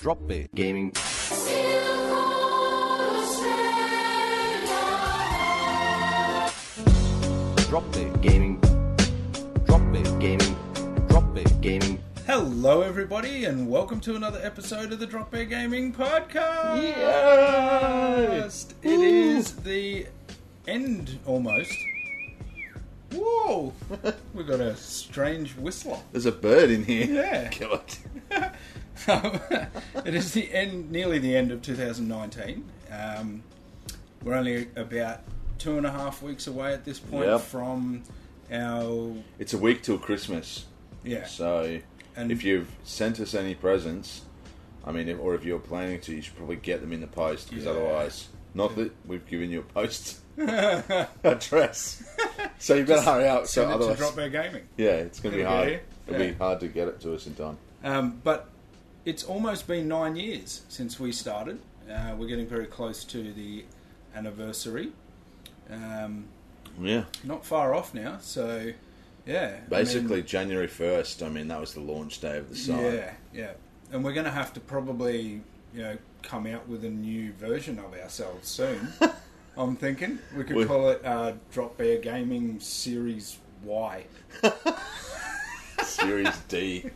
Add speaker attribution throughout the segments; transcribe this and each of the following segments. Speaker 1: drop B.
Speaker 2: gaming.
Speaker 1: Drop B.
Speaker 2: gaming,
Speaker 1: Drop B.
Speaker 2: gaming,
Speaker 1: Drop B.
Speaker 2: gaming.
Speaker 3: Hello, everybody, and welcome to another episode of the Drop Bear Gaming Podcast. It is the end almost. Whoa! we got a strange whistler.
Speaker 4: There's a bird in here.
Speaker 3: Yeah.
Speaker 4: Kill it.
Speaker 3: it is the end, nearly the end of 2019. Um, we're only about two and a half weeks away at this point
Speaker 4: Yep.
Speaker 3: from our
Speaker 4: It's a week till Christmas,
Speaker 3: yeah.
Speaker 4: so
Speaker 3: And-
Speaker 4: if you've sent us any presents, I mean, if, or if you're planning to, you should probably get them in the post because
Speaker 3: Yeah.
Speaker 4: otherwise, not that we've given you a post address, so you better hurry up. So
Speaker 3: send it to
Speaker 4: otherwise,
Speaker 3: Drop Bear Gaming.
Speaker 4: yeah, it's going to be
Speaker 3: It'll
Speaker 4: hard.
Speaker 3: get here.
Speaker 4: It'll
Speaker 3: Yeah.
Speaker 4: be hard to get it to us in time.
Speaker 3: Um, but it's almost been nine years since we started. Uh, we're getting very close to the anniversary. Um,
Speaker 4: Yeah,
Speaker 3: not far off now, so yeah. I
Speaker 4: basically
Speaker 3: mean,
Speaker 4: January first. I mean, that was the launch day of the site.
Speaker 3: yeah, yeah. And we're going to have to probably, you know, come out with a new version of ourselves soon. I'm thinking we could
Speaker 4: We-
Speaker 3: call it uh, Drop Bear Gaming Series Y.
Speaker 4: Series D.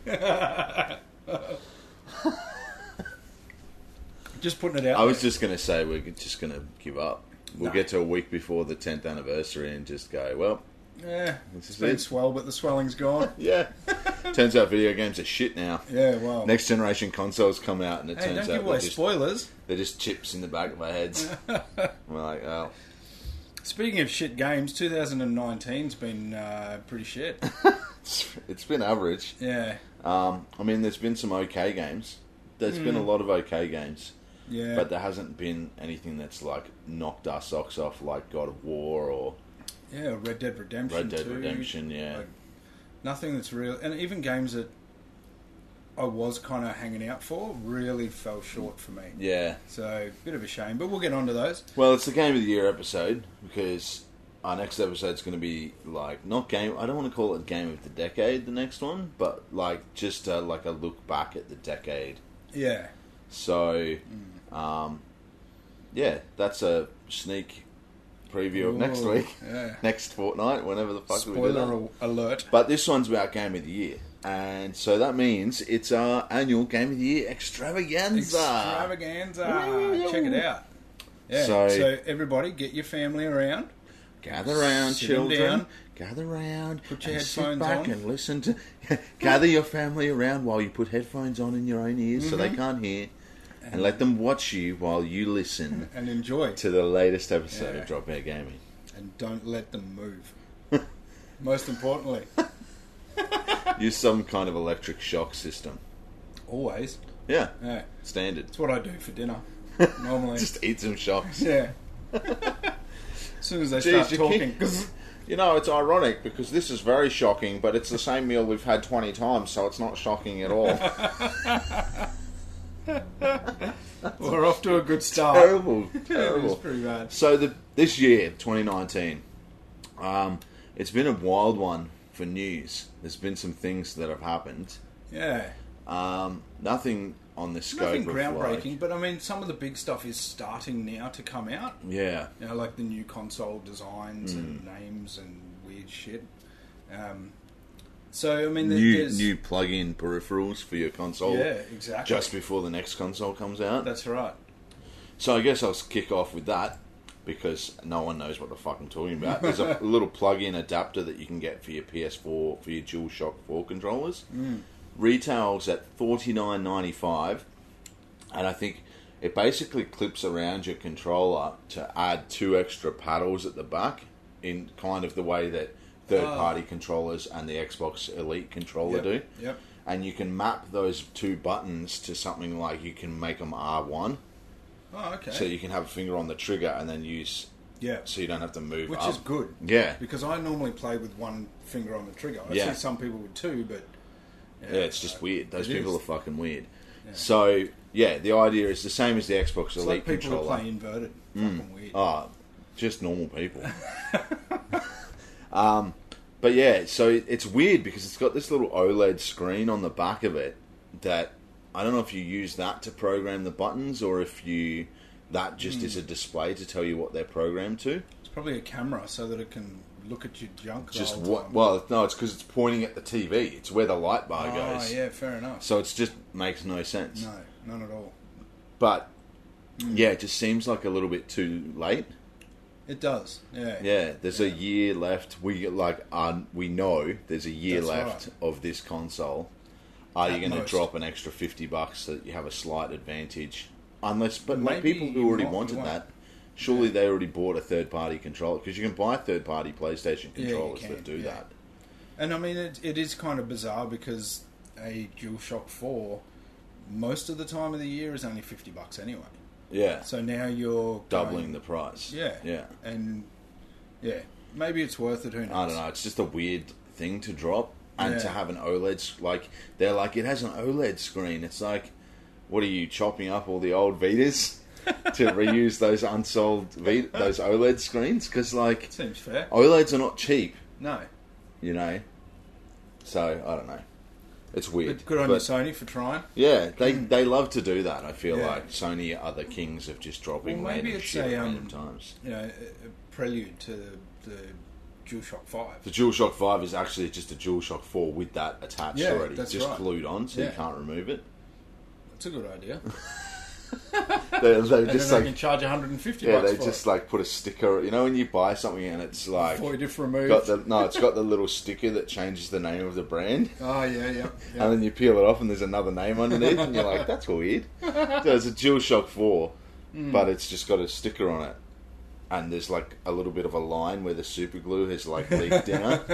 Speaker 3: Just putting it out.
Speaker 4: I was
Speaker 3: there.
Speaker 4: just going to say we're just going to give up. We'll
Speaker 3: No.
Speaker 4: get to a week before the 10th anniversary and just go, well,
Speaker 3: yeah.
Speaker 4: This
Speaker 3: It's
Speaker 4: is
Speaker 3: been
Speaker 4: it.
Speaker 3: swell, but the swelling's gone.
Speaker 4: yeah. turns out video games are shit now.
Speaker 3: yeah. Well.
Speaker 4: Next generation consoles come out and it
Speaker 3: hey, don't
Speaker 4: turns
Speaker 3: give
Speaker 4: out
Speaker 3: away
Speaker 4: they're just,
Speaker 3: spoilers.
Speaker 4: they're just chips in the back of our heads. We're like, oh,
Speaker 3: Speaking of shit games, 2019's been uh, pretty shit.
Speaker 4: it's, it's been average.
Speaker 3: Yeah,
Speaker 4: Um, I mean, there's been some okay games. There's been a lot of okay games.
Speaker 3: Hmm. yeah.
Speaker 4: But there hasn't been anything that's like knocked our socks off, like God of War or
Speaker 3: yeah, Red Dead Redemption.
Speaker 4: Red Dead
Speaker 3: 2,
Speaker 4: Redemption. Yeah,
Speaker 3: like, nothing that's real, and even games that I was kind of hanging out for really fell short for me.
Speaker 4: yeah.
Speaker 3: So bit of a shame, but we'll get onto those.
Speaker 4: Well, it's the game of the year episode because our next episode's going to be like not game. I don't want to call it game of the decade. The next one, but like just uh, like a look back at the decade.
Speaker 3: Yeah,
Speaker 4: So,
Speaker 3: Mm.
Speaker 4: um, yeah, that's a sneak preview of next
Speaker 3: Ooh,
Speaker 4: week,
Speaker 3: yeah.
Speaker 4: next fortnight, whenever the fuck we do
Speaker 3: Spoiler
Speaker 4: that.
Speaker 3: al- alert.
Speaker 4: But this one's about game of the year, and so that means it's our annual game of the year extravaganza.
Speaker 3: Extravaganza. Check it out. Yeah.
Speaker 4: So-
Speaker 3: so everybody, get your family around.
Speaker 4: Gather round,
Speaker 3: Sit 'em
Speaker 4: children.
Speaker 3: down.
Speaker 4: Gather round.
Speaker 3: Put your
Speaker 4: and
Speaker 3: headphones
Speaker 4: sit back
Speaker 3: on.
Speaker 4: and listen to. gather your family around while you put headphones on in your own ears so
Speaker 3: Mm-hmm.
Speaker 4: they can't hear, and let them watch you while you listen
Speaker 3: and enjoy.
Speaker 4: to the latest episode
Speaker 3: Yeah.
Speaker 4: of Drop Air Gaming.
Speaker 3: and don't let them move. Most importantly,
Speaker 4: Use some kind of electric shock system.
Speaker 3: always.
Speaker 4: Yeah,
Speaker 3: Yeah,
Speaker 4: standard.
Speaker 3: it's what I do for dinner normally.
Speaker 4: Just eat some shocks.
Speaker 3: yeah. as soon as they
Speaker 4: Jeez,
Speaker 3: start
Speaker 4: you
Speaker 3: talking,
Speaker 4: keep- You know, it's ironic because this is very shocking, but it's the same meal we've had 20 times, so it's not shocking at all.
Speaker 3: we're off to a good start.
Speaker 4: terrible,
Speaker 3: it was
Speaker 4: terrible.
Speaker 3: pretty bad.
Speaker 4: So the this year, 2019, um, it's been a wild one for news. There's been some things that have happened.
Speaker 3: Yeah,
Speaker 4: Um, nothing on the scope
Speaker 3: nothing
Speaker 4: of
Speaker 3: groundbreaking,
Speaker 4: like-
Speaker 3: but I mean, some of the big stuff is starting now to come out.
Speaker 4: yeah,
Speaker 3: You know, like the new console designs and
Speaker 4: Hmm.
Speaker 3: names and weird shit. Um, so I mean, there-
Speaker 4: new
Speaker 3: there's
Speaker 4: new plug-in peripherals for your console.
Speaker 3: yeah, exactly.
Speaker 4: Just before the next console comes out.
Speaker 3: That's right.
Speaker 4: So I guess I'll kick off with that because no one knows what the fuck I'm talking about. There's a little plug-in adapter that you can get for your PS4 for your DualShock 4 controllers.
Speaker 3: Mm.
Speaker 4: Retails at forty nine ninety five, and I think it basically clips around your controller to add two extra paddles at the back in kind of the way that third-party controllers and the Xbox Elite controller
Speaker 3: Ah. Yep,
Speaker 4: do.
Speaker 3: yep.
Speaker 4: And you can map those two buttons to something like you can make them R1
Speaker 3: Oh, okay.
Speaker 4: so you can have a finger on the trigger and then use
Speaker 3: yeah.
Speaker 4: so you don't have to move
Speaker 3: which
Speaker 4: up.
Speaker 3: is good.
Speaker 4: yeah
Speaker 3: because I normally play with one finger on the trigger. I
Speaker 4: Yeah.
Speaker 3: see some people with two, but yeah,
Speaker 4: yeah it's just weird those
Speaker 3: It
Speaker 4: people
Speaker 3: is.
Speaker 4: are fucking weird so yeah the idea is the same as the xbox
Speaker 3: It's
Speaker 4: elite
Speaker 3: like people who
Speaker 4: controller
Speaker 3: play inverted. Fucking weird.
Speaker 4: Ah, just normal people um but E yeah so it- it's weird because it's got this little oled screen on the back of it that I don't know if you use that to program the buttons or if you that just
Speaker 3: Hmm.
Speaker 4: is a display to tell you what they're programmed to.
Speaker 3: It's probably a camera so that it can look at your junk. the
Speaker 4: just
Speaker 3: whole
Speaker 4: what?
Speaker 3: time.
Speaker 4: Well, no, it's because it's pointing at the TV. It's where the light bar
Speaker 3: Ah,
Speaker 4: goes.
Speaker 3: yeah, fair enough.
Speaker 4: So it's just makes no sense.
Speaker 3: no, Hmm. none at all.
Speaker 4: But yeah, it just seems like a little bit too late.
Speaker 3: It does. Yeah.
Speaker 4: Yeah, there's a
Speaker 3: Yeah.
Speaker 4: year left. We like uh, we know there's a year
Speaker 3: That's
Speaker 4: left of this console. Are
Speaker 3: At
Speaker 4: you going to
Speaker 3: most.
Speaker 4: drop an extra fifty bucks so that you have a slight advantage? Unless, but like
Speaker 3: Maybe
Speaker 4: people
Speaker 3: you
Speaker 4: who already
Speaker 3: might- you
Speaker 4: wanted
Speaker 3: won't.
Speaker 4: that, surely they already bought a third party controller because you can buy third party PlayStation
Speaker 3: you
Speaker 4: controllers
Speaker 3: can,
Speaker 4: that do
Speaker 3: yeah.
Speaker 4: that.
Speaker 3: And I mean, it, it is kind of bizarre because a DualShock 4, most of the time of the year, is only 50 bucks anyway.
Speaker 4: Yeah,
Speaker 3: So now you're
Speaker 4: doubling
Speaker 3: going-
Speaker 4: the price.
Speaker 3: Yeah.
Speaker 4: yeah.
Speaker 3: And yeah, maybe it's worth it. Who knows?
Speaker 4: I don't know. It's just a weird thing to drop and to
Speaker 3: Yeah.
Speaker 4: have an OLED. s- Like they're like it has an OLED screen. It's like, what are you chopping up all the old Vitas to reuse those unsold v- those OLED screens? Because like
Speaker 3: Seems fair.
Speaker 4: OLEDs are not cheap,
Speaker 3: No.
Speaker 4: you know. So I don't know. It's weird.
Speaker 3: But good on
Speaker 4: But,
Speaker 3: you, Sony, for trying.
Speaker 4: yeah, they they love to do that. I feel
Speaker 3: Yeah.
Speaker 4: like Sony are the kings of just dropping
Speaker 3: Well, maybe
Speaker 4: random
Speaker 3: it's
Speaker 4: shit
Speaker 3: a,
Speaker 4: at
Speaker 3: um,
Speaker 4: random times.
Speaker 3: You know, a, a prelude to the DualShock 5.
Speaker 4: The DualShock Five is actually just a DualShock Four with that attached
Speaker 3: Yeah,
Speaker 4: already,
Speaker 3: that's
Speaker 4: just
Speaker 3: right.
Speaker 4: glued on, so you
Speaker 3: Yeah.
Speaker 4: can't remove it.
Speaker 3: That's a good idea.
Speaker 4: They, they
Speaker 3: And
Speaker 4: just
Speaker 3: then
Speaker 4: like
Speaker 3: they can charge 150
Speaker 4: yeah,
Speaker 3: bucks
Speaker 4: they
Speaker 3: for
Speaker 4: just
Speaker 3: it.
Speaker 4: like put a sticker. You know when you buy something and it's like
Speaker 3: Before you diff removed.
Speaker 4: got the no, it's got the little sticker that changes the name of the brand,
Speaker 3: Oh, yeah, yeah. yeah.
Speaker 4: and then you peel it off and there's another name underneath, and you're like, that's weird. So it's a DualShock Four,
Speaker 3: Hmm.
Speaker 4: but it's just got a sticker on it. And there's like a little bit of a line where the super glue has like leaked out.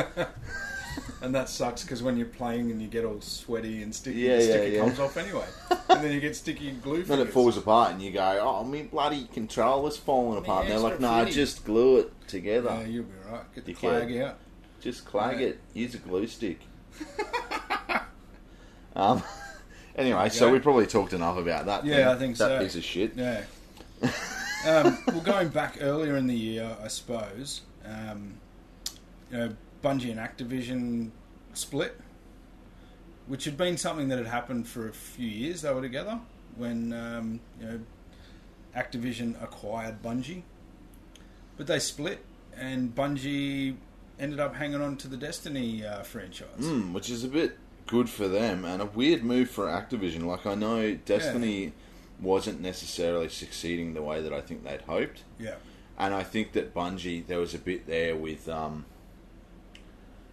Speaker 3: And that sucks because when you're playing and you get all sweaty and sticky,
Speaker 4: Yeah,
Speaker 3: the
Speaker 4: yeah,
Speaker 3: sticker
Speaker 4: yeah.
Speaker 3: comes off anyway. and then you get sticky glue
Speaker 4: Then
Speaker 3: fingers.
Speaker 4: it falls apart, and you go, "Oh, my bloody controller's falling apart." And they're like,
Speaker 3: extra
Speaker 4: "Nah,
Speaker 3: footy."
Speaker 4: just glue it together.
Speaker 3: Yeah, you'll be right. Get the
Speaker 4: You
Speaker 3: clag
Speaker 4: can.
Speaker 3: out.
Speaker 4: Just clag
Speaker 3: Yeah.
Speaker 4: it. Use a glue stick." um. Anyway, so
Speaker 3: go.
Speaker 4: we probably talked enough about that.
Speaker 3: Yeah,
Speaker 4: thing,
Speaker 3: I think
Speaker 4: that
Speaker 3: so.
Speaker 4: piece of shit.
Speaker 3: Yeah. um, well, going back earlier in the year, I suppose, um, you know, Bungie and Activision split, which had been something that had happened for a few years. They were together when um, you know Activision acquired Bungie, but they split, and Bungie ended up hanging on to the Destiny uh, franchise.
Speaker 4: Mm, which is a bit good for them and a weird move for Activision. Like I know Destiny wasn't necessarily succeeding the way that I think they'd hoped.
Speaker 3: Yeah,
Speaker 4: And I think that Bungie, there was a bit there with um,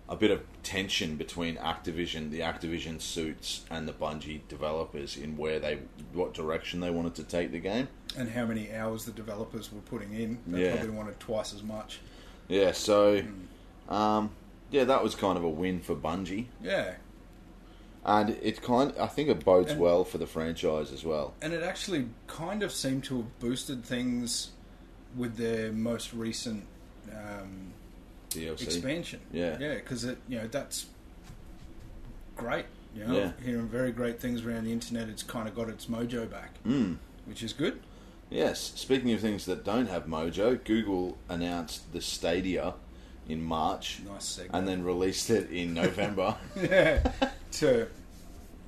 Speaker 4: a bit of tension between Activision, the Activision suits, and the Bungie developers in where they, what direction they wanted to take the game.
Speaker 3: and how many hours the developers were putting in? They
Speaker 4: Yeah.
Speaker 3: probably wanted twice as much.
Speaker 4: Yeah, so, um, yeah, that was kind of a win for Bungie,
Speaker 3: Yeah,
Speaker 4: and it kind, I think, it bodes
Speaker 3: And-
Speaker 4: well for the franchise as well.
Speaker 3: and it actually kind of seemed to have boosted things with their most recent um,
Speaker 4: DLC.
Speaker 3: expansion.
Speaker 4: Yeah.
Speaker 3: yeah, because it you know that's great. You know,
Speaker 4: Yeah.
Speaker 3: hearing very great things around the internet. It's kind of got its mojo back,
Speaker 4: Mm.
Speaker 3: which is good.
Speaker 4: Yes. Speaking of things that don't have mojo, Google announced the Stadia in March,
Speaker 3: Nice segue.
Speaker 4: and then released it in November.
Speaker 3: yeah, to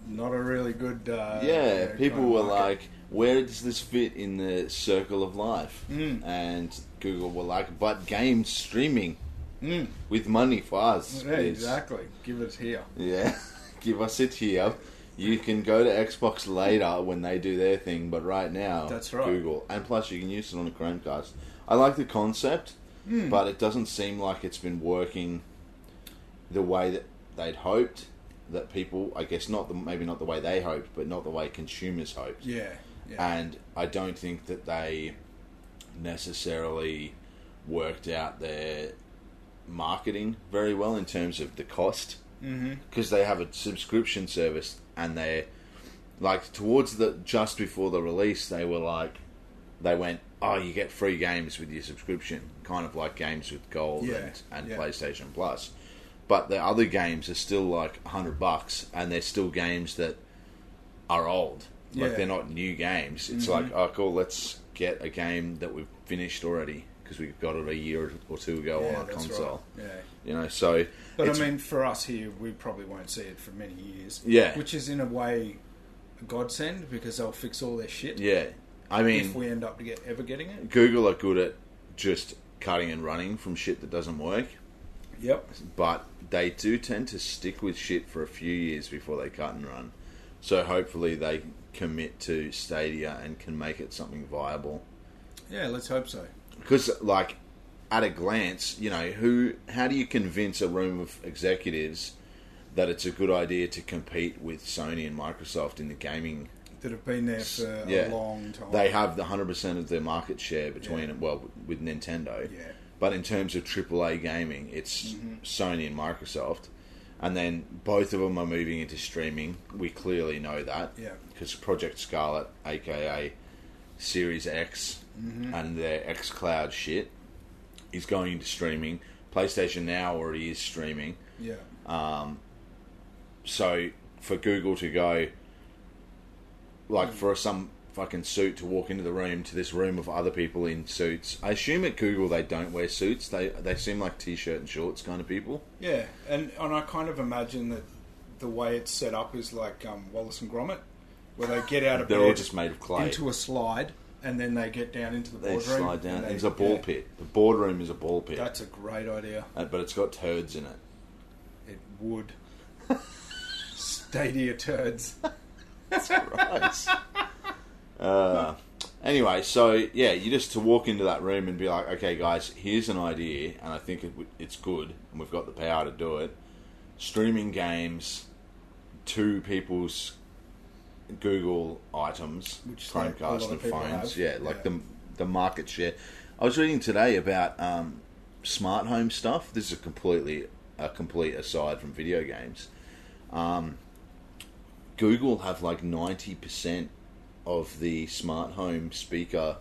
Speaker 3: not a really good. Uh, you know,
Speaker 4: yeah,
Speaker 3: kind
Speaker 4: people
Speaker 3: of
Speaker 4: were
Speaker 3: market.
Speaker 4: like, "Where does this fit in the circle of life?"
Speaker 3: Mm.
Speaker 4: And Google were like, "But game streaming
Speaker 3: Mm,
Speaker 4: with money for us,
Speaker 3: yeah,
Speaker 4: please.
Speaker 3: exactly. Give it here.
Speaker 4: Yeah, give us it here." You can go to Xbox later when they do their thing, but right now,
Speaker 3: That's right.
Speaker 4: Google. And plus, you can use it on a Chromecast. I like the concept,
Speaker 3: Hmm.
Speaker 4: but it doesn't seem like it's been working the way that they'd hoped. That people, I guess, not the, maybe not the way they hoped, but not the way consumers hoped
Speaker 3: Yeah, yeah,
Speaker 4: and I don't think that they necessarily worked out their marketing very well in terms of the cost
Speaker 3: mm-hmm.
Speaker 4: because they have a subscription service and they like towards the just before the release they were like they went oh you get free games with your subscription kind of like games with gold
Speaker 3: Yeah,
Speaker 4: and, and
Speaker 3: yeah.
Speaker 4: PlayStation Plus but the other games are still like 100 bucks and they're still games that are old like
Speaker 3: Yeah. Mm-hmm.
Speaker 4: they're not new games it's like oh cool let's get a game that we've finished already because we got it a year or two ago
Speaker 3: yeah
Speaker 4: on our
Speaker 3: that's
Speaker 4: console
Speaker 3: Right. Yeah.
Speaker 4: you know so
Speaker 3: But
Speaker 4: it's-
Speaker 3: I mean, for us here, we probably won't see it for many years.
Speaker 4: Yeah.
Speaker 3: Which is in a way godsend because they'll fix all their shit
Speaker 4: Yeah, I
Speaker 3: if
Speaker 4: mean,
Speaker 3: we end up to get ever getting it.
Speaker 4: Google are good at just cutting and running from shit that doesn't work,
Speaker 3: Yep.
Speaker 4: but they do tend to stick with shit for a few years before they cut and run. So hopefully they commit to Stadia and can make it something viable.
Speaker 3: Yeah, let's hope so.
Speaker 4: because like at a glance you know who how do you convince a room of executives that it's a good idea to compete with sony and microsoft in the gaming
Speaker 3: That have been there for
Speaker 4: Yeah.
Speaker 3: a long time.
Speaker 4: they have the 100% of their market share between well with nintendo
Speaker 3: Yeah.
Speaker 4: but in terms of aaa gaming it's sony and microsoft and then both of them are moving into streaming we clearly know that
Speaker 3: Yeah.
Speaker 4: because project scarlet aka series x and their x cloud shit is going into streaming playstation now already is streaming
Speaker 3: Yeah.
Speaker 4: so for Google to go,
Speaker 3: Hmm.
Speaker 4: like for some fucking suit to walk into the room to this room of other people in suits. I assume at Google they don't wear suits. They they seem like t-shirt and shorts kind of people.
Speaker 3: Yeah. And and I kind of imagine that the way it's set up is like um, Wallace and Gromit, where they get out of
Speaker 4: They're
Speaker 3: bed
Speaker 4: all just made of clay.
Speaker 3: into a slide and then they get down into the
Speaker 4: they
Speaker 3: boardroom.
Speaker 4: slide
Speaker 3: and
Speaker 4: down.
Speaker 3: they-
Speaker 4: It's a ball
Speaker 3: yeah.
Speaker 4: pit. The boardroom is a ball pit,
Speaker 3: That's a great idea.
Speaker 4: Uh, but it's got turds in it.
Speaker 3: It would. Stadia turds.
Speaker 4: Christ. uh, anyway, so yeah, you just to walk into that room and be like, okay, guys, here's an idea, and I think it, w- it's good, and we've got the power to do it. Streaming games to people's Google items,
Speaker 3: Which like a lot
Speaker 4: Chromecast
Speaker 3: of
Speaker 4: and
Speaker 3: people
Speaker 4: phones.
Speaker 3: have.
Speaker 4: Yeah, like
Speaker 3: Yeah.
Speaker 4: the the market share. I was reading today about um, smart home stuff. This is completely a complete aside from video games. Google have like 90% of the smart home speaker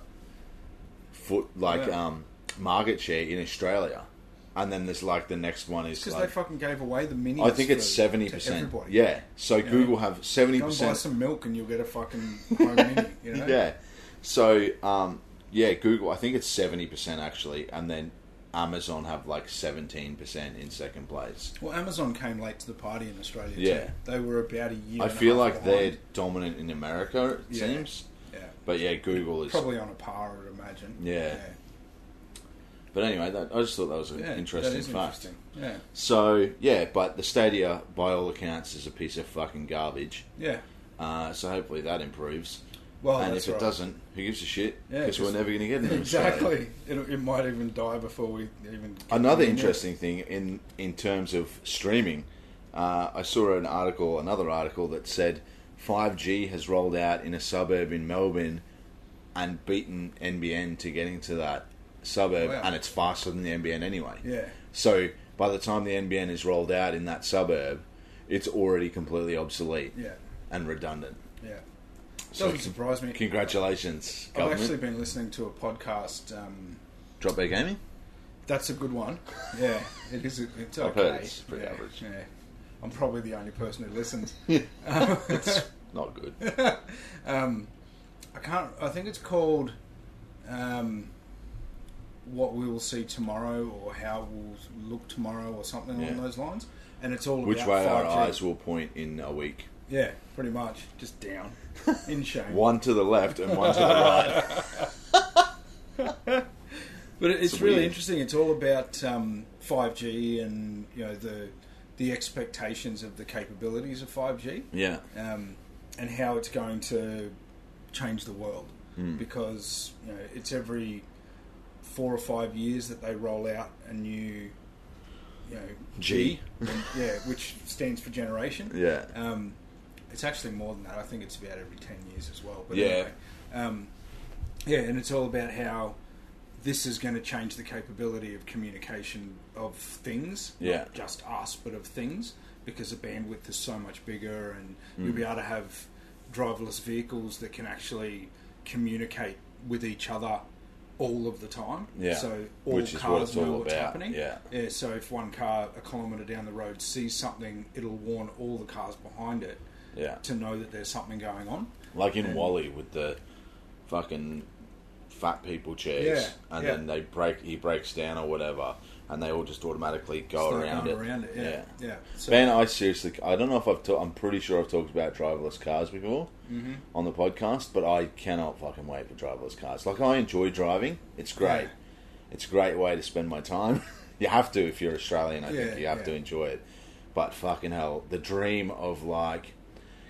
Speaker 4: foot like
Speaker 3: Yeah.
Speaker 4: um market share in Australia. And then there's like the next one is
Speaker 3: Because
Speaker 4: like
Speaker 3: they fucking gave away the mini.
Speaker 4: I think it's
Speaker 3: to-
Speaker 4: seventy
Speaker 3: to
Speaker 4: percent.
Speaker 3: everybody.
Speaker 4: Yeah. So Google have seventy
Speaker 3: Go and buy
Speaker 4: percent.
Speaker 3: some milk and you'll get a fucking home mini. You know?
Speaker 4: Yeah. So um, yeah, Google. I think it's seventy percent actually, and then Amazon have like seventeen percent in second place.
Speaker 3: Well, Amazon came late to the party in Australia.
Speaker 4: Yeah.
Speaker 3: too. they were about a year.
Speaker 4: I
Speaker 3: and a
Speaker 4: feel
Speaker 3: half
Speaker 4: like they're
Speaker 3: behind.
Speaker 4: dominant in America. It
Speaker 3: Yeah.
Speaker 4: seems,
Speaker 3: yeah,
Speaker 4: but yeah, Google is
Speaker 3: probably on a par, I'd imagine.
Speaker 4: Yeah. But anyway, that, I just thought that was an
Speaker 3: yeah,
Speaker 4: interesting
Speaker 3: that is
Speaker 4: fact.
Speaker 3: Interesting. Yeah,
Speaker 4: So yeah, but the Stadia, by all accounts, is a piece of fucking garbage.
Speaker 3: yeah.
Speaker 4: Uh, so hopefully that improves.
Speaker 3: Well,
Speaker 4: and
Speaker 3: Oh, that's
Speaker 4: if it
Speaker 3: right.
Speaker 4: doesn't, who gives a shit?
Speaker 3: Yeah,
Speaker 4: Because we're
Speaker 3: just-
Speaker 4: never going to get it. in Australia.
Speaker 3: exactly. It, it might even die before we even. get
Speaker 4: Another
Speaker 3: in there.
Speaker 4: interesting thing in in terms of streaming, uh, I saw an article, another article that said 5G has rolled out in a suburb in Melbourne and beaten NBN to getting to that suburb,
Speaker 3: Wow.
Speaker 4: and it's faster than the NBN anyway.
Speaker 3: Yeah,
Speaker 4: So by the time the NBN is rolled out in that suburb, it's already completely obsolete
Speaker 3: yeah,
Speaker 4: and redundant.
Speaker 3: yeah.
Speaker 4: So
Speaker 3: Doesn't surprise me.
Speaker 4: congratulations,
Speaker 3: I've
Speaker 4: government.
Speaker 3: actually been listening to a podcast. Um,
Speaker 4: Drop Bear Gaming.
Speaker 3: That's a good one. Yeah, it is. It's okay.
Speaker 4: I've heard it's pretty
Speaker 3: yeah,
Speaker 4: average.
Speaker 3: Yeah. I'm probably the only person who listens.
Speaker 4: It's not good.
Speaker 3: um, I can't. I think it's called um, "What We Will See Tomorrow" or "How We'll Look Tomorrow" or something
Speaker 4: Yeah.
Speaker 3: along those lines. And it's all
Speaker 4: Which
Speaker 3: about
Speaker 4: way
Speaker 3: 5G.
Speaker 4: our eyes will point in a week.
Speaker 3: Yeah, pretty much. Just down in shame.
Speaker 4: One to the left and one to the right.
Speaker 3: But it- it's,
Speaker 4: It's
Speaker 3: really
Speaker 4: weird.
Speaker 3: interesting. It's all about um, 5G and you know the the expectations of the capabilities of 5G.
Speaker 4: Yeah.
Speaker 3: um, and how it's going to change the world
Speaker 4: Hmm.
Speaker 3: because you know it's every four or five years that they roll out a new you know
Speaker 4: G.
Speaker 3: and- yeah which stands for generation
Speaker 4: Yeah.
Speaker 3: um, it's actually more than that I think it's about every 10 years as well but
Speaker 4: Yeah.
Speaker 3: anyway um, yeah and it's all about how this is going to change the capability of communication of things,
Speaker 4: Yeah.
Speaker 3: not just us, but of things, because the bandwidth is so much bigger, and
Speaker 4: Mm.
Speaker 3: you'll be able to have driverless vehicles that can actually communicate with each other all of the time.
Speaker 4: Yeah.
Speaker 3: So all
Speaker 4: Which is what
Speaker 3: cars
Speaker 4: it's all
Speaker 3: know what's
Speaker 4: about,
Speaker 3: happening.
Speaker 4: yeah.
Speaker 3: Yeah. So if one car a kilometre down the road sees something, it'll warn all the cars behind it
Speaker 4: Yeah.
Speaker 3: to know that there's something going on.
Speaker 4: Like in Wally with the fucking fat people chairs,
Speaker 3: Yeah,
Speaker 4: and
Speaker 3: yeah.
Speaker 4: then they break. He breaks down or whatever, and they all just automatically go
Speaker 3: It's not
Speaker 4: around
Speaker 3: going
Speaker 4: it.
Speaker 3: around it. Yeah, yeah. So,
Speaker 4: Man, I seriously, I don't know if I've. Ta- I'm pretty sure I've talked about driverless cars before
Speaker 3: Mm-hmm.
Speaker 4: on the podcast, but I cannot fucking wait for driverless cars. Like I enjoy driving; it's great.
Speaker 3: Yeah.
Speaker 4: It's a great way to spend my time. you have to if you're Australian. I
Speaker 3: Yeah,
Speaker 4: think you have to
Speaker 3: yeah.
Speaker 4: enjoy it. But fucking hell, the dream of like,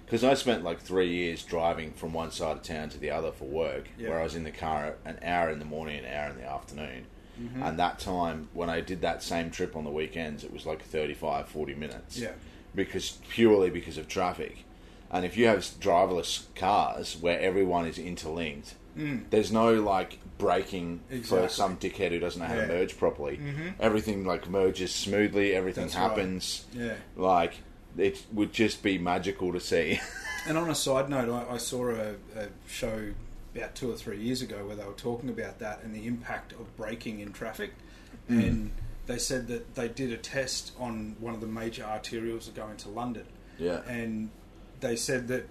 Speaker 4: because I spent like three years driving from one side of town to the other for work,
Speaker 3: Yeah.
Speaker 4: where I was in the car an hour in the morning, an hour in the afternoon.
Speaker 3: Mm-hmm.
Speaker 4: And that time, when I did that same trip on the weekends, it was like 35, 40 minutes.
Speaker 3: Yeah.
Speaker 4: Because purely because of traffic. And if you have driverless cars where everyone is interlinked, there's no like braking for
Speaker 3: Mm. Exactly.
Speaker 4: some dickhead who doesn't know how
Speaker 3: Yeah. Mm-hmm.
Speaker 4: to merge properly. Everything like merges smoothly, everything
Speaker 3: That's right.
Speaker 4: happens.
Speaker 3: yeah.
Speaker 4: Like, it would just be magical to see.
Speaker 3: And on a side note, I, I saw a, a show about two or three years ago where they were talking about that and the impact of braking in traffic.
Speaker 4: Hmm.
Speaker 3: And they said that they did a test on one of the major arterials that go into London.
Speaker 4: Yeah.
Speaker 3: And they said that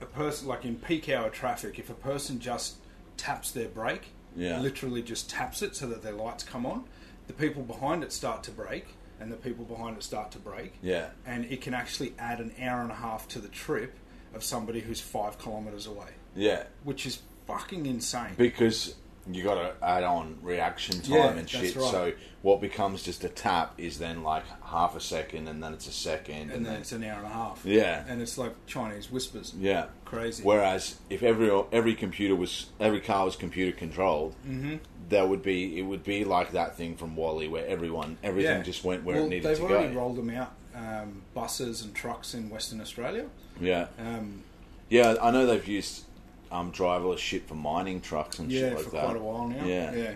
Speaker 3: a person, like in peak hour traffic, if a person just taps their brake,
Speaker 4: Yeah.
Speaker 3: literally just taps it so that their lights come on, the people behind it start to brake and the people behind it start to brake
Speaker 4: yeah.
Speaker 3: and it can actually add an hour and a half to the trip of somebody who's five kilometers away,
Speaker 4: Yeah.
Speaker 3: which is fucking insane.
Speaker 4: because you got to add on reaction time
Speaker 3: Yeah,
Speaker 4: and
Speaker 3: that's
Speaker 4: shit.
Speaker 3: right.
Speaker 4: So what becomes just a tap is then like half a second, and then it's a second, and,
Speaker 3: and then
Speaker 4: then,
Speaker 3: it's an hour and a half.
Speaker 4: Yeah.
Speaker 3: and it's like Chinese whispers.
Speaker 4: yeah,
Speaker 3: crazy.
Speaker 4: Whereas if every every computer was every car was computer controlled, mm-hmm. there would be it would be like that thing from Wally where everyone everything
Speaker 3: Yeah.
Speaker 4: just went where
Speaker 3: well,
Speaker 4: it needed
Speaker 3: they've
Speaker 4: to
Speaker 3: already
Speaker 4: go.
Speaker 3: rolled them out, um, buses and trucks in Western Australia.
Speaker 4: yeah,
Speaker 3: Um,
Speaker 4: yeah. I know they've used um, driverless shit for mining trucks and
Speaker 3: yeah,
Speaker 4: shit like
Speaker 3: for
Speaker 4: that.
Speaker 3: quite a while now.
Speaker 4: Yeah.
Speaker 3: yeah.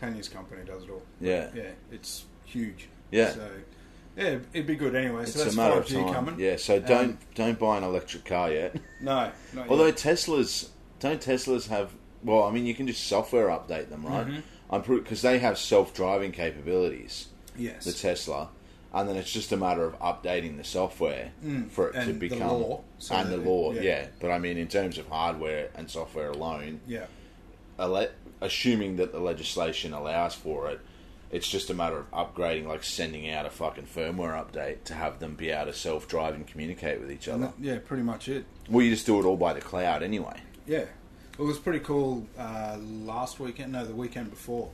Speaker 3: Tanya's company does it all.
Speaker 4: Yeah.
Speaker 3: yeah, it's huge.
Speaker 4: Yeah.
Speaker 3: so yeah, it'd be good anyway.
Speaker 4: It's
Speaker 3: so that's
Speaker 4: a matter of
Speaker 3: 5G
Speaker 4: time.
Speaker 3: coming.
Speaker 4: Yeah, so
Speaker 3: Um,
Speaker 4: don't don't buy an electric car yet.
Speaker 3: No, not
Speaker 4: Although
Speaker 3: yet.
Speaker 4: Teslas don't Teslas have well, I mean you can just software update them, right?
Speaker 3: Mm-hmm.
Speaker 4: I'm because they have self-driving capabilities,
Speaker 3: yes,
Speaker 4: the Tesla, and then it's just a matter of updating the software for it to
Speaker 3: Mm, and the
Speaker 4: become
Speaker 3: law, so
Speaker 4: and the
Speaker 3: that it-
Speaker 4: law,
Speaker 3: yeah.
Speaker 4: yeah. But I mean in terms of hardware and software alone,
Speaker 3: yeah.
Speaker 4: ele- assuming that the legislation allows for it, it's just a matter of upgrading, like sending out a fucking firmware update to have them be able to self-drive and communicate with each other.
Speaker 3: Yeah, pretty much it.
Speaker 4: Well, you just do it all by the cloud anyway.
Speaker 3: Yeah, it was pretty cool. Uh, last weekend, no, the weekend before,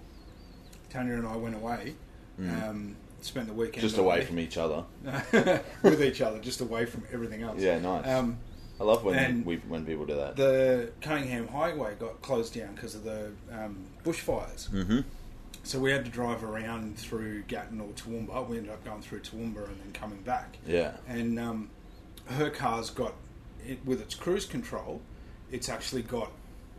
Speaker 3: Tanya and I went away. Um, spent the weekend
Speaker 4: Mm. Just away from each other.
Speaker 3: with each other, just away from everything else.
Speaker 4: Yeah, nice.
Speaker 3: Um,
Speaker 4: I love when
Speaker 3: And-
Speaker 4: we, when people do that.
Speaker 3: the Cunningham Highway got closed down because of the um, bushfires. Mm-hmm. So we had to drive around through Gatton or Toowoomba. We ended up going through Toowoomba and then coming back.
Speaker 4: yeah,
Speaker 3: and um, her car's got it, with its cruise control. It's actually got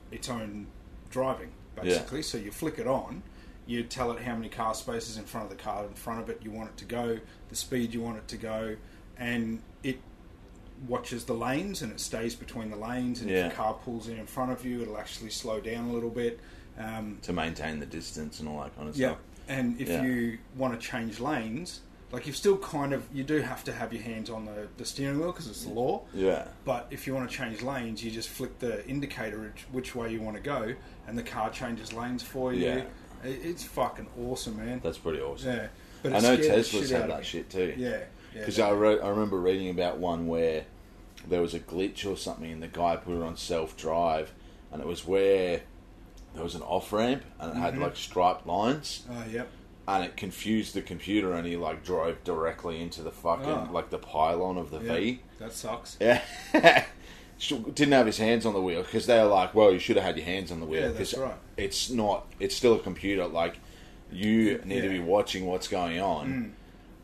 Speaker 3: its own driving basically. So you flick it on, you tell it how many car spaces in front of the car in front of it you want it to go, the speed you want it to go, and it watches the lanes and it stays between the lanes. And
Speaker 4: Yeah.
Speaker 3: if the car pulls in in front of you, it'll actually slow down a little bit. Um,
Speaker 4: to maintain the distance and all that kind of
Speaker 3: yeah,
Speaker 4: stuff.
Speaker 3: and if
Speaker 4: Yeah.
Speaker 3: you want to change lanes, like you've still kind of you do have to have your hands on the, the steering wheel because it's the law.
Speaker 4: Yeah,
Speaker 3: But if you want to change lanes, you just flick the indicator which- which way you want to go, and the car changes lanes for you.
Speaker 4: Yeah.
Speaker 3: I- It's fucking awesome, man.
Speaker 4: that's pretty awesome.
Speaker 3: yeah, but
Speaker 4: I
Speaker 3: it
Speaker 4: know
Speaker 3: scared the
Speaker 4: Tesla's
Speaker 3: shit
Speaker 4: have
Speaker 3: out of
Speaker 4: that
Speaker 3: me.
Speaker 4: shit too.
Speaker 3: Yeah, yeah,
Speaker 4: because
Speaker 3: they-
Speaker 4: I wrote, I remember reading about one where there was a glitch or something, and the guy put it on self drive, and it was where there was an off ramp and it had
Speaker 3: Mm-hmm.
Speaker 4: like striped lines,
Speaker 3: Oh, yep.
Speaker 4: and it confused the computer, and he like drove directly into the fucking
Speaker 3: Oh.
Speaker 4: like the pylon of the
Speaker 3: Yeah,
Speaker 4: V.
Speaker 3: that sucks.
Speaker 4: Yeah. Sh- Didn't have his hands on the wheel because they were like, "Well, you should have had your hands on the wheel."
Speaker 3: Yeah, that's
Speaker 4: 'cause
Speaker 3: right.
Speaker 4: It's not. It's still a computer. Like you need to
Speaker 3: Yeah. Mm.
Speaker 4: be watching what's going on.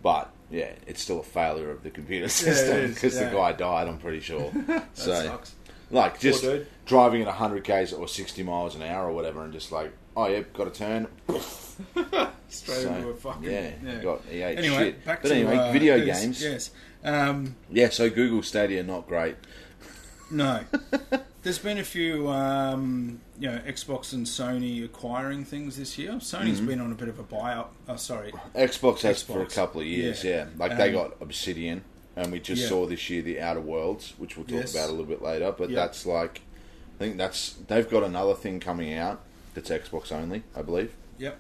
Speaker 4: But yeah, it's still a failure of the computer system
Speaker 3: is,
Speaker 4: because
Speaker 3: yeah.
Speaker 4: the guy died. I'm pretty sure. so,
Speaker 3: sucks.
Speaker 4: like, just
Speaker 3: dude.
Speaker 4: driving at 100 k's or 60 miles an hour or whatever, and just like, oh yeah, got to turn.
Speaker 3: Straight
Speaker 4: So,
Speaker 3: into a fucking
Speaker 4: yeah, got- he ate
Speaker 3: anyway,
Speaker 4: shit.
Speaker 3: back
Speaker 4: But
Speaker 3: to
Speaker 4: anyway,
Speaker 3: uh,
Speaker 4: video
Speaker 3: this,
Speaker 4: games.
Speaker 3: Yes. Um,
Speaker 4: yeah, so Google Stadia not great.
Speaker 3: No. There's been a few, um, you know, Xbox and Sony acquiring things this year. Sony's
Speaker 4: Mm-hmm.
Speaker 3: been on a bit of a buyout. Oh, sorry.
Speaker 4: Xbox has for a
Speaker 3: Xbox.
Speaker 4: couple of years,
Speaker 3: Yeah.
Speaker 4: yeah. Like they
Speaker 3: Um,
Speaker 4: got Obsidian, and we just
Speaker 3: Yeah.
Speaker 4: saw this year the Outer Worlds, which we'll talk
Speaker 3: Yes.
Speaker 4: about a little bit later. But
Speaker 3: Yeah.
Speaker 4: that's like I think that's they've got another thing coming out that's Xbox only, I believe.
Speaker 3: Yep.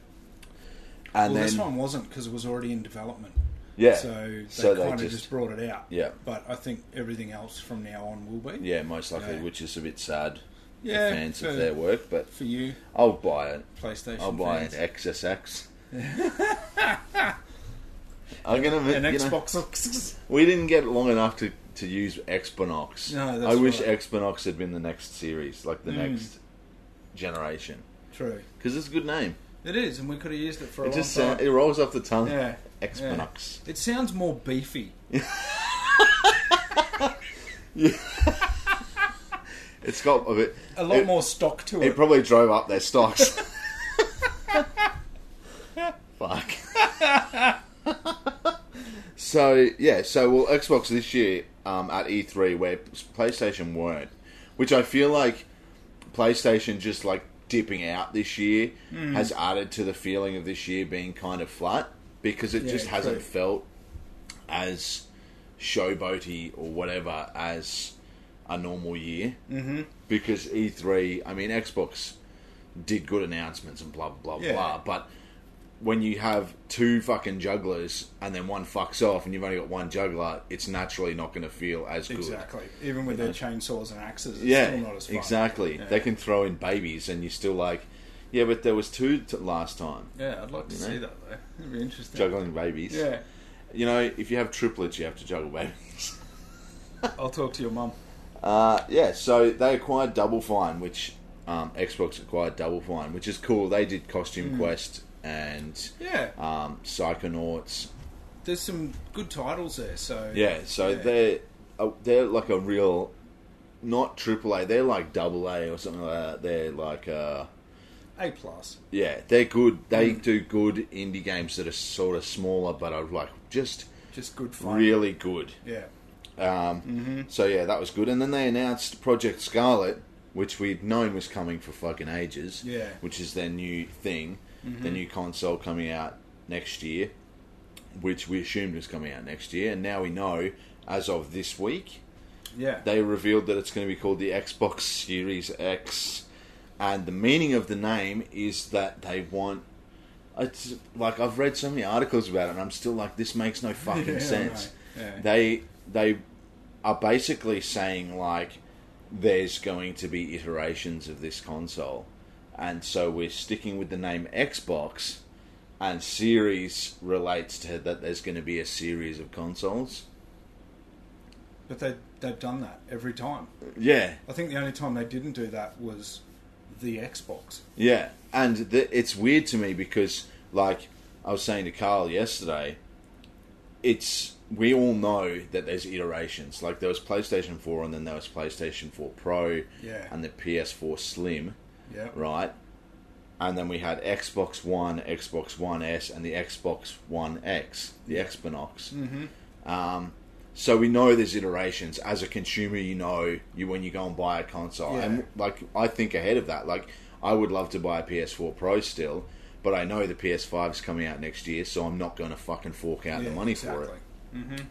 Speaker 4: And
Speaker 3: Well,
Speaker 4: then
Speaker 3: this one wasn't because it was already in development.
Speaker 4: yeah,
Speaker 3: So they
Speaker 4: So they
Speaker 3: kind of
Speaker 4: just-
Speaker 3: just, brought it out.
Speaker 4: Yeah.
Speaker 3: But I think everything else from now on will be.
Speaker 4: yeah, most likely,
Speaker 3: Yeah.
Speaker 4: which is a bit sad.
Speaker 3: Yeah,
Speaker 4: for fans
Speaker 3: for-
Speaker 4: of their work, but
Speaker 3: For you,
Speaker 4: I'll buy it.
Speaker 3: PlayStation
Speaker 4: I'll buy
Speaker 3: fans.
Speaker 4: an XSX. I'm gonna
Speaker 3: An
Speaker 4: you know,
Speaker 3: Xbox.
Speaker 4: we didn't get long enough to, to use Exponox.
Speaker 3: No,
Speaker 4: I
Speaker 3: that's
Speaker 4: wish
Speaker 3: right. Hmm.
Speaker 4: Exponox had been the next series, like the next generation,
Speaker 3: True.
Speaker 4: because it's a good name.
Speaker 3: It is, and we could have used it for a
Speaker 4: It
Speaker 3: long
Speaker 4: just
Speaker 3: time.
Speaker 4: sound, it rolls off the tongue.
Speaker 3: yeah.
Speaker 4: Exponox.
Speaker 3: It sounds more beefy.
Speaker 4: It's got a bit.
Speaker 3: A lot
Speaker 4: it,
Speaker 3: more stock to
Speaker 4: It
Speaker 3: it.
Speaker 4: probably drove up their stocks. Fuck. so yeah, so well, Xbox this year um, at E3 where PlayStation weren't, which I feel like PlayStation just like dipping out this year
Speaker 3: Hmm.
Speaker 4: has added to the feeling of this year being kind of flat because it
Speaker 3: Yeah,
Speaker 4: just hasn't
Speaker 3: true.
Speaker 4: felt as showboaty or whatever as a normal year mm-hmm. because E3, I mean, Xbox did good announcements and blah blah
Speaker 3: Yeah.
Speaker 4: blah, but when you have two fucking jugglers and then one fucks off and you've only got one juggler, it's naturally not going to feel as good.
Speaker 3: exactly. Even with their chainsaws and axes, it's
Speaker 4: Yeah,
Speaker 3: still not as fun.
Speaker 4: exactly.
Speaker 3: Yeah.
Speaker 4: They can throw in babies and you're still like, yeah, but there was two t- last time
Speaker 3: Yeah, I'd like to
Speaker 4: You know?
Speaker 3: see that though. It'd be interesting.
Speaker 4: juggling babies.
Speaker 3: Yeah,
Speaker 4: You know, if you have triplets, you have to juggle babies.
Speaker 3: I'll talk to your mum.
Speaker 4: Uh, yeah, so they acquired Double Fine, which um, Xbox acquired Double Fine, which is cool. They did Costume Quest and
Speaker 3: Yeah,
Speaker 4: um, Psychonauts.
Speaker 3: there's some good titles there. So
Speaker 4: Yeah, so
Speaker 3: Yeah.
Speaker 4: they're uh, they're like a real not AAA. They're like double A or something like that. They're like uh,
Speaker 3: A plus.
Speaker 4: yeah, they're good. They do good indie games that are sort of smaller, but are like just
Speaker 3: Just good fun.
Speaker 4: really good.
Speaker 3: Yeah.
Speaker 4: Um, So yeah, that was good. And then they announced Project Scarlet, which we'd known was coming for fucking ages.
Speaker 3: Yeah.
Speaker 4: Which is their new thing, their new console coming out next year, which we assumed was coming out next year, and now we know as of this week
Speaker 3: Yeah.
Speaker 4: they revealed that it's going to be called the Xbox Series X, and the meaning of the name is that they want. It's like I've read so many articles about it, and I'm still like, this makes no fucking
Speaker 3: Yeah, I
Speaker 4: sense.
Speaker 3: know. Yeah.
Speaker 4: They they are basically saying like, there's going to be iterations of this console, and so we're sticking with the name Xbox, and Series relates to that. There's going to be a series of consoles.
Speaker 3: But they they've done that every time.
Speaker 4: Yeah,
Speaker 3: I think the only time they didn't do that was the Xbox.
Speaker 4: Yeah, and th it's weird to me because, like I was saying to Carl yesterday, it's we all know that there's iterations. Like there was PlayStation Four, and then there was PlayStation Four Pro,
Speaker 3: Yeah.
Speaker 4: and the PS Four Slim,
Speaker 3: Yeah.
Speaker 4: right? And then we had Xbox One, Xbox One S, and the Xbox One X, the Xbox. Mm-hmm. Um, so we know there's iterations. As a consumer, you know you when you go and buy a console.
Speaker 3: Yeah.
Speaker 4: And like I think ahead of that. Like I would love to buy a PS4 Pro still, but I know the PS5 is coming out next year, so I'm not going to fucking fork out
Speaker 3: Yeah,
Speaker 4: the money
Speaker 3: exactly.
Speaker 4: for it.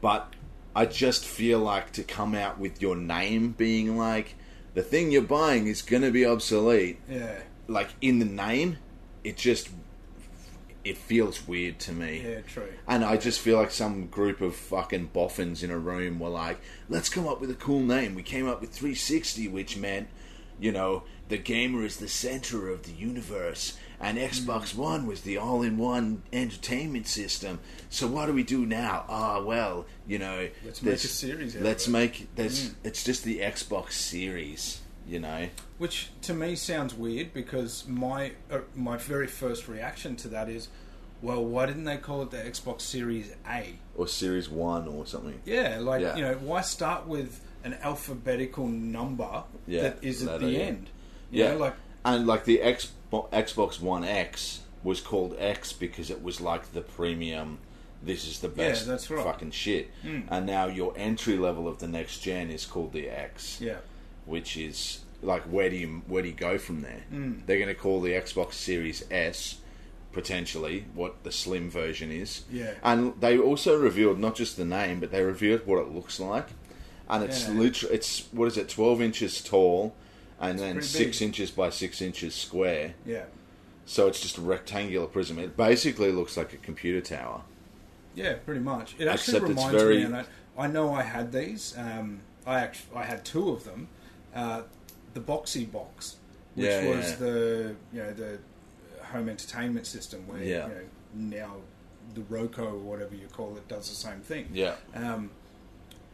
Speaker 4: But I just feel like to come out with your name being like the thing you're buying is going to be obsolete
Speaker 3: Yeah.
Speaker 4: like in the name, it just it feels weird to me.
Speaker 3: Yeah. True.
Speaker 4: And I just feel like some group of fucking boffins in a room were like, "Let's come up with a cool name." We came up with 360, which meant, you know, the gamer is the center of the universe, and
Speaker 3: Hmm.
Speaker 4: Xbox One was the all-in-one entertainment system. So what do we do now? Ah, well, you know,
Speaker 3: Let's make a
Speaker 4: there's-
Speaker 3: series out of
Speaker 4: Let's
Speaker 3: it. Hmm.
Speaker 4: make there's it's just the Xbox series, you know.
Speaker 3: Which to me sounds weird because my uh, my very first reaction to that is, well, why didn't they call it the Xbox Series A?
Speaker 4: or Series One or something.
Speaker 3: Yeah, like
Speaker 4: Yeah.
Speaker 3: you know, why start with an alphabetical number
Speaker 4: Yeah,
Speaker 3: that is at
Speaker 4: letter,
Speaker 3: the
Speaker 4: yeah.
Speaker 3: end? You know, like
Speaker 4: and like the X- Xbox One X was called X because it was like the premium. This is the best
Speaker 3: that's right. Hmm.
Speaker 4: fucking shit. And now your entry level of the next gen is called the X,
Speaker 3: yeah,
Speaker 4: which is like where do you where do you go from there?
Speaker 3: Hmm.
Speaker 4: They're going to call the Xbox Series S potentially what the slim version is.
Speaker 3: Yeah.
Speaker 4: And they also revealed not just the name, but they revealed what it looks like. And it's
Speaker 3: Yeah.
Speaker 4: literally it's what is it, twelve inches tall and then
Speaker 3: pretty
Speaker 4: six
Speaker 3: big.
Speaker 4: inches by six inches square.
Speaker 3: Yeah.
Speaker 4: So it's just a rectangular prism. It basically looks like a computer tower.
Speaker 3: Yeah, pretty much. It actually
Speaker 4: Except it's
Speaker 3: reminds
Speaker 4: very-
Speaker 3: me, and I, I know I had these. Um, I actually I had two of them. Uh, the boxy box, which
Speaker 4: Yeah,
Speaker 3: was
Speaker 4: yeah.
Speaker 3: the you know the home entertainment system where
Speaker 4: Yeah.
Speaker 3: you know, now the Roco or whatever you call it does the same thing.
Speaker 4: Yeah.
Speaker 3: Um,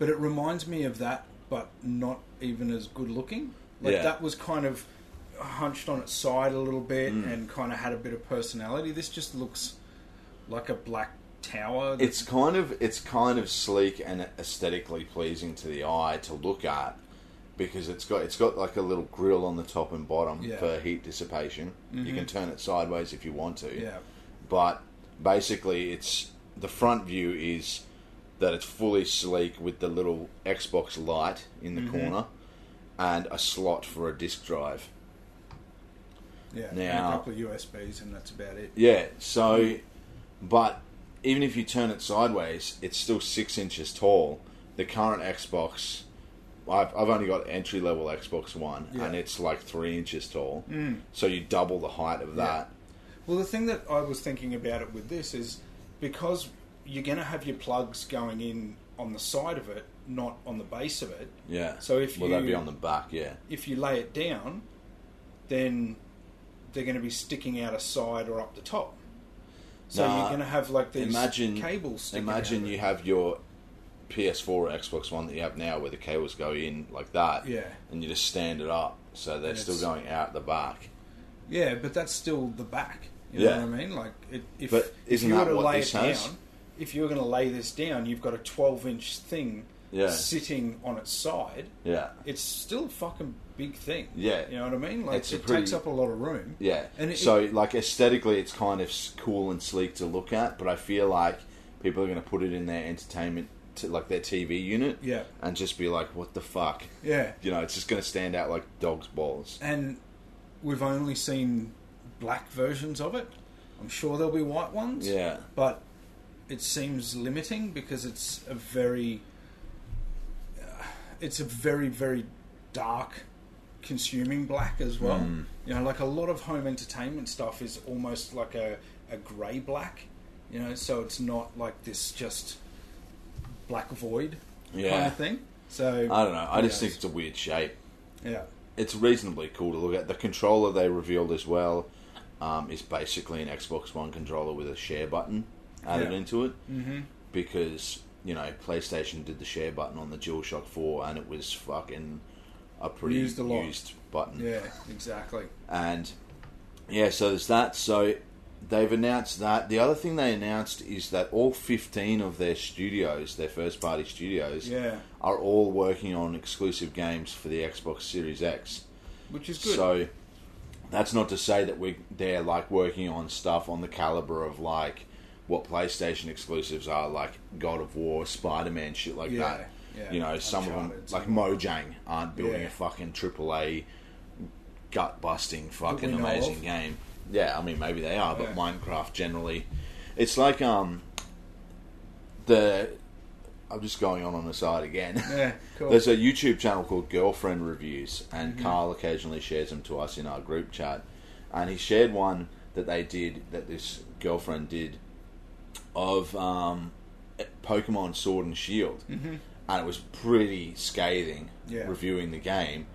Speaker 3: but it reminds me of that, but not even as good looking. Like
Speaker 4: Yeah.
Speaker 3: that was kind of hunched on its side a little bit
Speaker 4: Mm.
Speaker 3: and kind of had a bit of personality. This just looks like a black tower. that-
Speaker 4: It's kind of it's kind of sleek and aesthetically pleasing to the eye to look at because it's got it's got like a little grill on the top and bottom
Speaker 3: Yeah. Mm-hmm.
Speaker 4: for heat dissipation. You can turn it sideways if you want to.
Speaker 3: yeah,
Speaker 4: But basically it's the front view is that it's fully sleek with the little Xbox light in
Speaker 3: Mm-hmm.
Speaker 4: the corner and a slot for a disc drive.
Speaker 3: yeah. and
Speaker 4: Now-
Speaker 3: a couple of USBs and that's about it.
Speaker 4: Yeah, so, but even if you turn it sideways, it's still six inches tall. The current Xbox, I've, I've only got entry level Xbox One,
Speaker 3: Yeah.
Speaker 4: and it's like three inches tall. Mm. So you double the height of that.
Speaker 3: Well, the thing that I was thinking about it with this is because you're going to have your plugs going in on the side of it, not on the base of it.
Speaker 4: Yeah.
Speaker 3: So if
Speaker 4: well,
Speaker 3: you
Speaker 4: that'd be on the back, yeah.
Speaker 3: if you lay it down, then they're going to be sticking out a side or up the top. So
Speaker 4: Nah,
Speaker 3: you're going to have like these
Speaker 4: Imagine
Speaker 3: cables. Sticking
Speaker 4: Imagine
Speaker 3: out
Speaker 4: you
Speaker 3: of
Speaker 4: have your PS4 or Xbox One that you have now, where the cables go in like that.
Speaker 3: Yeah.
Speaker 4: And you just stand it up, so they're
Speaker 3: And
Speaker 4: still
Speaker 3: it's-
Speaker 4: going out the back.
Speaker 3: it. yeah, but that's still the back. You
Speaker 4: Yeah.
Speaker 3: know what I mean? Like, it, if,
Speaker 4: But
Speaker 3: if
Speaker 4: isn't
Speaker 3: you were
Speaker 4: that
Speaker 3: to
Speaker 4: what
Speaker 3: lay
Speaker 4: this
Speaker 3: it
Speaker 4: has?
Speaker 3: down, if you were going to lay this down, you've got a 12 inch thing
Speaker 4: Yeah.
Speaker 3: sitting on its side.
Speaker 4: Yeah.
Speaker 3: It's still a fucking big thing.
Speaker 4: Yeah.
Speaker 3: you know what I mean. Like,
Speaker 4: It's a
Speaker 3: it
Speaker 4: pretty-
Speaker 3: takes up a lot of room.
Speaker 4: Yeah.
Speaker 3: and it,
Speaker 4: so, like, aesthetically, it's kind of s- cool and sleek to look at, but I feel like people are going to put it in their entertainment, t like their TV unit,
Speaker 3: Yeah.
Speaker 4: and just be like, "What the fuck?"
Speaker 3: yeah,
Speaker 4: You know, it's just going to stand out like dog's balls.
Speaker 3: and we've only seen black versions of it. I'm sure there'll be white ones.
Speaker 4: Yeah.
Speaker 3: But it seems limiting because it's a very, uh, it's a very very dark, consuming black as well.
Speaker 4: Hmm.
Speaker 3: You know, like a lot of home entertainment stuff is almost like a a grey black. You know, so it's not like this just black void kind
Speaker 4: Yeah.
Speaker 3: of thing. So
Speaker 4: I don't know. I just
Speaker 3: Yes.
Speaker 4: think it's a weird shape.
Speaker 3: yeah,
Speaker 4: It's reasonably cool to look at. The controller they revealed as well um, is basically an Xbox One controller with a share button added
Speaker 3: Yeah.
Speaker 4: into it. Mm-hmm. Because, you know, PlayStation did the share button on the DualShock 4 and it was fucking a pretty
Speaker 3: Used
Speaker 4: used,
Speaker 3: a lot.
Speaker 4: button.
Speaker 3: yeah, exactly.
Speaker 4: And yeah, so there's that. So they've announced that. The other thing they announced is that all 15 of their studios, their first party studios,
Speaker 3: Yeah.
Speaker 4: are all working on exclusive games for the Xbox Series X.
Speaker 3: Which is good.
Speaker 4: So that's not to say that we they're like working on stuff on the caliber of like what PlayStation exclusives are, like God of War, Spider Man, shit like
Speaker 3: Yeah,
Speaker 4: that.
Speaker 3: yeah.
Speaker 4: You know, some of
Speaker 3: Uncharted,
Speaker 4: them, like Mojang, aren't building
Speaker 3: Yeah.
Speaker 4: a fucking AAA gut busting fucking
Speaker 3: know
Speaker 4: amazing
Speaker 3: of.
Speaker 4: game. Yeah, I mean maybe they are, but
Speaker 3: Yeah.
Speaker 4: Minecraft generally, it's like um the. I'm just going on on the side again.
Speaker 3: Yeah, cool. Mm-hmm.
Speaker 4: There's a YouTube channel called Girlfriend Reviews, and Carl occasionally shares them to us in our group chat. And he shared one that they did, that this girlfriend did, of um, Pokemon Sword and Shield. Mm-hmm. And it was pretty scathing
Speaker 3: Yeah.
Speaker 4: reviewing the game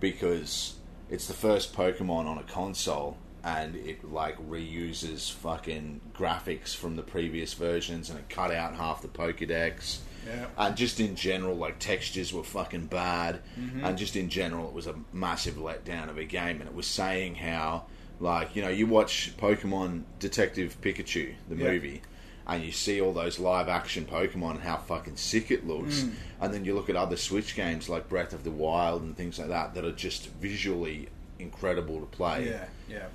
Speaker 4: because it's the first Pokemon on a console and it like reuses fucking graphics from the previous versions and it cut out half the Pokedex
Speaker 3: Yeah.
Speaker 4: and Uh, just in general, like textures were fucking bad,
Speaker 3: Mm-hmm.
Speaker 4: and just in general, it was a massive letdown of a game. And it was saying how, like, you know, you watch Pokemon Detective Pikachu, the
Speaker 3: Yeah.
Speaker 4: movie, and you see all those live action Pokemon and how fucking sick it looks,
Speaker 3: Mm.
Speaker 4: and then you look at other Switch games like Breath of the Wild and things like that that are just visually incredible to play.
Speaker 3: Yeah, yeah.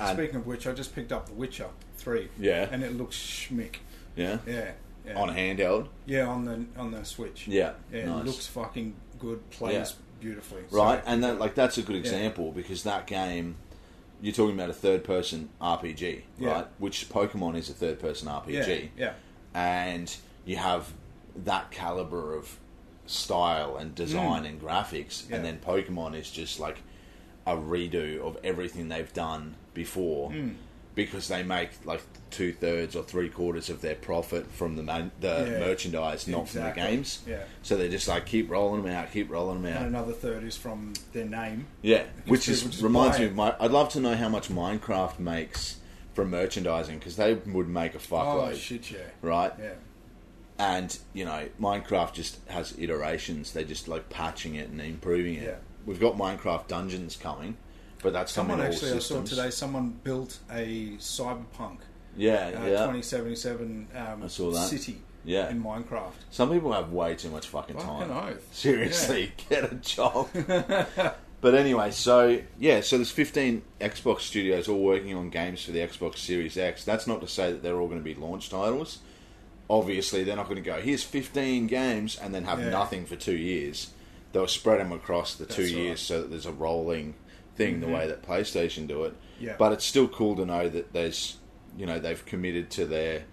Speaker 4: And-
Speaker 3: Speaking of which, I just picked up The Witcher Three.
Speaker 4: Yeah.
Speaker 3: and it looks schmick.
Speaker 4: yeah,
Speaker 3: Yeah, yeah.
Speaker 4: on handheld.
Speaker 3: yeah, on the on the Switch.
Speaker 4: Yeah,
Speaker 3: yeah,
Speaker 4: nice.
Speaker 3: it looks fucking good. Plays
Speaker 4: Yeah.
Speaker 3: beautifully. So-
Speaker 4: right? and that like that's a good example because that game you're talking about a third person RPG,
Speaker 3: Yeah.
Speaker 4: right? Which Pokemon is a third person RPG,
Speaker 3: yeah, yeah,
Speaker 4: and you have that caliber of style and design and graphics,
Speaker 3: Mm. Yeah.
Speaker 4: and then Pokemon is just like a redo of everything they've done before.
Speaker 3: Mm.
Speaker 4: Because they make like two thirds or three quarters of their profit from the man- the
Speaker 3: Yeah.
Speaker 4: merchandise, not
Speaker 3: Exactly.
Speaker 4: from the games.
Speaker 3: Yeah.
Speaker 4: So they just like keep rolling them out, keep rolling them out.
Speaker 3: And another third is from their name.
Speaker 4: Yeah, which
Speaker 3: people
Speaker 4: is
Speaker 3: just
Speaker 4: reminds
Speaker 3: buy
Speaker 4: me
Speaker 3: it.
Speaker 4: of my. I'd love to know how much Minecraft makes from merchandising because they would make a
Speaker 3: Oh,
Speaker 4: fuckload,
Speaker 3: shit, yeah.
Speaker 4: right?
Speaker 3: Yeah.
Speaker 4: And you know, Minecraft just has iterations. They just like patching it and improving it.
Speaker 3: Yeah.
Speaker 4: We've got Minecraft Dungeons coming, but that's
Speaker 3: Someone
Speaker 4: coming all
Speaker 3: actually,
Speaker 4: systems.
Speaker 3: I saw today, someone built a cyberpunk
Speaker 4: Yeah,
Speaker 3: uh,
Speaker 4: yeah.
Speaker 3: 2077 um,
Speaker 4: I saw that.
Speaker 3: city
Speaker 4: Yeah.
Speaker 3: in Minecraft.
Speaker 4: Some people have way too much fucking
Speaker 3: Fucking
Speaker 4: time.
Speaker 3: oath.
Speaker 4: Seriously, get a job. but anyway, so yeah, so there's 15 Xbox studios all working on games for the Xbox Series X. That's not to say that they're all going to be launch titles. Obviously, they're not going to go, here's 15 games and then have
Speaker 3: Yeah.
Speaker 4: nothing for two years. They'll spread them across the two
Speaker 3: That's right. Mm-hmm.
Speaker 4: years so that there's a rolling thing the way that PlayStation do it.
Speaker 3: Yeah.
Speaker 4: But it's still cool to know that there's, you know, they've committed to their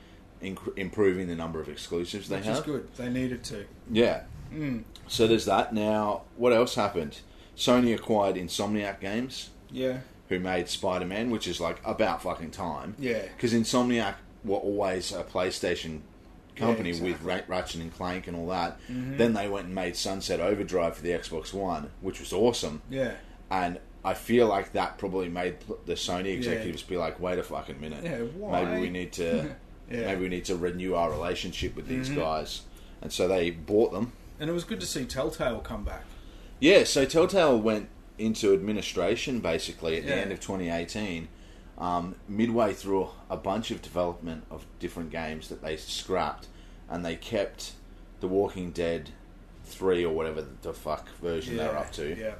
Speaker 4: inc- improving the number of exclusives they
Speaker 3: Which
Speaker 4: have.
Speaker 3: is good. They needed to.
Speaker 4: Yeah.
Speaker 3: Hmm.
Speaker 4: So there's that. Now, what else happened? Sony acquired Insomniac Games,
Speaker 3: Yeah.
Speaker 4: who made Spider Man, which is like about fucking time.
Speaker 3: Yeah.
Speaker 4: Because Insomniac were always a PlayStation company
Speaker 3: Yeah, exactly. Mm-hmm.
Speaker 4: with Ra- Ratchet and Clank and all that. Then they went and made Sunset Overdrive for the Xbox One, which was awesome.
Speaker 3: Yeah.
Speaker 4: And I feel like that probably made pl- the Sony executives be like, "Wait a fucking minute,
Speaker 3: Yeah, why?"
Speaker 4: maybe we need to,
Speaker 3: Yeah. Mm-hmm.
Speaker 4: maybe we need to renew our relationship with these guys." And so they bought them.
Speaker 3: And it was good to see Telltale come back.
Speaker 4: Yeah, so Telltale went into administration basically at
Speaker 3: Yeah.
Speaker 4: the end of 2018, um, midway through a bunch of development of different games that they scrapped, and they kept The Walking Dead 3 or whatever the fuck version they're up to.
Speaker 3: Yeah.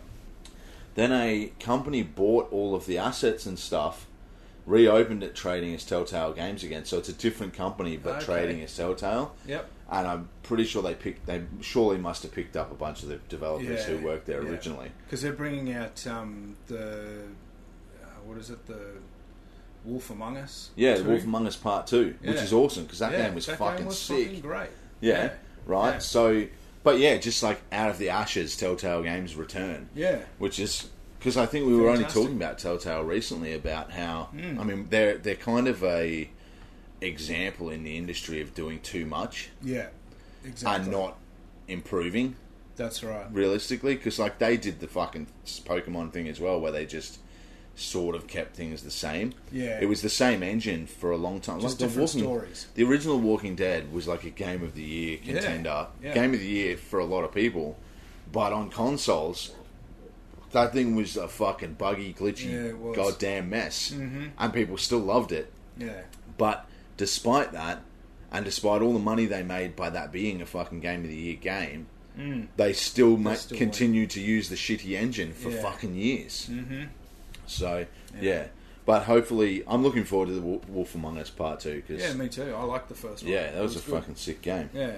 Speaker 4: Then a company bought all of the assets and stuff, reopened it trading as Telltale Games again. So it's a different company but
Speaker 3: Okay.
Speaker 4: trading as Telltale
Speaker 3: Yep.
Speaker 4: and I'm pretty sure they picked. They surely must have picked up a bunch of the developers
Speaker 3: Yeah,
Speaker 4: who worked there
Speaker 3: yeah.
Speaker 4: originally.
Speaker 3: Because they're bringing out um, the uh, what is it? The Wolf Among Us.
Speaker 4: Yeah,
Speaker 3: two?
Speaker 4: Wolf Among Us Part Two, which
Speaker 3: Yeah.
Speaker 4: is awesome because that
Speaker 3: Yeah,
Speaker 4: game was
Speaker 3: that
Speaker 4: fucking
Speaker 3: game was
Speaker 4: sick.
Speaker 3: fucking great.
Speaker 4: yeah, right.
Speaker 3: Yeah.
Speaker 4: So, but yeah, just like out of the ashes, Telltale Games return.
Speaker 3: Yeah.
Speaker 4: which is because I think we were only
Speaker 3: Fantastic. Hmm.
Speaker 4: talking about Telltale recently about how I mean they're they're kind of a example in the industry of doing too much
Speaker 3: Yeah. Exactly.
Speaker 4: and not improving
Speaker 3: That's right.
Speaker 4: realistically because like they did the fucking pokemon thing as well where they just sort of kept things the same
Speaker 3: Yeah.
Speaker 4: it was the same engine for a long time like
Speaker 3: Just
Speaker 4: the
Speaker 3: different
Speaker 4: walking
Speaker 3: stories.
Speaker 4: the original walking dead was like a game of the year contender
Speaker 3: Yeah.
Speaker 4: game of the year for a lot of people but on consoles that thing was a fucking buggy glitchy
Speaker 3: Yeah, it was.
Speaker 4: goddamn mess mm-hmm. and people still loved it
Speaker 3: Yeah.
Speaker 4: but despite that, and despite all the money they made by that being a fucking game of the year game, they still, ma-
Speaker 3: Mm. still
Speaker 4: continue to use the shitty engine for
Speaker 3: Yeah.
Speaker 4: fucking years. Mm-hmm. So yeah. but hopefully, I'm looking forward to the Wo- Wolf Among Us Part Two because
Speaker 3: Yeah.
Speaker 4: yeah,
Speaker 3: Me too. I like the first one.
Speaker 4: that was,
Speaker 3: It
Speaker 4: a
Speaker 3: good.
Speaker 4: fucking sick game.
Speaker 3: Yeah.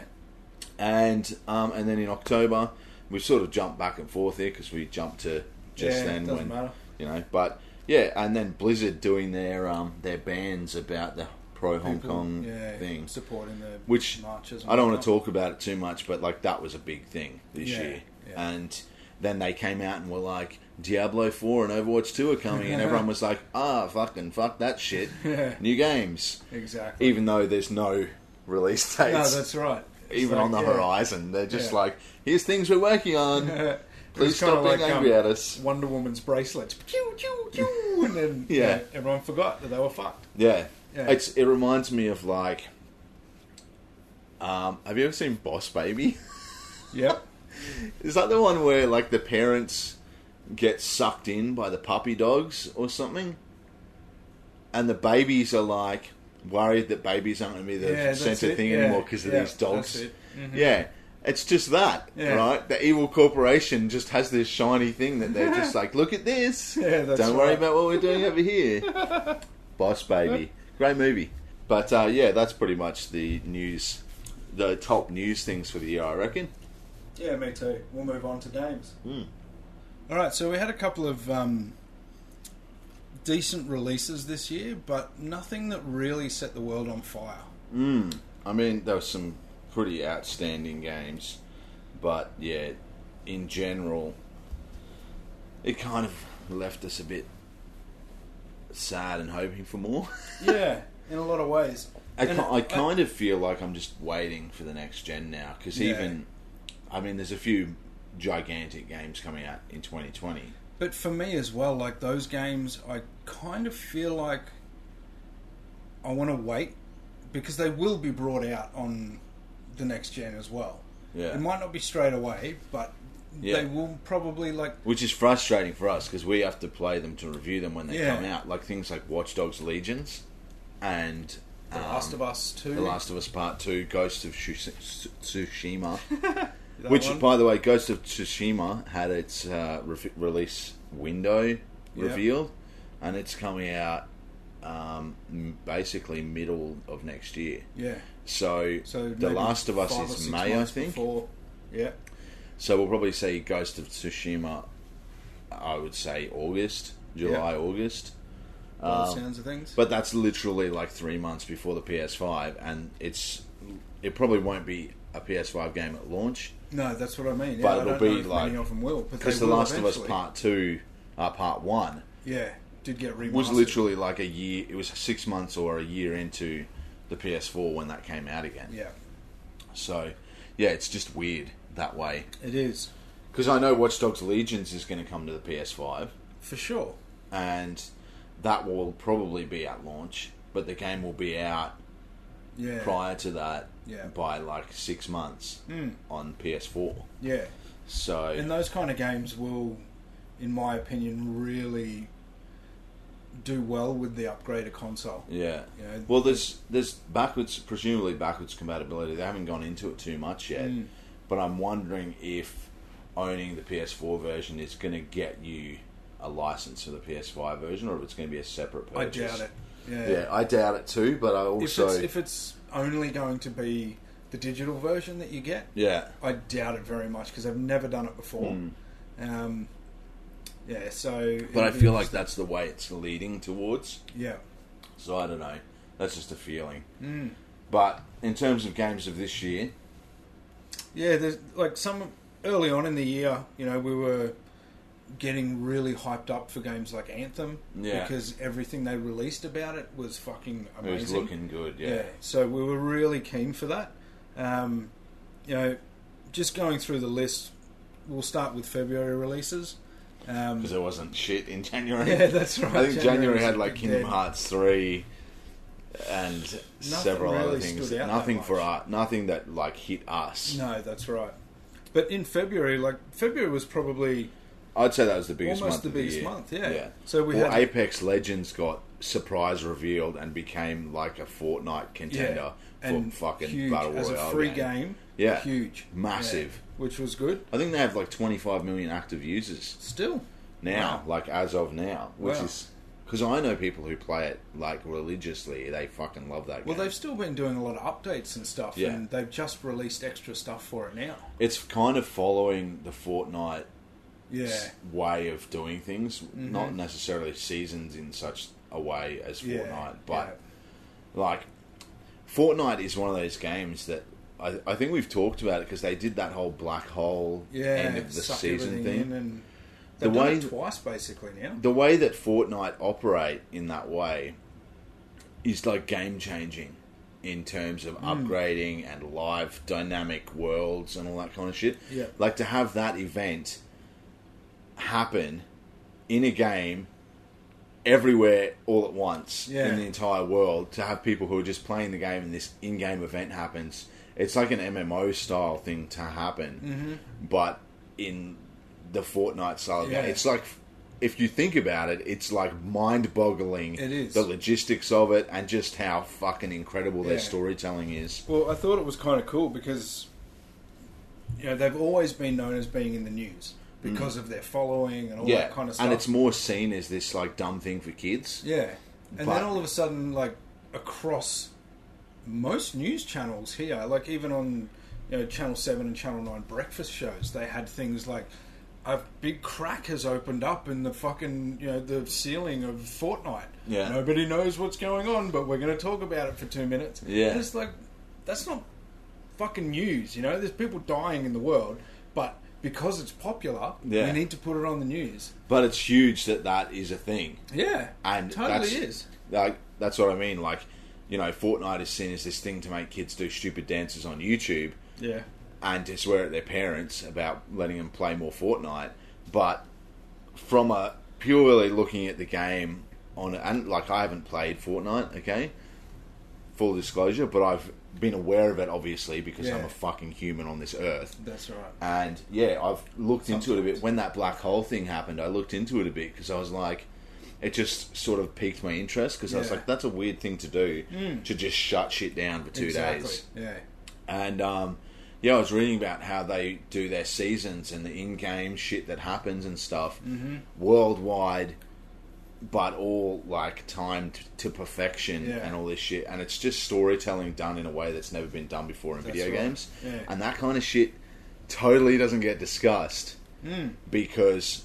Speaker 4: And um, and then in October, we sort of jumped back and forth here because we jumped to just
Speaker 3: Yeah,
Speaker 4: then
Speaker 3: doesn't
Speaker 4: when
Speaker 3: matter.
Speaker 4: you know, but yeah, and then Blizzard doing their um their bans about the pro Hong
Speaker 3: People,
Speaker 4: Kong
Speaker 3: yeah,
Speaker 4: thing,
Speaker 3: supporting the
Speaker 4: which
Speaker 3: marches. and
Speaker 4: I don't want
Speaker 3: whatnot.
Speaker 4: to talk about it too much, but like that was a big thing this
Speaker 3: Yeah,
Speaker 4: year,
Speaker 3: yeah.
Speaker 4: and then they came out and were like. Diablo 4 and Overwatch 2 are coming, and everyone was like, ah, fucking fuck that shit.
Speaker 3: Yeah.
Speaker 4: New games.
Speaker 3: Exactly.
Speaker 4: Even though there's no release dates
Speaker 3: no, that's right. It's
Speaker 4: even
Speaker 3: like,
Speaker 4: on the
Speaker 3: yeah.
Speaker 4: horizon. They're just
Speaker 3: Yeah.
Speaker 4: like, here's things we're working on.
Speaker 3: It
Speaker 4: Please
Speaker 3: was kinda
Speaker 4: stop being angry
Speaker 3: um,
Speaker 4: at us.
Speaker 3: Wonder Woman's bracelets. Pew, pew, pew, and then
Speaker 4: Yeah.
Speaker 3: yeah, everyone forgot that they were fucked.
Speaker 4: yeah.
Speaker 3: Yeah.
Speaker 4: It's it reminds me of like um, have you ever seen Boss Baby?
Speaker 3: Yep.
Speaker 4: Is that the one where like the parents get sucked in by the puppy dogs or something? And the babies are like worried that babies aren't going to be the
Speaker 3: Yeah, that's
Speaker 4: centre
Speaker 3: it,
Speaker 4: thing
Speaker 3: yeah,
Speaker 4: anymore because of
Speaker 3: yeah,
Speaker 4: these dogs.
Speaker 3: that's it, Mm-hmm.
Speaker 4: Yeah. It's just that,
Speaker 3: Yeah.
Speaker 4: right? The evil corporation just has this shiny thing that they're just like, look at this.
Speaker 3: Yeah, that's
Speaker 4: Don't worry
Speaker 3: right.
Speaker 4: about what we're doing over here. Boss Baby. Great movie. But uh, yeah, that's pretty much the news, the top news things for the year, I reckon.
Speaker 3: Yeah, me too. We'll move on to games.
Speaker 4: Hmm.
Speaker 3: All right, so we had a couple of um, decent releases this year, but nothing that really set the world on fire.
Speaker 4: I mean, there were some pretty outstanding games. But yeah, in general, it kind of left us a bit sad and hoping for more.
Speaker 3: yeah, in a lot of ways.
Speaker 4: I,
Speaker 3: And
Speaker 4: ki- I
Speaker 3: it-
Speaker 4: kind of feel like I'm just waiting for the next gen now because
Speaker 3: Yeah.
Speaker 4: even, I mean, there's a few gigantic games coming out in 2020.
Speaker 3: But for me as well, like those games, I kind of feel like I want to wait because they will be brought out on the next gen as well.
Speaker 4: Yeah.
Speaker 3: It might not be straight away, but
Speaker 4: Yeah.
Speaker 3: they will probably like
Speaker 4: Which is frustrating for us because we have to play them to review them when they
Speaker 3: Yeah.
Speaker 4: come out. Like things like Watch Dogs Legions and um,
Speaker 3: The Last of Us Two.
Speaker 4: The Last of Us Part 2, Ghost of Shus- Tsu- Tsushima.
Speaker 3: that
Speaker 4: Which,
Speaker 3: one.
Speaker 4: by the way, Ghost of Tsushima had its uh, re- release window revealed, and it's coming out um, m- basically middle of next year.
Speaker 3: yeah.
Speaker 4: So,
Speaker 3: So
Speaker 4: The
Speaker 3: maybe
Speaker 4: Last of Us
Speaker 3: five or
Speaker 4: is
Speaker 3: six
Speaker 4: May, I
Speaker 3: months
Speaker 4: think.
Speaker 3: Before. Yeah.
Speaker 4: So we'll probably see Ghost of Tsushima. I would say August, July, August.
Speaker 3: By the sounds of things.
Speaker 4: Um, But that's literally like three months before the PS5, and it's it probably won't be a PS5 game at launch
Speaker 3: no, that's what I mean. Yeah,
Speaker 4: but
Speaker 3: I
Speaker 4: it'll
Speaker 3: don't
Speaker 4: be
Speaker 3: know if
Speaker 4: like-
Speaker 3: many of them will. but
Speaker 4: because
Speaker 3: they
Speaker 4: The
Speaker 3: will
Speaker 4: Last of Us
Speaker 3: eventually.
Speaker 4: Part Two, uh, Part One,
Speaker 3: Yeah, did get remastered.
Speaker 4: was literally like a year. It was six months or a year into the PS4 when that came out again.
Speaker 3: Yeah,
Speaker 4: So, yeah, it's just weird that way.
Speaker 3: it is
Speaker 4: Because I know Watch Dogs Legions is going to come to the PS5,
Speaker 3: for sure.
Speaker 4: and that will probably be at launch, but the game will be out
Speaker 3: Yeah.
Speaker 4: prior to that
Speaker 3: Yeah.
Speaker 4: by like six months
Speaker 3: Mm.
Speaker 4: on PS4.
Speaker 3: Yeah.
Speaker 4: So
Speaker 3: And those kind of games will, in my opinion, really do well with the upgraded console.
Speaker 4: yeah.
Speaker 3: Yeah.
Speaker 4: Well, there's there's backwards presumably backwards compatibility. They haven't gone into it too much yet,
Speaker 3: Hmm.
Speaker 4: but I'm wondering if owning the PS4 version is going to get you a license for the PS5 version, or if it's going to be a separate
Speaker 3: I
Speaker 4: purchase.
Speaker 3: doubt it. Yeah.
Speaker 4: Yeah, I doubt it too. But I
Speaker 3: If
Speaker 4: also
Speaker 3: it's, if it's only going to be the digital version that you get,
Speaker 4: yeah.
Speaker 3: I doubt it very much because I've never done it before. Um, yeah, so.
Speaker 4: Mm. But I
Speaker 3: it'll be
Speaker 4: feel like
Speaker 3: interesting.
Speaker 4: that's the way it's leading towards.
Speaker 3: Yeah.
Speaker 4: So I don't know. That's just a feeling.
Speaker 3: Hmm.
Speaker 4: But in terms of games of this year,
Speaker 3: Yeah, there's like some early on in the year, you know, we were getting really hyped up for games like Anthem
Speaker 4: Yeah.
Speaker 3: because everything they released about it was fucking
Speaker 4: it
Speaker 3: amazing.
Speaker 4: was looking good. Yeah.
Speaker 3: so we were really keen for that. Um, you know, just going through the list, we'll start with February releases. Um,
Speaker 4: Because there wasn't shit in January.
Speaker 3: yeah, that's right.
Speaker 4: I think January had like
Speaker 3: Dead.
Speaker 4: Kingdom Hearts three and several other
Speaker 3: really
Speaker 4: things.
Speaker 3: stood out that
Speaker 4: Nothing for
Speaker 3: much.
Speaker 4: us. Nothing that like hit us.
Speaker 3: No, that's right. But in February, like February was probably
Speaker 4: I'd say that was the biggest
Speaker 3: Almost
Speaker 4: month.
Speaker 3: the
Speaker 4: of
Speaker 3: biggest
Speaker 4: year.
Speaker 3: month, yeah. So we
Speaker 4: well,
Speaker 3: had-
Speaker 4: Apex Legends got surprise revealed and became like a Fortnite contender
Speaker 3: and
Speaker 4: for fucking
Speaker 3: huge
Speaker 4: battle royale
Speaker 3: as a free game.
Speaker 4: Yeah.
Speaker 3: huge,
Speaker 4: Massive.
Speaker 3: Yeah, which was good.
Speaker 4: I think they have like 25 million active users
Speaker 3: Still,
Speaker 4: now,
Speaker 3: Wow.
Speaker 4: like as of now, which
Speaker 3: Wow.
Speaker 4: is because I know people who play it like religiously. They fucking love that.
Speaker 3: well,
Speaker 4: game.
Speaker 3: they've still been doing a lot of updates and stuff,
Speaker 4: Yeah.
Speaker 3: and they've just released extra stuff for it now.
Speaker 4: it's kind of following the Fortnite
Speaker 3: Yeah, Mm-hmm.
Speaker 4: way of doing things, not necessarily seasons in such a way as
Speaker 3: yeah,
Speaker 4: Fortnite, but like Fortnite is one of those games that I, I think we've talked about it because they did that whole black hole
Speaker 3: yeah,
Speaker 4: end of the
Speaker 3: suck
Speaker 4: season
Speaker 3: everything
Speaker 4: thing.
Speaker 3: in and
Speaker 4: The
Speaker 3: they've done
Speaker 4: way-
Speaker 3: it twice basically now.
Speaker 4: the way that Fortnite operate in that way is like game changing in terms
Speaker 3: Hmm.
Speaker 4: of upgrading and live dynamic worlds and all that kind of shit.
Speaker 3: Yeah.
Speaker 4: Like to have that event happen in a game everywhere all at once
Speaker 3: Yeah.
Speaker 4: in the entire world to have people who are just playing the game and this in-game event happens it's like an MMO style thing to
Speaker 3: Mm-hmm.
Speaker 4: happen but in the Fortnite style of
Speaker 3: Yeah.
Speaker 4: game it's like if you think about it it's like mind-boggling
Speaker 3: It is.
Speaker 4: the logistics of it and just how fucking incredible their
Speaker 3: Yeah.
Speaker 4: storytelling is
Speaker 3: Well, I thought it was kind of cool because you know they've always been known as being in the news because of their following and all
Speaker 4: Mm. yeah
Speaker 3: that kind of stuff.
Speaker 4: and it's more seen as this like dumb thing for kids
Speaker 3: Yeah. And
Speaker 4: But-
Speaker 3: then all of a sudden, like across most news channels here, like even on you know Channel Seven and Channel Nine breakfast shows, they had things like a big crack has opened up in the fucking you know the ceiling of Fortnite.
Speaker 4: Yeah.
Speaker 3: Nobody knows what's going on, but we're going to talk about it for two minutes.
Speaker 4: Yeah.
Speaker 3: And it's like that's not fucking news. You know, there's people dying in the world, but because it's popular,
Speaker 4: Yeah.
Speaker 3: we need to put it on the news.
Speaker 4: But it's huge that that is a thing.
Speaker 3: Yeah,
Speaker 4: and
Speaker 3: totally
Speaker 4: that's,
Speaker 3: is.
Speaker 4: Like that's what I mean. Like you know, Fortnite is seen as this thing to make kids do stupid dances on YouTube
Speaker 3: Yeah,
Speaker 4: and to swear at their parents about letting them play more Fortnite. But from a purely looking at the game on and like I haven't played Fortnite, okay, full disclosure, but I've been aware of it obviously because I'm
Speaker 3: Yeah.
Speaker 4: a fucking human on this earth.
Speaker 3: that's right.
Speaker 4: And yeah, I've looked into it a bit.
Speaker 3: Sometimes.
Speaker 4: When that black hole thing happened, I looked into it a bit because I was like, it just sort of piqued my interest because I was
Speaker 3: Yeah. Hmm.
Speaker 4: like, that's a weird thing to do to just shut shit down for two
Speaker 3: exactly.
Speaker 4: days.
Speaker 3: Yeah,
Speaker 4: And um, yeah, I was reading about how they do their seasons and the in-game shit that happens and stuff
Speaker 3: Mm-hmm.
Speaker 4: worldwide, but all like timed to perfection
Speaker 3: Yeah.
Speaker 4: and all this shit. And it's just storytelling done in a way that's never been done before in
Speaker 3: That's
Speaker 4: video
Speaker 3: right.
Speaker 4: games.
Speaker 3: Yeah.
Speaker 4: And that kind of shit totally doesn't get discussed
Speaker 3: Mm.
Speaker 4: because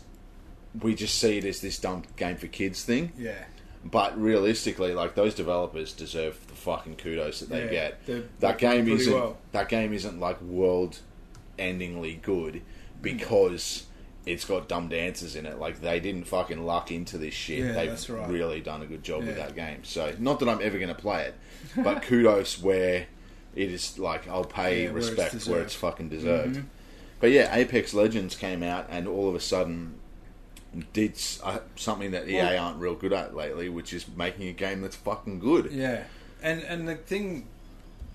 Speaker 4: we just see it as this dumb game for kids thing.
Speaker 3: yeah.
Speaker 4: But realistically, like those developers deserve the fucking kudos that they
Speaker 3: Yeah, they're
Speaker 4: get. That game
Speaker 3: pretty
Speaker 4: isn't
Speaker 3: well.
Speaker 4: that game isn't like world-endingly good because it's got dumb dancers in it. Like they didn't fucking luck into this shit.
Speaker 3: Yeah,
Speaker 4: They've
Speaker 3: that's right.
Speaker 4: really done a good job with
Speaker 3: Yeah.
Speaker 4: that game. So not that I'm ever going to play it, but kudos where it is like I'll pay
Speaker 3: Yeah, where it's
Speaker 4: respect where it's,
Speaker 3: deserved. Mm-hmm.
Speaker 4: fucking deserved. But yeah, Apex Legends came out and all of a sudden did s- uh, something that EA
Speaker 3: Well-
Speaker 4: aren't real good at lately, which is making a game that's fucking good.
Speaker 3: Yeah, and and the thing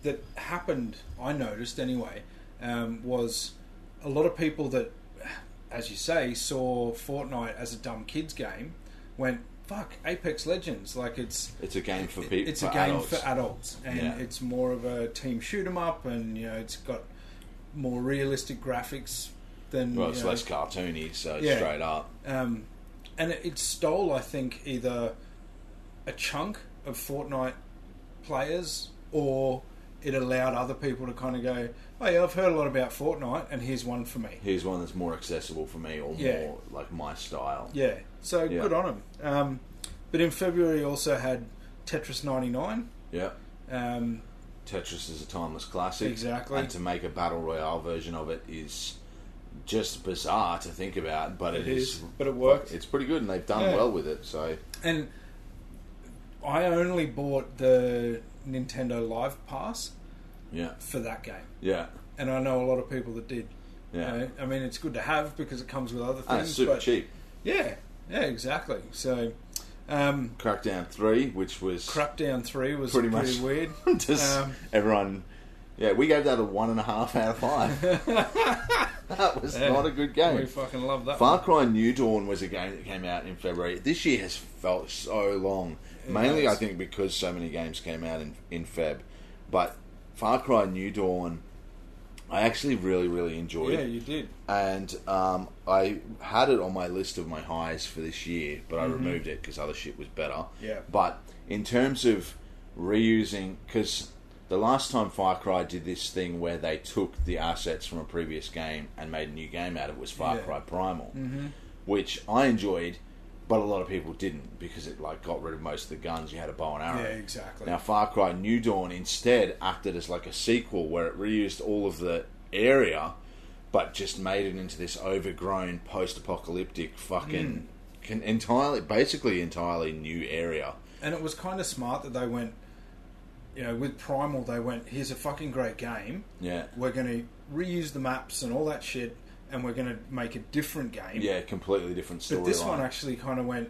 Speaker 3: that happened, I noticed anyway, um, was a lot of people that, as you say, saw Fortnite as a dumb kids game, went fuck Apex Legends, like it's
Speaker 4: It's a game for people.
Speaker 3: it's a game
Speaker 4: adults.
Speaker 3: for adults, and
Speaker 4: Yeah.
Speaker 3: it's more of a team shoot 'em up, and you know it's got more realistic graphics than
Speaker 4: Well,
Speaker 3: you
Speaker 4: it's
Speaker 3: know,
Speaker 4: less cartoony, so it's
Speaker 3: Yeah.
Speaker 4: straight up.
Speaker 3: um, and it, it stole, I think, either a chunk of Fortnite players or it allowed other people to kind of go, "Oh yeah, I've heard a lot about Fortnite, and here's one for me."
Speaker 4: Here's one that's more accessible for me or
Speaker 3: Yeah.
Speaker 4: more like my style.
Speaker 3: Yeah, so
Speaker 4: Yeah.
Speaker 3: good on them. Um, but in February, also had Tetris 99.
Speaker 4: Yeah.
Speaker 3: Um,
Speaker 4: Tetris is a timeless classic.
Speaker 3: Exactly.
Speaker 4: And to make a battle royale version of it is just bizarre to think about, but
Speaker 3: It
Speaker 4: it is.
Speaker 3: is, but it worked.
Speaker 4: It's pretty good, and they've done
Speaker 3: Yeah.
Speaker 4: well with it. So
Speaker 3: and I only bought the Nintendo Live Pass
Speaker 4: yeah,
Speaker 3: for that game,
Speaker 4: yeah,
Speaker 3: and I know a lot of people that did.
Speaker 4: yeah.
Speaker 3: You know, I mean, it's good to have because it comes with other things.
Speaker 4: and it's super
Speaker 3: but-
Speaker 4: cheap.
Speaker 3: Yeah, yeah, exactly. So, um,
Speaker 4: Crackdown Three, which was
Speaker 3: Crapdown Three was
Speaker 4: Pretty
Speaker 3: pretty,
Speaker 4: much.
Speaker 3: weird.
Speaker 4: Just
Speaker 3: Um,
Speaker 4: everyone. Yeah, we gave that a one and a half out of five. that was
Speaker 3: Yeah.
Speaker 4: not a good
Speaker 3: We
Speaker 4: game.
Speaker 3: fucking love that.
Speaker 4: Far Cry New Dawn was a game that came out in February. This year has felt so long. Mainly,
Speaker 3: has.
Speaker 4: I think, because so many games came out in, in Feb. But Far Cry New Dawn, I actually really, really
Speaker 3: one.
Speaker 4: enjoyed.
Speaker 3: Yeah, you did.
Speaker 4: And um, I had it on my list of my highs for this year, but I removed it because other shit was better.
Speaker 3: Mm-hmm. Yeah.
Speaker 4: But in terms of reusing, because the last time Far Cry did this thing where they took the assets from a previous game and made a new game out of it was Far
Speaker 3: Yeah.
Speaker 4: Cry Primal, mm-hmm. which I enjoyed, but a lot of people didn't because it like got rid of most of the guns. You had a bow and
Speaker 3: Yeah,
Speaker 4: arrow.
Speaker 3: exactly.
Speaker 4: Now, Far Cry New Dawn instead acted as like a sequel where it reused all of the area, but just made it into this overgrown, post-apocalyptic, fucking,
Speaker 3: Hmm.
Speaker 4: can entirely, basically entirely new area.
Speaker 3: And it was kind of smart that they went, you know, with Primal, they went, here's a fucking great game.
Speaker 4: Yeah,
Speaker 3: We're going to reuse the maps and all that shit, and we're going to make a different game.
Speaker 4: yeah, completely different storyline.
Speaker 3: But this one actually kind of went.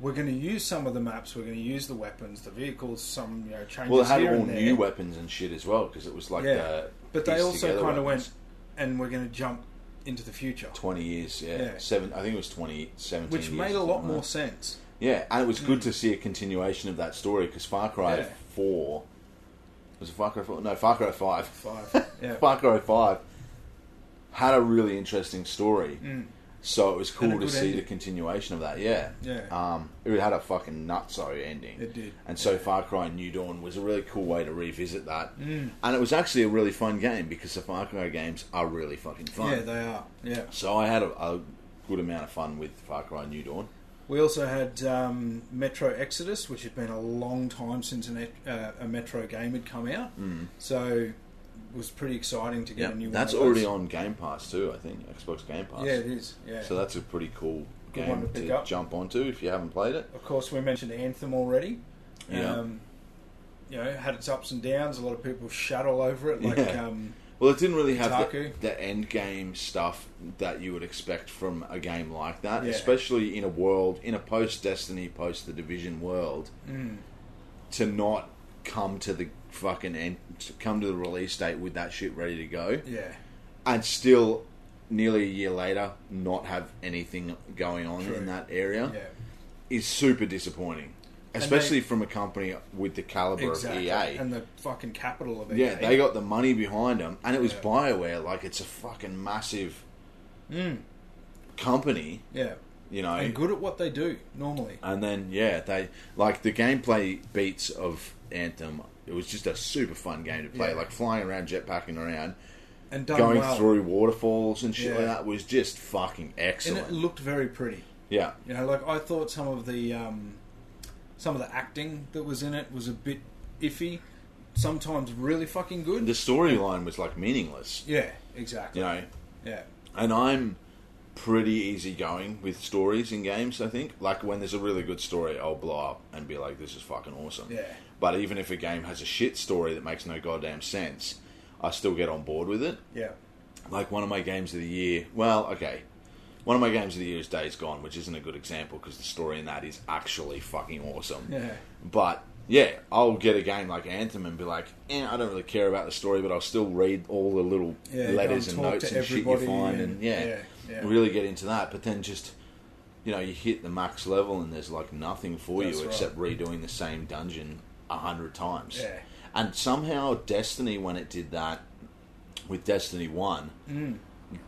Speaker 3: We're going to use some of the maps. We're going to use the weapons, the vehicles, some you know changes
Speaker 4: well, it had
Speaker 3: here
Speaker 4: all
Speaker 3: and there.
Speaker 4: new weapons and shit as well because it was like,
Speaker 3: yeah,
Speaker 4: the
Speaker 3: but they
Speaker 4: pieced
Speaker 3: also
Speaker 4: together
Speaker 3: kind of went,
Speaker 4: weapons.
Speaker 3: and we're going to jump into the future,
Speaker 4: twenty years. Yeah,
Speaker 3: Yeah.
Speaker 4: seven. I think it was twenty seventeen.
Speaker 3: which
Speaker 4: years
Speaker 3: made
Speaker 4: or
Speaker 3: a lot
Speaker 4: something like
Speaker 3: more
Speaker 4: that.
Speaker 3: sense.
Speaker 4: Yeah, and it was good to see a continuation of that story because Far Cry
Speaker 3: Hmm. Yeah.
Speaker 4: Four was it Far Cry Four? No, Far Cry Five.
Speaker 3: Five, yeah,
Speaker 4: Far Cry Five had a really interesting story, so it was cool
Speaker 3: And Hmm. a
Speaker 4: to
Speaker 3: good
Speaker 4: see the
Speaker 3: ending.
Speaker 4: continuation of that. Yeah,
Speaker 3: Yeah.
Speaker 4: Um, it had a fucking nutso ending.
Speaker 3: It did.
Speaker 4: and so Far Cry New Dawn was a really cool way to revisit that.
Speaker 3: Hmm.
Speaker 4: And it was actually a really fun game because the Far Cry games are really fucking fun.
Speaker 3: yeah, they are. Yeah,
Speaker 4: so I had a, a good amount of fun with Far Cry New Dawn.
Speaker 3: we also had um, Metro Exodus, which had been a long time since an, e- uh, a Metro game had come out. So was pretty exciting to
Speaker 4: Hmm.
Speaker 3: get
Speaker 4: Yeah,
Speaker 3: a new one.
Speaker 4: that's
Speaker 3: of those.
Speaker 4: already on Game Pass too. I think Xbox Game Pass.
Speaker 3: Yeah, it is. Yeah.
Speaker 4: So that's a pretty cool
Speaker 3: Good one
Speaker 4: game
Speaker 3: to
Speaker 4: to,
Speaker 3: pick up.
Speaker 4: jump onto if you haven't played it.
Speaker 3: of course, we mentioned Anthem already.
Speaker 4: Yeah.
Speaker 3: Um, you know, had its ups and downs. A lot of people shat all over it. Like,
Speaker 4: Yeah.
Speaker 3: um,
Speaker 4: Well, it didn't really have the,
Speaker 3: Kotaku.
Speaker 4: the end game stuff that you would expect from a game like that,
Speaker 3: Yeah.
Speaker 4: especially in a world in a post Destiny, post the Division world.
Speaker 3: Hmm.
Speaker 4: To not come to the fucking end, to come to the release date with that shit ready to go,
Speaker 3: yeah,
Speaker 4: and still nearly a year later not have anything going on
Speaker 3: True.
Speaker 4: in that area.
Speaker 3: yeah,
Speaker 4: is super disappointing,
Speaker 3: And
Speaker 4: especially
Speaker 3: they-
Speaker 4: from a company with the caliber
Speaker 3: exactly.
Speaker 4: of EA.
Speaker 3: And the fucking capital of E EA.
Speaker 4: E yeah, they got the money behind them, and it was
Speaker 3: Yeah.
Speaker 4: Bioware. Like it's a fucking massive company,
Speaker 3: yeah,
Speaker 4: you know.
Speaker 3: Mm. and good at what they do normally.
Speaker 4: And then yeah, they like the gameplay beats of Anthem. It was just a super fun game to play,
Speaker 3: Yeah.
Speaker 4: like flying around, jetpacking around,
Speaker 3: And done
Speaker 4: going
Speaker 3: well.
Speaker 4: through waterfalls and shit
Speaker 3: Yeah.
Speaker 4: like that was just fucking
Speaker 3: and
Speaker 4: excellent.
Speaker 3: it looked very pretty.
Speaker 4: yeah,
Speaker 3: You know, like I thought some of the um, some of the acting that was in it was a bit iffy. Sometimes really fucking good.
Speaker 4: the storyline was like meaningless,
Speaker 3: yeah, exactly.
Speaker 4: you know.
Speaker 3: Yeah,
Speaker 4: and I'm pretty easygoing with stories in games. I think like when there's a really good story, I'll blow up and be like, "This is fucking awesome."
Speaker 3: Yeah.
Speaker 4: But even if a game has a shit story that makes no goddamn sense, I still get on board with it.
Speaker 3: yeah,
Speaker 4: Like one of my games of the year. Well, okay. One of my games of the year is Days Gone, which isn't a good example because the story in that is actually fucking awesome.
Speaker 3: yeah,
Speaker 4: But yeah, I'll get a game like Anthem and be like, eh, I don't really care about the story, but I'll still read all the little
Speaker 3: Yeah, go
Speaker 4: letters
Speaker 3: and
Speaker 4: and,
Speaker 3: talk
Speaker 4: notes
Speaker 3: to
Speaker 4: and shit you
Speaker 3: everybody
Speaker 4: find,
Speaker 3: and-
Speaker 4: and, yeah,
Speaker 3: yeah, yeah.
Speaker 4: really get into that. But then just you know, you hit the max level and there's like nothing for
Speaker 3: That's
Speaker 4: you
Speaker 3: right.
Speaker 4: except redoing the same dungeon a hundred times.
Speaker 3: Yeah.
Speaker 4: And somehow Destiny, when it did that with Destiny One,
Speaker 3: Mm.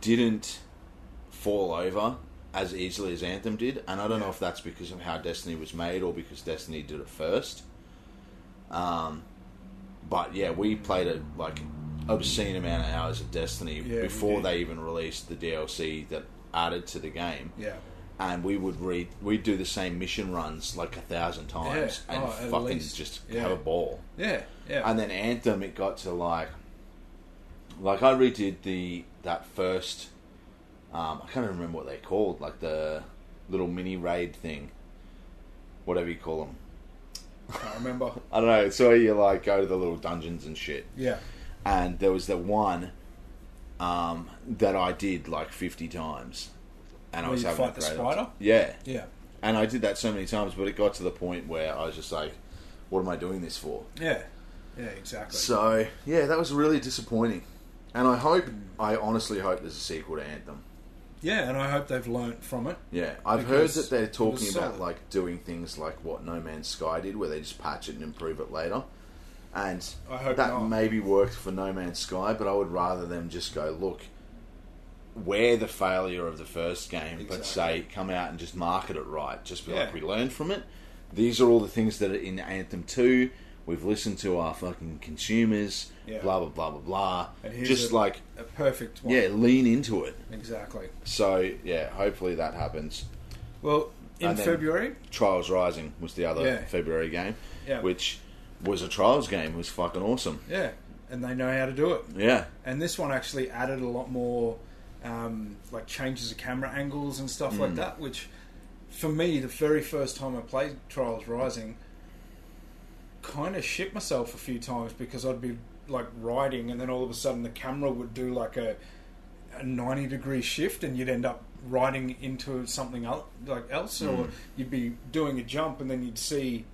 Speaker 4: didn't fall over as easily as Anthem did, and I don't know if that's because of how Destiny was made or because Destiny did it first. Um, but yeah, we played a like obscene amount of hours of Destiny
Speaker 3: we
Speaker 4: before
Speaker 3: did.
Speaker 4: they even released the DLC that added to the game,
Speaker 3: yeah.
Speaker 4: and we would read we'd do the same mission runs like a thousand times
Speaker 3: Yeah.
Speaker 4: and
Speaker 3: Oh, at
Speaker 4: fucking
Speaker 3: least.
Speaker 4: just
Speaker 3: Yeah.
Speaker 4: have a ball.
Speaker 3: Yeah, yeah,
Speaker 4: And then Anthem, it got to like, like I redid the that first. Um, I can't even remember what they called, like the little mini raid thing, whatever you call them.
Speaker 3: I remember.
Speaker 4: I don't know. It's where you like go to the little dungeons and shit.
Speaker 3: Yeah,
Speaker 4: And there was the one um, that I did like fifty times, and I
Speaker 3: Where
Speaker 4: was
Speaker 3: you
Speaker 4: having a
Speaker 3: fight the
Speaker 4: great
Speaker 3: spider?
Speaker 4: time. Yeah,
Speaker 3: yeah,
Speaker 4: and I did that so many times, but it got to the point where I was just like, "What am I doing this for?"
Speaker 3: yeah, yeah, exactly.
Speaker 4: So yeah, that was really disappointing, and I hope, I honestly hope there's a sequel to Anthem.
Speaker 3: yeah, and I hope they've learnt from it.
Speaker 4: Yeah, I've
Speaker 3: Because
Speaker 4: heard that they're
Speaker 3: it was
Speaker 4: talking about
Speaker 3: solid.
Speaker 4: like doing things like what No Man's Sky did, where they just patch it and improve it later. And
Speaker 3: I hope
Speaker 4: that
Speaker 3: not.
Speaker 4: maybe worked for No Man's Sky, but I would rather them just go look. We're the failure of the first game, but
Speaker 3: Exactly.
Speaker 4: say come out and just market it right. Just be
Speaker 3: Yeah.
Speaker 4: like, we learned from it. These are all the things that are in Anthem Two. We've listened to our fucking consumers.
Speaker 3: Yeah.
Speaker 4: Blah blah blah blah blah.
Speaker 3: And here's
Speaker 4: Just
Speaker 3: a-
Speaker 4: like
Speaker 3: A perfect one.
Speaker 4: yeah, lean into it.
Speaker 3: exactly.
Speaker 4: So yeah, hopefully that happens.
Speaker 3: Well, in
Speaker 4: And then-
Speaker 3: February,
Speaker 4: Trials Rising was the other
Speaker 3: Yeah.
Speaker 4: February game,
Speaker 3: Yeah.
Speaker 4: which was a trials game. It was fucking awesome.
Speaker 3: yeah, and they know how to do it.
Speaker 4: Yeah,
Speaker 3: and this one actually added a lot more um, like changes of camera angles and stuff like that which for me the very first time i played trials rising kind of shit myself a few times because i'd be like riding and then all of a sudden the camera would do like a, a 90 degree shift and you'd end up riding into something else like else or you'd be doing a jump and then you'd see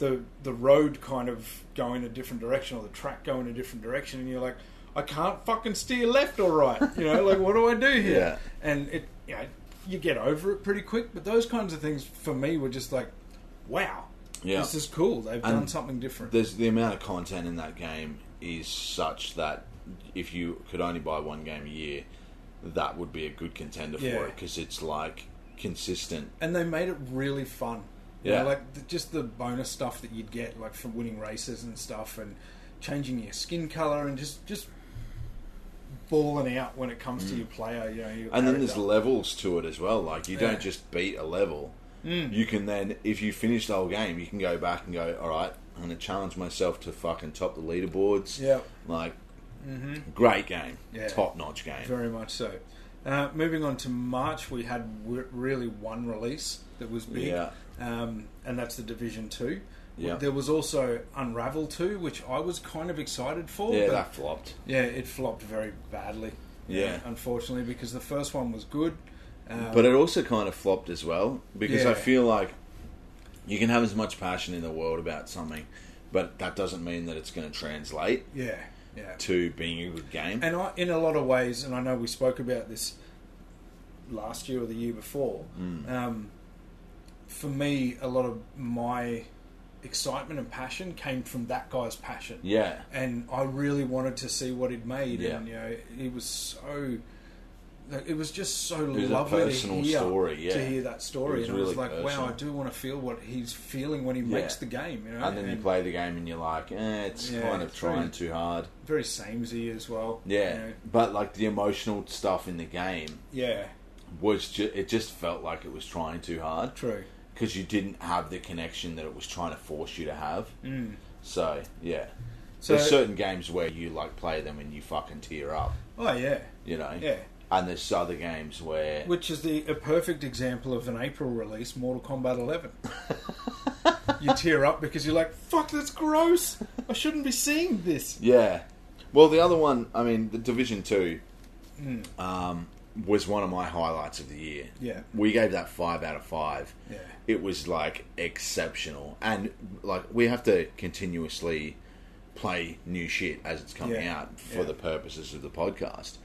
Speaker 3: the the road kind of going a different direction or the track going a different direction and you're like I can't fucking steer left or right you know like what do I do here
Speaker 4: Yeah.
Speaker 3: and it you know you get over it pretty quick but those kinds of things for me were just like wow
Speaker 4: Yeah.
Speaker 3: this is cool they've done
Speaker 4: And
Speaker 3: something different
Speaker 4: there's the amount of content in that game is such that if you could only buy one game a year, that would be a good contender
Speaker 3: Yeah.
Speaker 4: for it because it's like consistent.
Speaker 3: and they made it really fun you
Speaker 4: Yeah.
Speaker 3: know, like the, just the bonus stuff that you'd get like from winning races and stuff and changing your skin color and just just balling out when it comes to your player you know
Speaker 4: Mm.
Speaker 3: your
Speaker 4: And then there's
Speaker 3: character.
Speaker 4: levels to it as well. Like you
Speaker 3: Yeah. Hmm.
Speaker 4: don't just beat a level. You can then, if you finish the whole game, you can go back and go, all right, I'm going to challenge myself to fucking top the leaderboards.
Speaker 3: Yep.
Speaker 4: Like, Great game,
Speaker 3: Mm-hmm. Yeah.
Speaker 4: top notch game.
Speaker 3: Very much so. Uh, moving on to March, we had w- really one release that was big,
Speaker 4: Yeah.
Speaker 3: um, and that's the Division Two.
Speaker 4: Yeah.
Speaker 3: There was also Unravel Two, which I was kind of excited for.
Speaker 4: yeah,
Speaker 3: but
Speaker 4: that flopped.
Speaker 3: yeah, it flopped very badly.
Speaker 4: Yeah.
Speaker 3: uh, unfortunately, because the first one was good. Um,
Speaker 4: But it also kind of flopped as well because I
Speaker 3: Yeah.
Speaker 4: feel like you can have as much passion in the world about something, but that doesn't mean that it's going to translate
Speaker 3: yeah, yeah.
Speaker 4: to being a good game.
Speaker 3: And I, in a lot of ways, and I know we spoke about this last year or the year before.
Speaker 4: Mm.
Speaker 3: Um, for me, a lot of my excitement and passion came from that guy's passion,
Speaker 4: yeah,
Speaker 3: and I really wanted to see what he'd made.
Speaker 4: Yeah.
Speaker 3: And you know, it was so. like, It was just so
Speaker 4: was a
Speaker 3: lovely
Speaker 4: personal
Speaker 3: to hear
Speaker 4: story, yeah.
Speaker 3: to hear that story,
Speaker 4: It was
Speaker 3: and I was
Speaker 4: really
Speaker 3: like, "Wow, I
Speaker 4: personal.
Speaker 3: do want to feel what he's feeling when he
Speaker 4: Yeah.
Speaker 3: makes the game." You know,
Speaker 4: and then you play the game and you're like, eh, it's
Speaker 3: Yeah,
Speaker 4: kind of
Speaker 3: it's
Speaker 4: trying
Speaker 3: very-
Speaker 4: too hard.
Speaker 3: very samey as well.
Speaker 4: Yeah,
Speaker 3: you know.
Speaker 4: but like the emotional stuff in the game
Speaker 3: yeah,
Speaker 4: was ju- it just felt like it was trying too hard
Speaker 3: true.
Speaker 4: because you didn't have the connection that it was trying to force you to have. Mm. So yeah,
Speaker 3: So,
Speaker 4: there's certain games where you like play them and you fucking tear up,
Speaker 3: oh yeah,
Speaker 4: you know.
Speaker 3: Yeah.
Speaker 4: And there's other games where
Speaker 3: Which is the a perfect example of an April release, Mortal Kombat 11. you tear up because you're like, "Fuck, that's gross! I shouldn't be seeing this."
Speaker 4: yeah. Well, the other one, I mean, the Division Two, um, was one of my highlights of the year.
Speaker 3: Mm. Yeah.
Speaker 4: we gave that five out of five.
Speaker 3: Yeah.
Speaker 4: it was like exceptional, and like we have to continuously play new shit as it's coming
Speaker 3: Yeah.
Speaker 4: out for
Speaker 3: Yeah.
Speaker 4: the purposes of the podcast.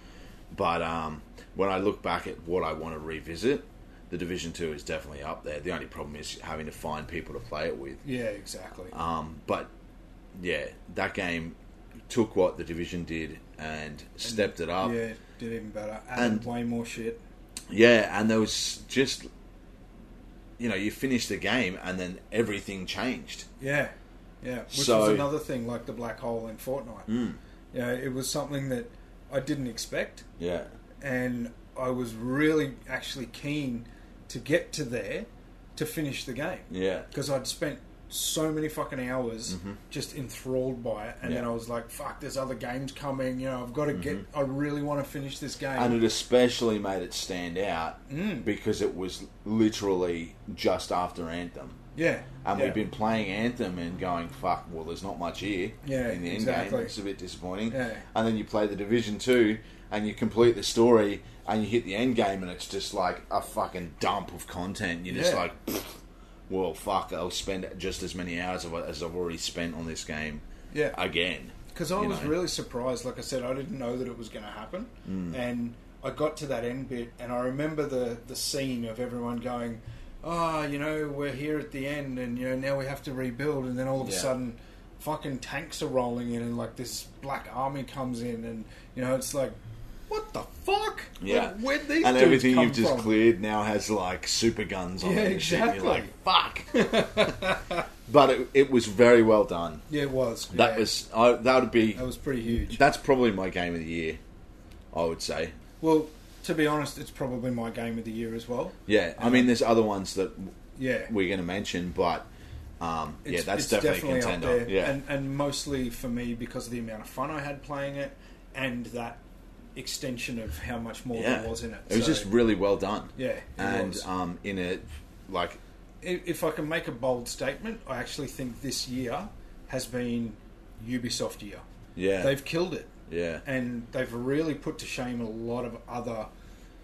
Speaker 4: But um, when I look back at what I want to revisit, the Division Two is definitely up there. The only problem is having to find people to play it with.
Speaker 3: Yeah, exactly.
Speaker 4: Um, but yeah, that game took what the division did and stepped it up. Yeah.
Speaker 3: yeah, did even better. Added
Speaker 4: and-
Speaker 3: way more shit.
Speaker 4: and there was just you know, you finished the game and then everything changed.
Speaker 3: Yeah, yeah. Which was
Speaker 4: So- Hmm.
Speaker 3: another thing, like the black hole in Fortnite. You know, it was something that I didn't expect,
Speaker 4: Yeah.
Speaker 3: and I was really actually keen to get to there to finish the game.
Speaker 4: Yeah.
Speaker 3: because I'd spent so many fucking hours just enthralled by it,
Speaker 4: Mm-hmm.
Speaker 3: and then
Speaker 4: Yeah. Mm-hmm.
Speaker 3: I was like, "Fuck, there's other games coming. You know, I've got to get. I really want to finish this game."
Speaker 4: And it especially made it stand out
Speaker 3: Mm.
Speaker 4: because it was literally just after Anthem.
Speaker 3: yeah,
Speaker 4: And
Speaker 3: yeah.
Speaker 4: we've been playing Anthem and going, fuck, well, there's not much here
Speaker 3: Yeah,
Speaker 4: in the end
Speaker 3: exactly.
Speaker 4: game. It's a bit disappointing.
Speaker 3: Yeah.
Speaker 4: And then you play the Division 2 and you complete the story and you hit the end game and it's just like a fucking dump of content. You're just
Speaker 3: Yeah.
Speaker 4: like, "Pfft, well, fuck, I'll spend just as many hours of it as I've already spent on this game
Speaker 3: yeah.
Speaker 4: again.
Speaker 3: Because I
Speaker 4: you
Speaker 3: was
Speaker 4: know.
Speaker 3: really surprised. Like I said, I didn't know that it was going to happen,
Speaker 4: Mm.
Speaker 3: and I got to that end bit, and I remember the the scene of everyone going, "Ah, you know, we're here at the end, and you know now we have to rebuild," and then all of a
Speaker 4: Yeah.
Speaker 3: sudden. Fucking tanks are rolling in, and like this black army comes in, and you know it's like, what the fuck?
Speaker 4: Yeah.
Speaker 3: Like, where'd these
Speaker 4: and
Speaker 3: dudes
Speaker 4: everything
Speaker 3: come
Speaker 4: you've just
Speaker 3: from?
Speaker 4: cleared now has like super guns on
Speaker 3: Yeah,
Speaker 4: it. and shit. You're
Speaker 3: exactly.
Speaker 4: like, fuck. but it, it was very well done.
Speaker 3: Yeah, it was.
Speaker 4: That
Speaker 3: Yeah.
Speaker 4: was I, that would be
Speaker 3: that was pretty huge.
Speaker 4: That's probably my game of the year, I would say.
Speaker 3: well, to be honest, it's probably my game of the year as well.
Speaker 4: Yeah, I mean, there's other ones that
Speaker 3: Yeah,
Speaker 4: we're going to mention, but um, yeah,
Speaker 3: It's-
Speaker 4: that's
Speaker 3: it's
Speaker 4: definitely, a contender. Yeah,
Speaker 3: and, and mostly for me because of the amount of fun I had playing it, and that extension of how much more
Speaker 4: yeah,
Speaker 3: there was in it.
Speaker 4: was
Speaker 3: So,
Speaker 4: just really well done.
Speaker 3: yeah, it
Speaker 4: and
Speaker 3: was.
Speaker 4: um, in a like
Speaker 3: I- if I can make a bold statement, I actually think this year has been Ubisoft year.
Speaker 4: yeah,
Speaker 3: They've killed it,
Speaker 4: yeah,
Speaker 3: and they've really put to shame a lot of other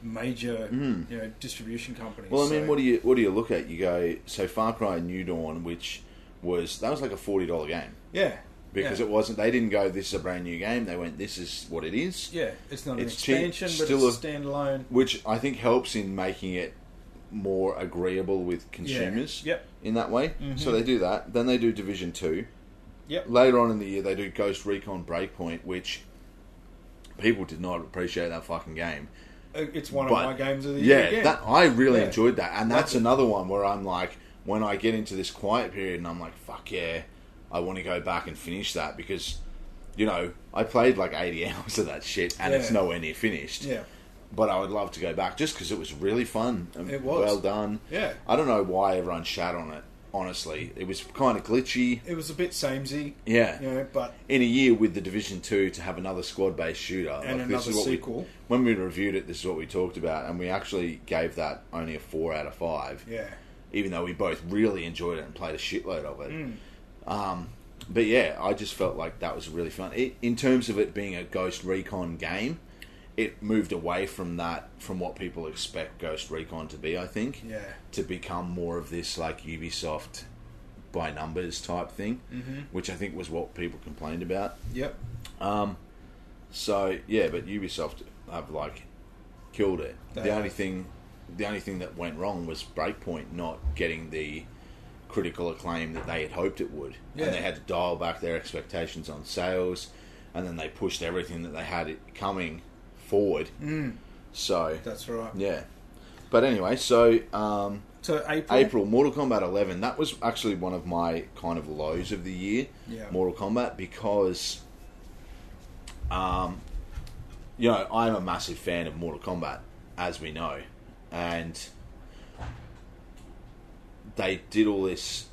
Speaker 3: major you know, distribution companies.
Speaker 4: Hmm. Well, I mean,
Speaker 3: So-
Speaker 4: what do you what do you look at? You go so Far Cry New Dawn, which was that was like a forty dollar game
Speaker 3: yeah
Speaker 4: because
Speaker 3: yeah.
Speaker 4: it wasn't. They didn't go this is a brand new game. They went this is what it is.
Speaker 3: Yeah, it's not
Speaker 4: It's
Speaker 3: an
Speaker 4: cheap,
Speaker 3: expansion,
Speaker 4: still
Speaker 3: but it's a standalone.
Speaker 4: which I think helps in making it more agreeable with consumers.
Speaker 3: Yep. Mm-hmm.
Speaker 4: In that way, so they do that. Then they do Division Two.
Speaker 3: Yep.
Speaker 4: Later on in the year, they do Ghost Recon Breakpoint, which people did not appreciate that fucking game.
Speaker 3: Uh, It's one
Speaker 4: But-
Speaker 3: of my games of the year.
Speaker 4: yeah,
Speaker 3: again.
Speaker 4: that I really
Speaker 3: Yeah.
Speaker 4: enjoyed that, and that's
Speaker 3: That's-
Speaker 4: another one where I'm like, when I get into this quiet period, and I'm like, fuck yeah, I want to go back and finish that because, you know, I played like 80 hours of that shit, and it's
Speaker 3: Yeah.
Speaker 4: nowhere near finished.
Speaker 3: Yeah.
Speaker 4: But I would love to go back just because it was really fun. and
Speaker 3: It was.
Speaker 4: well done.
Speaker 3: Yeah.
Speaker 4: I don't know why everyone shat on it. honestly. It was kind of glitchy.
Speaker 3: It was a bit samey,
Speaker 4: Yeah.
Speaker 3: you know, but
Speaker 4: In a year with the Division Two to have another squad-based shooter
Speaker 3: and
Speaker 4: like, this
Speaker 3: another
Speaker 4: is what we-
Speaker 3: sequel.
Speaker 4: when we reviewed it, this is what we talked about, and we actually gave that only a four out of five,
Speaker 3: yeah,
Speaker 4: even though we both really enjoyed it and played a shitload of it.
Speaker 3: Mm.
Speaker 4: Um, but yeah, I just felt like that was really fun. It, in terms of it being a Ghost Recon game, it moved away from that, from what people expect Ghost Recon to be. I think
Speaker 3: yeah,
Speaker 4: to become more of this like Ubisoft by numbers type thing, mm-hmm. which I think was what people complained about.
Speaker 3: yep,
Speaker 4: So yeah, but Ubisoft have like killed it.
Speaker 3: They
Speaker 4: the
Speaker 3: have.
Speaker 4: only thing, the only thing that went wrong was Breakpoint not getting the critical acclaim that they had hoped it would,
Speaker 3: Yeah.
Speaker 4: and they had to dial back their expectations on sales, and then they pushed everything that they had it coming forward.
Speaker 3: Mm.
Speaker 4: So
Speaker 3: that's right.
Speaker 4: yeah, but anyway, so um,
Speaker 3: So April,
Speaker 4: April, Mortal Kombat 11. That was actually one of my kind of lows of the year.
Speaker 3: Yeah.
Speaker 4: Mortal Kombat because, um, you know, I'm a massive fan of Mortal Kombat, as we know, and they did all this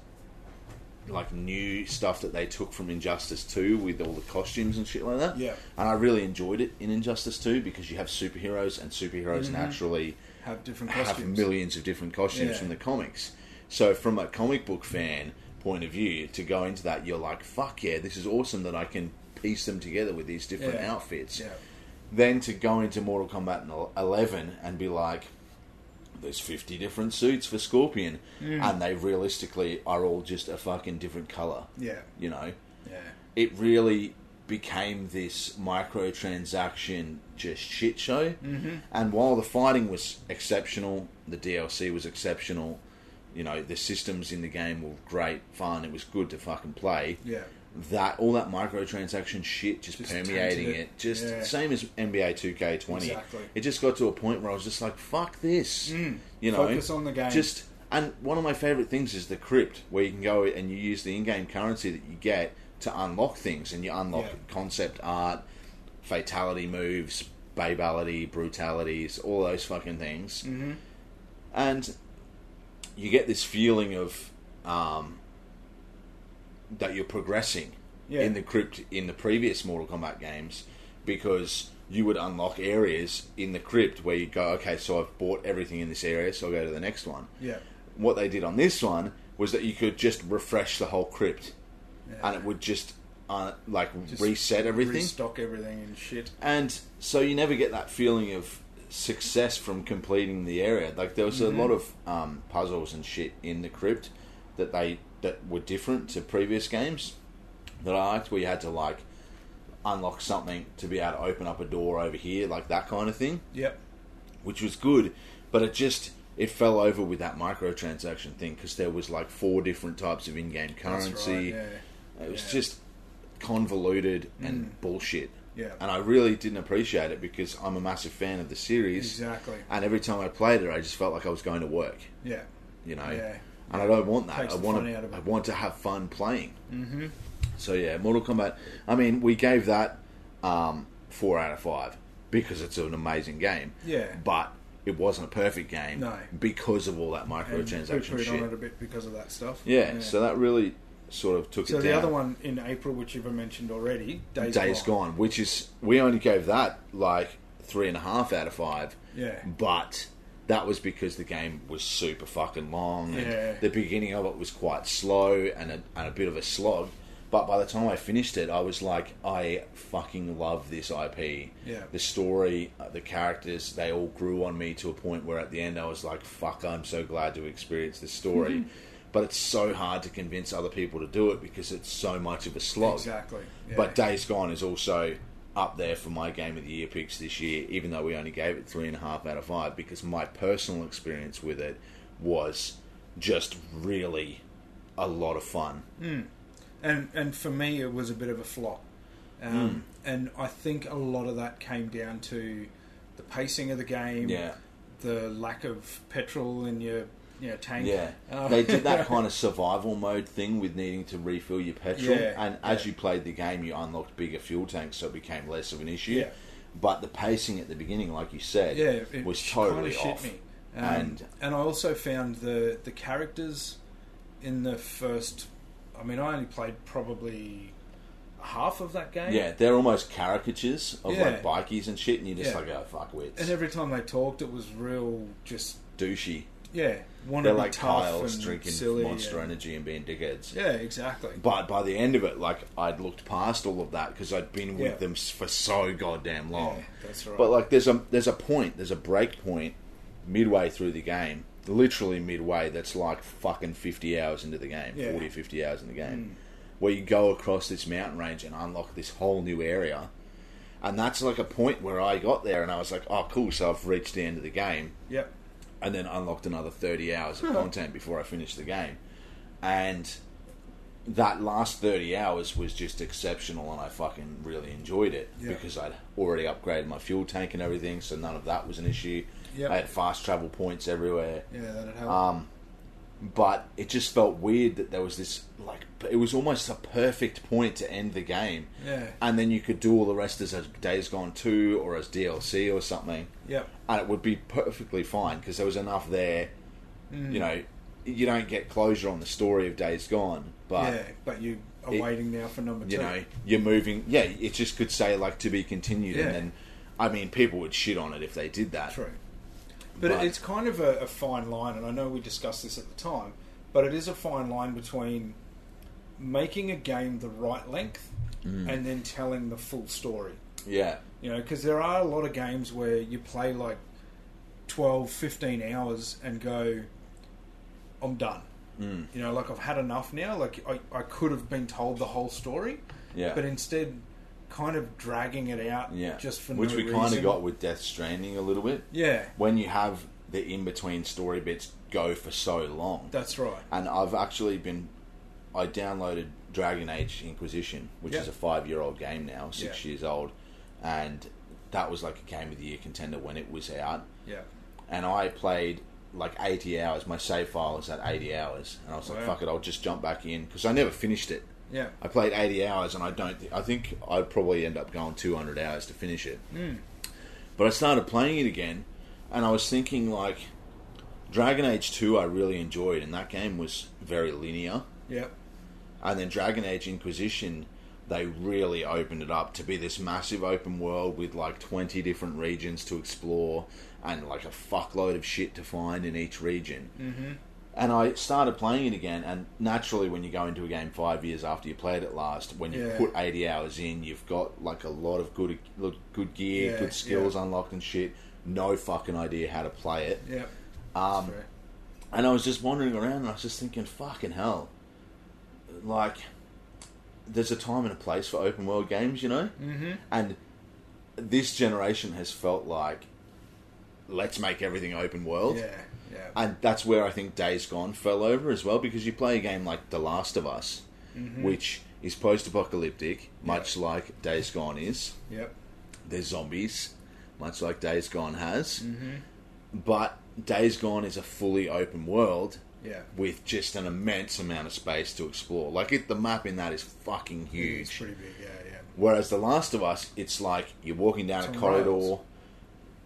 Speaker 4: like new stuff that they took from Injustice 2 with all the costumes and shit like that.
Speaker 3: Yeah.
Speaker 4: And I really enjoyed it in Injustice 2 because you have superheroes and superheroes
Speaker 3: Mm-hmm.
Speaker 4: naturally
Speaker 3: have different
Speaker 4: have
Speaker 3: costumes.
Speaker 4: millions of different costumes
Speaker 3: Yeah.
Speaker 4: from the comics. So from a comic book fan point of view, to go into that, you're like, "Fuck yeah, this is awesome that I can piece them together with these different
Speaker 3: Yeah.
Speaker 4: outfits."
Speaker 3: yeah,
Speaker 4: Then to go into Mortal Kombat 11 and be like, "There's 50 different suits for Scorpion,
Speaker 3: Mm.
Speaker 4: and they realistically are all just a fucking different color."
Speaker 3: yeah,
Speaker 4: You know,
Speaker 3: yeah,
Speaker 4: it really became this microtransaction just shit show. Mm-hmm. And while the fighting was exceptional, the DLC was exceptional. You know, the systems in the game were great, fun. It was good to fucking play.
Speaker 3: yeah,
Speaker 4: That all that microtransaction shit just,
Speaker 3: Just
Speaker 4: permeating
Speaker 3: tainted
Speaker 4: it.
Speaker 3: it.
Speaker 4: Just
Speaker 3: Yeah.
Speaker 4: same as NBA Two K Twenty.
Speaker 3: Exactly. Mm.
Speaker 4: It just got to a point where I was just like, "Fuck this," you know.
Speaker 3: Focus on the game.
Speaker 4: Just and one of my favorite things is the crypt, where you can go and you use the in-game currency that you get to unlock things, and you unlock
Speaker 3: Yeah.
Speaker 4: concept art, fatality moves, babality, brutalities, all those fucking things, mm-hmm. and you get this feeling of um, that you're progressing
Speaker 3: Yeah.
Speaker 4: in the crypt in the previous Mortal Kombat games because you would unlock areas in the crypt where you go, okay, so I've bought everything in this area, so I'll go to the next one.
Speaker 3: yeah.
Speaker 4: What they did on this one was that you could just refresh the whole crypt
Speaker 3: Yeah.
Speaker 4: and it would just uh, like
Speaker 3: Just
Speaker 4: reset everything.
Speaker 3: restock everything and shit.
Speaker 4: and so you never get that feeling of success from completing the area. Like there was
Speaker 3: Mm-hmm.
Speaker 4: a lot of um, puzzles and shit in the crypt that they that were different to previous games that I liked, where you had to like unlock something to be able to open up a door over here, like that kind of thing,
Speaker 3: Yep.
Speaker 4: which was good. But it just it fell over with that microtransaction thing because there was like four different types of in-game
Speaker 3: That's
Speaker 4: currency.
Speaker 3: Right,
Speaker 4: It was
Speaker 3: Yeah. Mm.
Speaker 4: just convoluted and bullshit.
Speaker 3: Yeah.
Speaker 4: And I really didn't appreciate it because I'm a massive fan of the series.
Speaker 3: Exactly.
Speaker 4: And every time I played it, I just felt like I was going to work,
Speaker 3: yeah. Yeah.
Speaker 4: you know?
Speaker 3: Yeah.
Speaker 4: And I don't want that.
Speaker 3: Takes
Speaker 4: I
Speaker 3: the
Speaker 4: want
Speaker 3: fun out
Speaker 4: to,
Speaker 3: of it.
Speaker 4: I want to have fun playing. Mm-hmm. So yeah, Mortal Kombat. I mean, we gave that um, four out of five because it's an amazing game.
Speaker 3: Yeah.
Speaker 4: But it wasn't a perfect game.
Speaker 3: No.
Speaker 4: Because of all that
Speaker 3: And
Speaker 4: microtransaction
Speaker 3: poo-pooed
Speaker 4: shit.
Speaker 3: on it a bit because of that stuff.
Speaker 4: Yeah, So that really sort of took
Speaker 3: So
Speaker 4: it
Speaker 3: the
Speaker 4: down.
Speaker 3: other one in April, which you've mentioned already, Days,
Speaker 4: Days Gone, which is we only gave that like three and a half out of five.
Speaker 3: Yeah.
Speaker 4: But that was because the game was super fucking long, and
Speaker 3: Yeah.
Speaker 4: the beginning of it was quite slow and a, and a bit of a slog. But by the time I finished it, I was like, I fucking love this IP.
Speaker 3: Yeah.
Speaker 4: The story, uh, the characters, they all grew on me to a point where at the end I was like, fuck, I'm so glad to experience this story.
Speaker 3: Mm-hmm.
Speaker 4: But it's so hard to convince other people to do it because it's so much of a slog.
Speaker 3: Exactly. Yeah.
Speaker 4: But Days Gone is also up there for my game of the year picks this year, even though we only gave it three and a half out of five, because my personal experience with it was just really a lot of fun.
Speaker 3: and and for me it was a bit of a flop
Speaker 4: Hmm.
Speaker 3: um, and i think a lot of that came down to the pacing of the game
Speaker 4: Yeah.
Speaker 3: the lack of petrol in your you know, tank
Speaker 4: Yeah,
Speaker 3: Uh,
Speaker 4: they did that kind of survival mode thing with needing to refill your petrol,
Speaker 3: Yeah,
Speaker 4: and as
Speaker 3: yeah.
Speaker 4: you played the game, you unlocked bigger fuel tanks, so it became less of an issue.
Speaker 3: Yeah.
Speaker 4: But the pacing at the beginning, like you said,
Speaker 3: yeah it
Speaker 4: was
Speaker 3: kinda
Speaker 4: totally
Speaker 3: shit
Speaker 4: off.
Speaker 3: me um,
Speaker 4: And-
Speaker 3: and and i also found the the characters in the first. I mean, I only played probably half of that game.
Speaker 4: Yeah, they're almost caricatures of
Speaker 3: Yeah.
Speaker 4: like bikies and shit, and you're just
Speaker 3: Yeah.
Speaker 4: like, oh fuck, wits,
Speaker 3: And every time they talked, it was real. Just
Speaker 4: douchey.
Speaker 3: yeah, want to
Speaker 4: They're
Speaker 3: be
Speaker 4: like
Speaker 3: tough
Speaker 4: Kyle's
Speaker 3: and
Speaker 4: drinking
Speaker 3: silly.
Speaker 4: Monster
Speaker 3: and-
Speaker 4: Energy and being dickheads.
Speaker 3: yeah, exactly.
Speaker 4: But by the end of it, like I'd looked past all of that because I'd been with
Speaker 3: Yeah.
Speaker 4: them s- for so goddamn long.
Speaker 3: Yeah, that's right.
Speaker 4: But like, there's a there's a point, there's a break point midway through the game, literally midway. That's like fucking fifty hours into the game,
Speaker 3: Yeah. Mm.
Speaker 4: 40, 50 hours in the game, where you go across this mountain range and unlock this whole new area, and that's like a point where I got there and I was like, oh cool, so I've reached the end of the game
Speaker 3: yep.
Speaker 4: and then unlocked another 30 hours of content before I finished the game. And that last 30 hours was just exceptional, and I fucking really enjoyed it
Speaker 3: Yeah.
Speaker 4: because I'd already upgraded my fuel tank and everything, so none of that was an issue.
Speaker 3: Yeah.
Speaker 4: I had fast travel points everywhere.
Speaker 3: Yeah, that'd help.
Speaker 4: Um, but it just felt weird that there was this, like, it was almost a perfect point to end the game.
Speaker 3: Yeah.
Speaker 4: And then you could do all the rest as Days Gone 2 or as DLC or something
Speaker 3: yep.
Speaker 4: and it would be perfectly fine because there was enough there.
Speaker 3: Mm.
Speaker 4: You know, you don't get closure on the story of Days Gone, but
Speaker 3: yeah, but you are
Speaker 4: uh, it-
Speaker 3: waiting now for number two.
Speaker 4: you know, you're moving. Yeah, it just could say like to be continued,
Speaker 3: Yeah.
Speaker 4: and then I mean, people would shit on it if they did that.
Speaker 3: True. But,
Speaker 4: But-
Speaker 3: it's kind of a, a fine line, and I know we discussed this at the time, but it is a fine line between making a game the right length
Speaker 4: Mm.
Speaker 3: and then telling the full story.
Speaker 4: Yeah,
Speaker 3: You know, because there are a lot of games where you play like 12, 15 hours and go, I'm done. Mm. You know, like I've had enough now. Like I, I could have been told the whole story,
Speaker 4: Yeah.
Speaker 3: but instead, kind of dragging it out
Speaker 4: yeah,
Speaker 3: just for
Speaker 4: which
Speaker 3: no
Speaker 4: we kind
Speaker 3: reason.
Speaker 4: of got with Death Stranding a little bit.
Speaker 3: Yeah,
Speaker 4: When you have the in between story bits go for so long,
Speaker 3: that's right.
Speaker 4: and I've actually been I downloaded Dragon Age Inquisition, which
Speaker 3: Yeah.
Speaker 4: is a five year old game now, six
Speaker 3: Yeah.
Speaker 4: years old, and that was like a game of the year contender when it was out.
Speaker 3: Yeah.
Speaker 4: And I played like 80 hours. My save file was at 80 hours, and I was like,
Speaker 3: Wow.
Speaker 4: "Fuck it, I'll just jump back in" because I never finished it.
Speaker 3: Yeah.
Speaker 4: I played 80 hours, and I don't. Th- I think I'd probably end up going 200 hours to finish it. But I started playing it again, and I was thinking like, Dragon Age 2, I really enjoyed, and that game was very linear.
Speaker 3: Yeah.
Speaker 4: And then Dragon Age Inquisition, they really opened it up to be this massive open world with like 20 different regions to explore and like a fuckload of shit to find in each region. Mm-hmm. And I started playing it again, and naturally, when you go into a game five years after you played it last, when you
Speaker 3: Yeah.
Speaker 4: put 80 hours in, you've got like a lot of good, good gear,
Speaker 3: Yeah,
Speaker 4: good skills
Speaker 3: yeah.
Speaker 4: unlocked and shit. No fucking idea how to play it.
Speaker 3: Yeah.
Speaker 4: Um,
Speaker 3: That's fair.
Speaker 4: and I was just wandering around and I was just thinking, fucking hell. Like, there's a time and a place for open world games, you
Speaker 3: Mm.
Speaker 4: know? Mm-hmm. And this generation has felt like, let's make everything open world.
Speaker 3: Yeah. Yeah.
Speaker 4: And that's where I think Days Gone fell over as well, because you play a game like The Last of Us, which is post apocalyptic, much like Days Gone is
Speaker 3: yep.
Speaker 4: they're zombies, much like Days Gone has. But Days Gone is a fully open world
Speaker 3: Yeah.
Speaker 4: with just an immense amount of space to explore. Like it, the map in that is fucking
Speaker 3: It's
Speaker 4: huge.
Speaker 3: pretty big. Yeah. Yeah.
Speaker 4: Whereas The Last of Us, it's like you're walking down
Speaker 3: It's
Speaker 4: a
Speaker 3: on
Speaker 4: corridor,
Speaker 3: rails.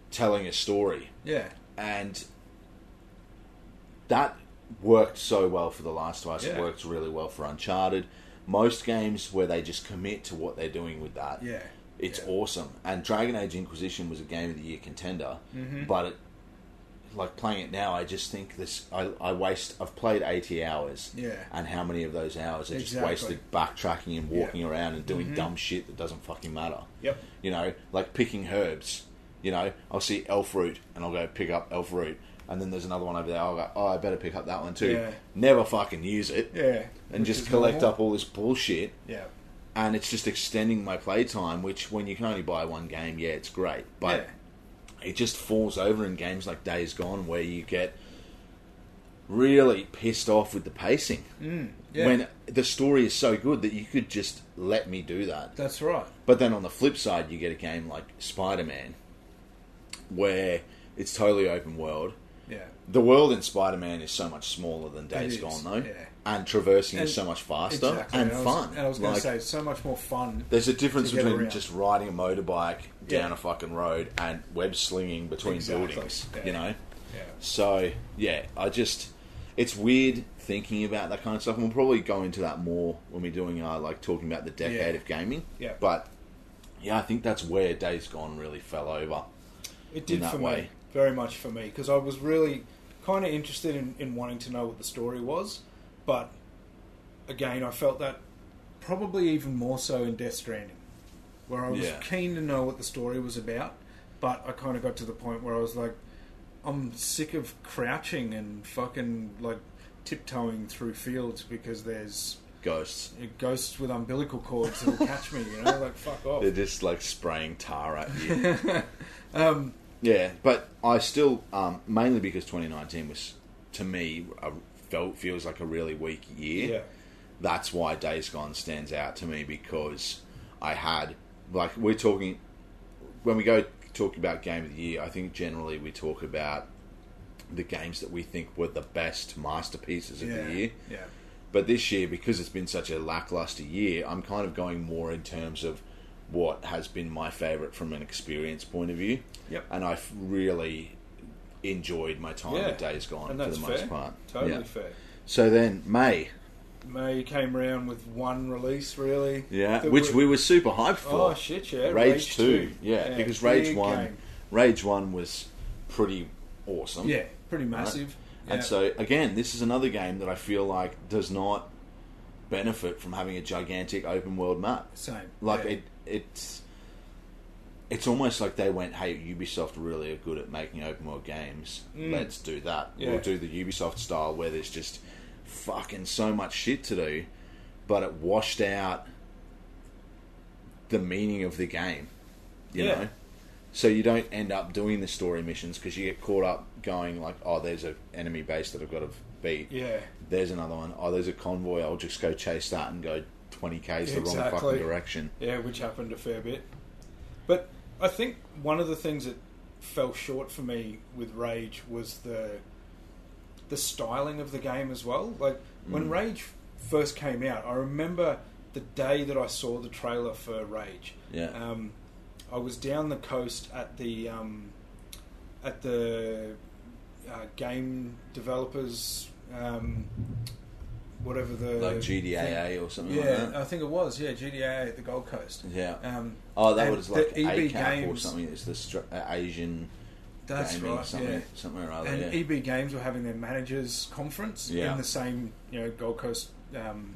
Speaker 4: telling a story,
Speaker 3: Yeah.
Speaker 4: and that worked so well for The Last of Us. It
Speaker 3: Yeah.
Speaker 4: worked really well for Uncharted. Most games where they just commit to what they're doing with that,
Speaker 3: Yeah.
Speaker 4: it's
Speaker 3: yeah.
Speaker 4: awesome. And Dragon Age Inquisition was a game of the year contender,
Speaker 3: Mm-hmm.
Speaker 4: but it, like playing it now, I just think this. I, I waste. I've played eighty hours,
Speaker 3: Yeah.
Speaker 4: and how many of those hours are
Speaker 3: Exactly.
Speaker 4: just wasted backtracking and walking
Speaker 3: Yeah. Mm-hmm.
Speaker 4: around and doing dumb shit that doesn't fucking matter.
Speaker 3: Yep.
Speaker 4: You know, like picking herbs. You know, I'll see elf root and I'll go pick up elf root, and then there's another one over there. I'll go, oh, I better pick up that one too.
Speaker 3: Yeah.
Speaker 4: Never fucking use it,
Speaker 3: Yeah.
Speaker 4: and just collect up all this bullshit
Speaker 3: Yeah.
Speaker 4: and it's just extending my playtime. Which, when you can only buy one game, yeah, it's great, but it just falls over in games like Days Gone, where you get really pissed off with the pacing
Speaker 3: yeah.
Speaker 4: when the story is so good that you could just let me do that.
Speaker 3: That's right.
Speaker 4: But then on the flip side, you get a game like Spider Man, where it's totally open world.
Speaker 3: Yeah.
Speaker 4: The world in Spider Man is so much smaller than Days
Speaker 3: is,
Speaker 4: Gone, though,
Speaker 3: yeah.
Speaker 4: and traversing
Speaker 3: And-
Speaker 4: is so much faster and,
Speaker 3: I was,
Speaker 4: fun.
Speaker 3: And I was going
Speaker 4: Like,
Speaker 3: to say, it's so much more fun.
Speaker 4: there's a difference
Speaker 3: to get
Speaker 4: between
Speaker 3: around.
Speaker 4: just riding a motorbike
Speaker 3: Yeah.
Speaker 4: down a fucking road and web slinging between
Speaker 3: Exactly.
Speaker 4: buildings,
Speaker 3: Yeah.
Speaker 4: you know?
Speaker 3: Yeah.
Speaker 4: So, yeah, I just. It's weird thinking about that kind of stuff. And we'll probably go into that more when we're doing our like talking about the decade
Speaker 3: Yeah.
Speaker 4: of gaming.
Speaker 3: Yeah.
Speaker 4: But yeah, I think that's where Days Gone really fell over.
Speaker 3: It did
Speaker 4: that
Speaker 3: for
Speaker 4: way.
Speaker 3: me, very much for me, because I was really kind of interested in, in wanting to know what the story was, but again, I felt that probably even more so in Death Stranding, where I was
Speaker 4: Yeah.
Speaker 3: keen to know what the story was about, but I kind of got to the point where I was like, I'm sick of crouching and fucking like tiptoeing through fields because there's
Speaker 4: Ghosts.
Speaker 3: ghosts with umbilical cords that'll catch me, you know, like fuck off.
Speaker 4: They're just like spraying tar at you.
Speaker 3: Um,
Speaker 4: yeah, but I still um, mainly because 2019 was to me a, felt feels like a really weak year.
Speaker 3: yeah,
Speaker 4: that's why Days Gone stands out to me because I had like we're talking when we go talk about game of the year. I think generally we talk about the games that we think were the best masterpieces of
Speaker 3: yeah,
Speaker 4: the year.
Speaker 3: yeah,
Speaker 4: But this year, because it's been such a lackluster year, I'm kind of going more in terms of what has been my favorite from an experience point of view.
Speaker 3: Yep.
Speaker 4: And I've really enjoyed my time
Speaker 3: Yeah.
Speaker 4: with Days Gone
Speaker 3: and
Speaker 4: for
Speaker 3: that's
Speaker 4: the
Speaker 3: fair.
Speaker 4: most part.
Speaker 3: Totally
Speaker 4: Yeah.
Speaker 3: fair.
Speaker 4: So then May.
Speaker 3: May came round with one release, really.
Speaker 4: Yeah,
Speaker 3: That
Speaker 4: which
Speaker 3: were-
Speaker 4: we were super hyped for.
Speaker 3: Oh shit! Yeah,
Speaker 4: Rage, 2. Yeah, because Rage
Speaker 3: big
Speaker 4: 1
Speaker 3: game.
Speaker 4: Rage 1 was pretty awesome.
Speaker 3: Yeah, pretty massive.
Speaker 4: And
Speaker 3: Yeah.
Speaker 4: so again, this is another game that I feel like does not benefit from having a gigantic open world map.
Speaker 3: same.
Speaker 4: Like
Speaker 3: yeah.
Speaker 4: it it's it's almost like they went, "Hey, Ubisoft really are good at making open world games. Let's do that.
Speaker 3: Mm. Yeah.
Speaker 4: We'll do the Ubisoft style where there's just fucking so much shit to do, but it washed out the meaning of the game. You
Speaker 3: Yeah.
Speaker 4: know, so you don't end up doing the story missions because you get caught up going like, "Oh, there's a enemy base that I've got to beat.
Speaker 3: Yeah,
Speaker 4: There's another one. Oh, there's a convoy. I'll just go chase that and go." 20 k's the wrong
Speaker 3: Exactly.
Speaker 4: fucking direction.
Speaker 3: yeah, which happened a fair bit. But I think one of the things that fell short for me with Rage was the the styling of the game as well. Like
Speaker 4: Mm.
Speaker 3: when Rage first came out, I remember the day that I saw the trailer for Rage.
Speaker 4: Yeah.
Speaker 3: Um, I was down the coast at the um, at the uh, game developers, um, whatever the
Speaker 4: like GDAA or something like
Speaker 3: Yeah,
Speaker 4: that.
Speaker 3: I Uh, think it was. Yeah, GDA at the Gold Coast.
Speaker 4: yeah.
Speaker 3: Um,
Speaker 4: oh, that
Speaker 3: and
Speaker 4: was like
Speaker 3: the EB
Speaker 4: ACAP or
Speaker 3: Games-
Speaker 4: something. It's the stra- uh, Asian
Speaker 3: That's
Speaker 4: gaming
Speaker 3: right.
Speaker 4: something,
Speaker 3: Yeah.
Speaker 4: something or other.
Speaker 3: And E
Speaker 4: yeah.
Speaker 3: EB Games were having their managers conference
Speaker 4: Yeah.
Speaker 3: in the same, you know, Gold Coast um,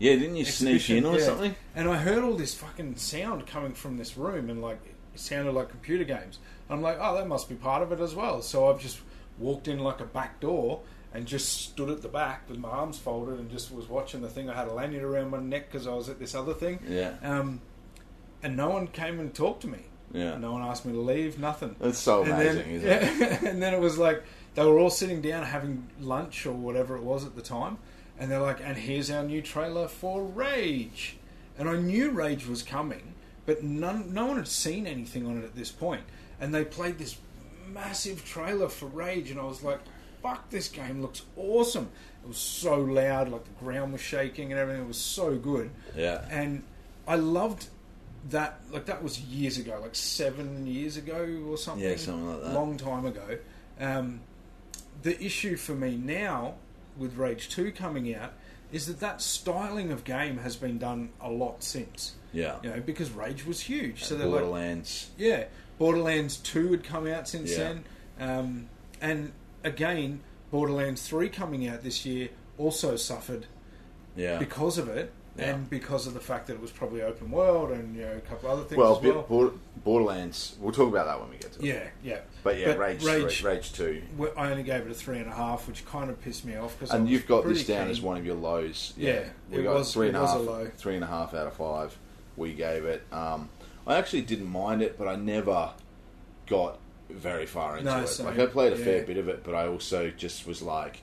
Speaker 4: yeah, didn't you sneak
Speaker 3: exhibition,
Speaker 4: in or
Speaker 3: yeah.
Speaker 4: something?
Speaker 3: And I heard all this fucking sound coming from this room, and like it sounded like computer games. I'm like, oh, that must be part of it as well. So I've just walked in like a back door and just stood at the back with my arms folded and just was watching the thing. I had a lanyard around my neck because I was at this other thing,
Speaker 4: Yeah,
Speaker 3: um, and no one came and talked to me.
Speaker 4: yeah.
Speaker 3: No one asked me to leave. Nothing.
Speaker 4: That's so
Speaker 3: And
Speaker 4: amazing,
Speaker 3: then,
Speaker 4: isn't it?
Speaker 3: yeah, and then it was like they were all sitting down having lunch or whatever it was at the time, and they're like, "And here's our new trailer for Rage," and I knew Rage was coming, but none, no one had seen anything on it at this point, and they played this massive trailer for Rage, and I was like. Fuck! This game looks awesome. It was so loud, like the ground was shaking and everything. It was so good
Speaker 4: Yeah,
Speaker 3: and I loved that. Like that was years ago, like seven years ago or something.
Speaker 4: Yeah, something like that.
Speaker 3: Long time ago. Um, the issue for me now with Rage Two coming out is that that styling of game has been done a lot since.
Speaker 4: yeah. Uh,
Speaker 3: You know, because Rage was huge, so they're like,
Speaker 4: Borderlands.
Speaker 3: yeah, Borderlands Two had come out since
Speaker 4: Yeah.
Speaker 3: then, um, and again, Borderlands Three coming out this year also suffered
Speaker 4: yeah.
Speaker 3: because of it
Speaker 4: Yeah.
Speaker 3: and because of the fact that it was probably open world and you know a couple other things
Speaker 4: well,
Speaker 3: as
Speaker 4: bit-
Speaker 3: well.
Speaker 4: Bor- Borderlands. We'll talk about that when we get to it.
Speaker 3: yeah, yeah.
Speaker 4: But yeah, Rage, Rage,
Speaker 3: Rage
Speaker 4: Rage Two,
Speaker 3: w- I only gave it a three and a half, which kind of pissed me off because
Speaker 4: and you've got this down as one of your lows.
Speaker 3: Yeah,
Speaker 4: we
Speaker 3: it
Speaker 4: got
Speaker 3: was-
Speaker 4: three and
Speaker 3: it
Speaker 4: a
Speaker 3: was
Speaker 4: half,
Speaker 3: a low.
Speaker 4: three and a half out of five. We gave it. Um, I actually didn't mind it, but I never got very far into
Speaker 3: No,
Speaker 4: it.
Speaker 3: same.
Speaker 4: Like I played a fair
Speaker 3: Yeah.
Speaker 4: bit of it, but I also just was like,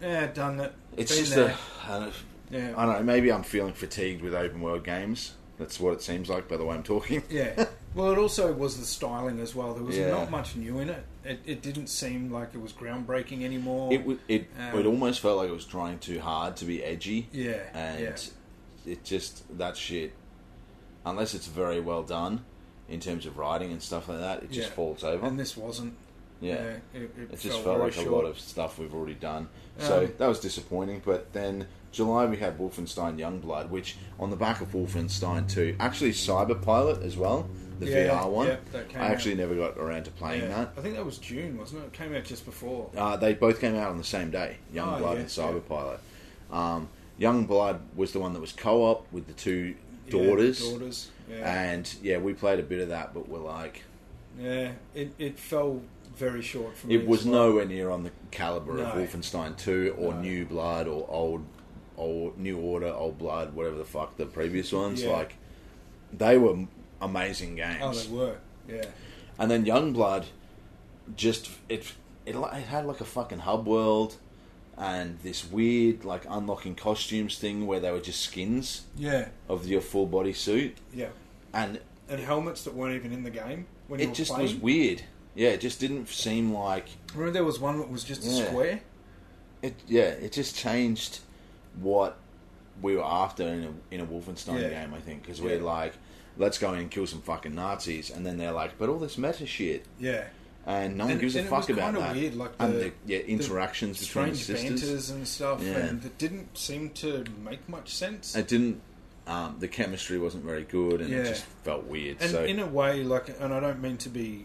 Speaker 3: Yeah, done that.
Speaker 4: it's
Speaker 3: Been
Speaker 4: just
Speaker 3: there.
Speaker 4: a. I don't,
Speaker 3: Yeah.
Speaker 4: I don't know. Maybe I'm feeling fatigued with open world games. That's what it seems like by the way I'm talking.
Speaker 3: yeah. Well, it also was the styling as well. There was
Speaker 4: Yeah.
Speaker 3: not much new in it. it. It didn't seem like it was groundbreaking anymore.
Speaker 4: It wa- it
Speaker 3: Um,
Speaker 4: it almost felt like it was trying too hard to be edgy.
Speaker 3: Yeah,
Speaker 4: and
Speaker 3: yeah.
Speaker 4: it just that shit. Unless it's very well done in terms of writing and stuff like that, it just
Speaker 3: Yeah.
Speaker 4: falls over.
Speaker 3: and this wasn't.
Speaker 4: Yeah.
Speaker 3: it, it,
Speaker 4: It just
Speaker 3: felt
Speaker 4: felt
Speaker 3: very
Speaker 4: like a
Speaker 3: short.
Speaker 4: lot of stuff we've already done. so
Speaker 3: Um,
Speaker 4: that was disappointing. But then July we had Wolfenstein Youngblood, which on the back of Wolfenstein 2, actually Cyberpilot as well, the
Speaker 3: Yeah,
Speaker 4: VR one.
Speaker 3: yeah, that came
Speaker 4: I
Speaker 3: out.
Speaker 4: actually never got around to playing
Speaker 3: Yeah.
Speaker 4: that.
Speaker 3: I think that was June, wasn't it? It came out just before.
Speaker 4: Uh, they both came out on the same day, Youngblood
Speaker 3: Oh, yeah,
Speaker 4: and Cyberpilot. Um, Youngblood was the one that was co-op with the two daughters,
Speaker 3: Yeah, daughters. Yeah.
Speaker 4: and yeah, we played a bit of that, but we're like,
Speaker 3: yeah. It, it fell very short for me.
Speaker 4: it was
Speaker 3: as well.
Speaker 4: nowhere near on the caliber of
Speaker 3: No.
Speaker 4: Wolfenstein Two or
Speaker 3: No.
Speaker 4: New Blood or old, old New Order, Old Blood, whatever the fuck the previous ones.
Speaker 3: Yeah.
Speaker 4: Like, they were amazing games.
Speaker 3: Oh, they were. Yeah.
Speaker 4: And then Youngblood, just it, it li- it had like a fucking hub world, and this weird like unlocking costumes thing where they were just skins
Speaker 3: Yeah.
Speaker 4: of your full body suit,
Speaker 3: Yeah.
Speaker 4: and
Speaker 3: And helmets that weren't even in the game when you
Speaker 4: it
Speaker 3: were
Speaker 4: just
Speaker 3: playing.
Speaker 4: was weird. Yeah, it just didn't seem like
Speaker 3: Remember, there was one that was just
Speaker 4: Yeah.
Speaker 3: a square.
Speaker 4: it. Yeah, it just changed what we were after in a, in a Wolfenstein
Speaker 3: Yeah.
Speaker 4: game. I think because
Speaker 3: Yeah.
Speaker 4: we're like, let's go in and kill some fucking Nazis, and then they're like, but all this meta shit.
Speaker 3: Yeah.
Speaker 4: And no one
Speaker 3: And-
Speaker 4: gives a
Speaker 3: and it
Speaker 4: fuck
Speaker 3: was
Speaker 4: about
Speaker 3: kinda
Speaker 4: that.
Speaker 3: weird, like
Speaker 4: and
Speaker 3: the-
Speaker 4: the yeah, interactions between the
Speaker 3: strange
Speaker 4: sisters.
Speaker 3: banters and stuff,
Speaker 4: Yeah.
Speaker 3: and that didn't seem to make much sense.
Speaker 4: it didn't. Um, the chemistry wasn't very good, and it
Speaker 3: Yeah.
Speaker 4: just felt weird.
Speaker 3: and
Speaker 4: so
Speaker 3: in a way, like, and I don't mean to be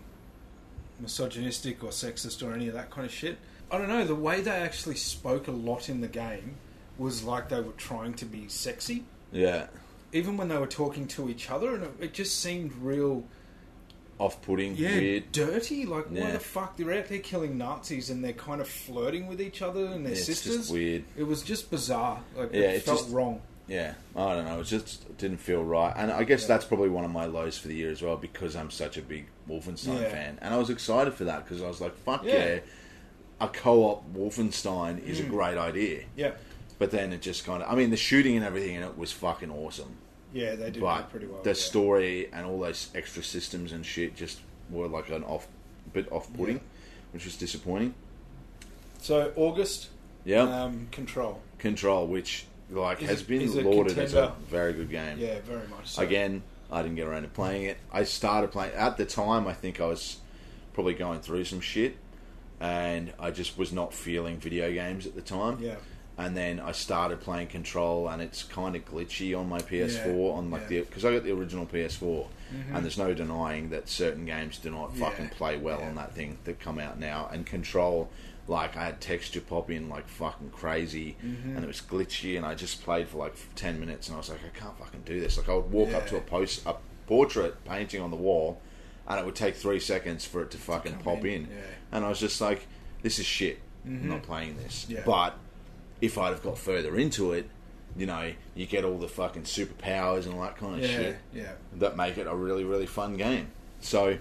Speaker 3: misogynistic or sexist or any of that kind of shit. I don't know. The way they actually spoke a lot in the game was like they were trying to be sexy,
Speaker 4: yeah,
Speaker 3: even when they were talking to each other, and it, it just seemed real,
Speaker 4: off-putting,
Speaker 3: yeah,
Speaker 4: weird.
Speaker 3: dirty. Like, why
Speaker 4: Yeah.
Speaker 3: the fuck they're out there killing Nazis and they're kind of flirting with each other and
Speaker 4: Yeah,
Speaker 3: their
Speaker 4: it's just
Speaker 3: sisters?
Speaker 4: weird.
Speaker 3: It was just bizarre. Like,
Speaker 4: Yeah,
Speaker 3: it,
Speaker 4: it
Speaker 3: felt
Speaker 4: just-
Speaker 3: wrong.
Speaker 4: Yeah, I don't know. It just didn't feel right, and I guess
Speaker 3: Yeah.
Speaker 4: that's probably one of my lows for the year as well because I'm such a big Wolfenstein
Speaker 3: Yeah.
Speaker 4: fan, and I was excited for that because I was like, "Fuck yeah,
Speaker 3: Yeah. Mm.
Speaker 4: a co-op Wolfenstein is a great idea."
Speaker 3: Yeah,
Speaker 4: But then it just kind of—I mean, the shooting and everything in it was fucking awesome,
Speaker 3: yeah, they did
Speaker 4: but
Speaker 3: that pretty well.
Speaker 4: the
Speaker 3: yeah.
Speaker 4: story and all those extra systems and shit just were like an off, bit off-putting,
Speaker 3: Yeah.
Speaker 4: which was disappointing.
Speaker 3: So August,
Speaker 4: Yeah.
Speaker 3: um, Control.
Speaker 4: Control, which like
Speaker 3: Is
Speaker 4: has
Speaker 3: a-
Speaker 4: been
Speaker 3: is a
Speaker 4: lauded as a
Speaker 3: contender.
Speaker 4: very good game.
Speaker 3: Yeah, very much. So.
Speaker 4: Again, I didn't get around to playing it. I started playing at the time. I think I was probably going through some shit, and I just was not feeling video games at the time.
Speaker 3: Yeah.
Speaker 4: And then I started playing Control, and it's kind of glitchy on my PS4
Speaker 3: Yeah,
Speaker 4: on like
Speaker 3: yeah. Mm-hmm.
Speaker 4: the because I got the original PS4, and there's no denying that certain games do not
Speaker 3: Yeah,
Speaker 4: fucking play well
Speaker 3: yeah.
Speaker 4: on that thing that come out now. And Control, like I had texture pop in like fucking crazy,
Speaker 3: Mm-hmm.
Speaker 4: and it was glitchy, and I just played for like ten minutes, and I was like, I can't fucking do this. Like I would walk up
Speaker 3: Yeah.
Speaker 4: to a post a portrait painting on the wall, and it would take three seconds for it to fucking
Speaker 3: come
Speaker 4: pop in,
Speaker 3: in, yeah. Mm-hmm.
Speaker 4: and I was just like, this is shit. I'm not playing this.
Speaker 3: Yeah.
Speaker 4: But if I'd have got further into it, you know, you get all the fucking superpowers and all that kind of
Speaker 3: Yeah,
Speaker 4: shit
Speaker 3: yeah.
Speaker 4: that make it a really, really fun game. So,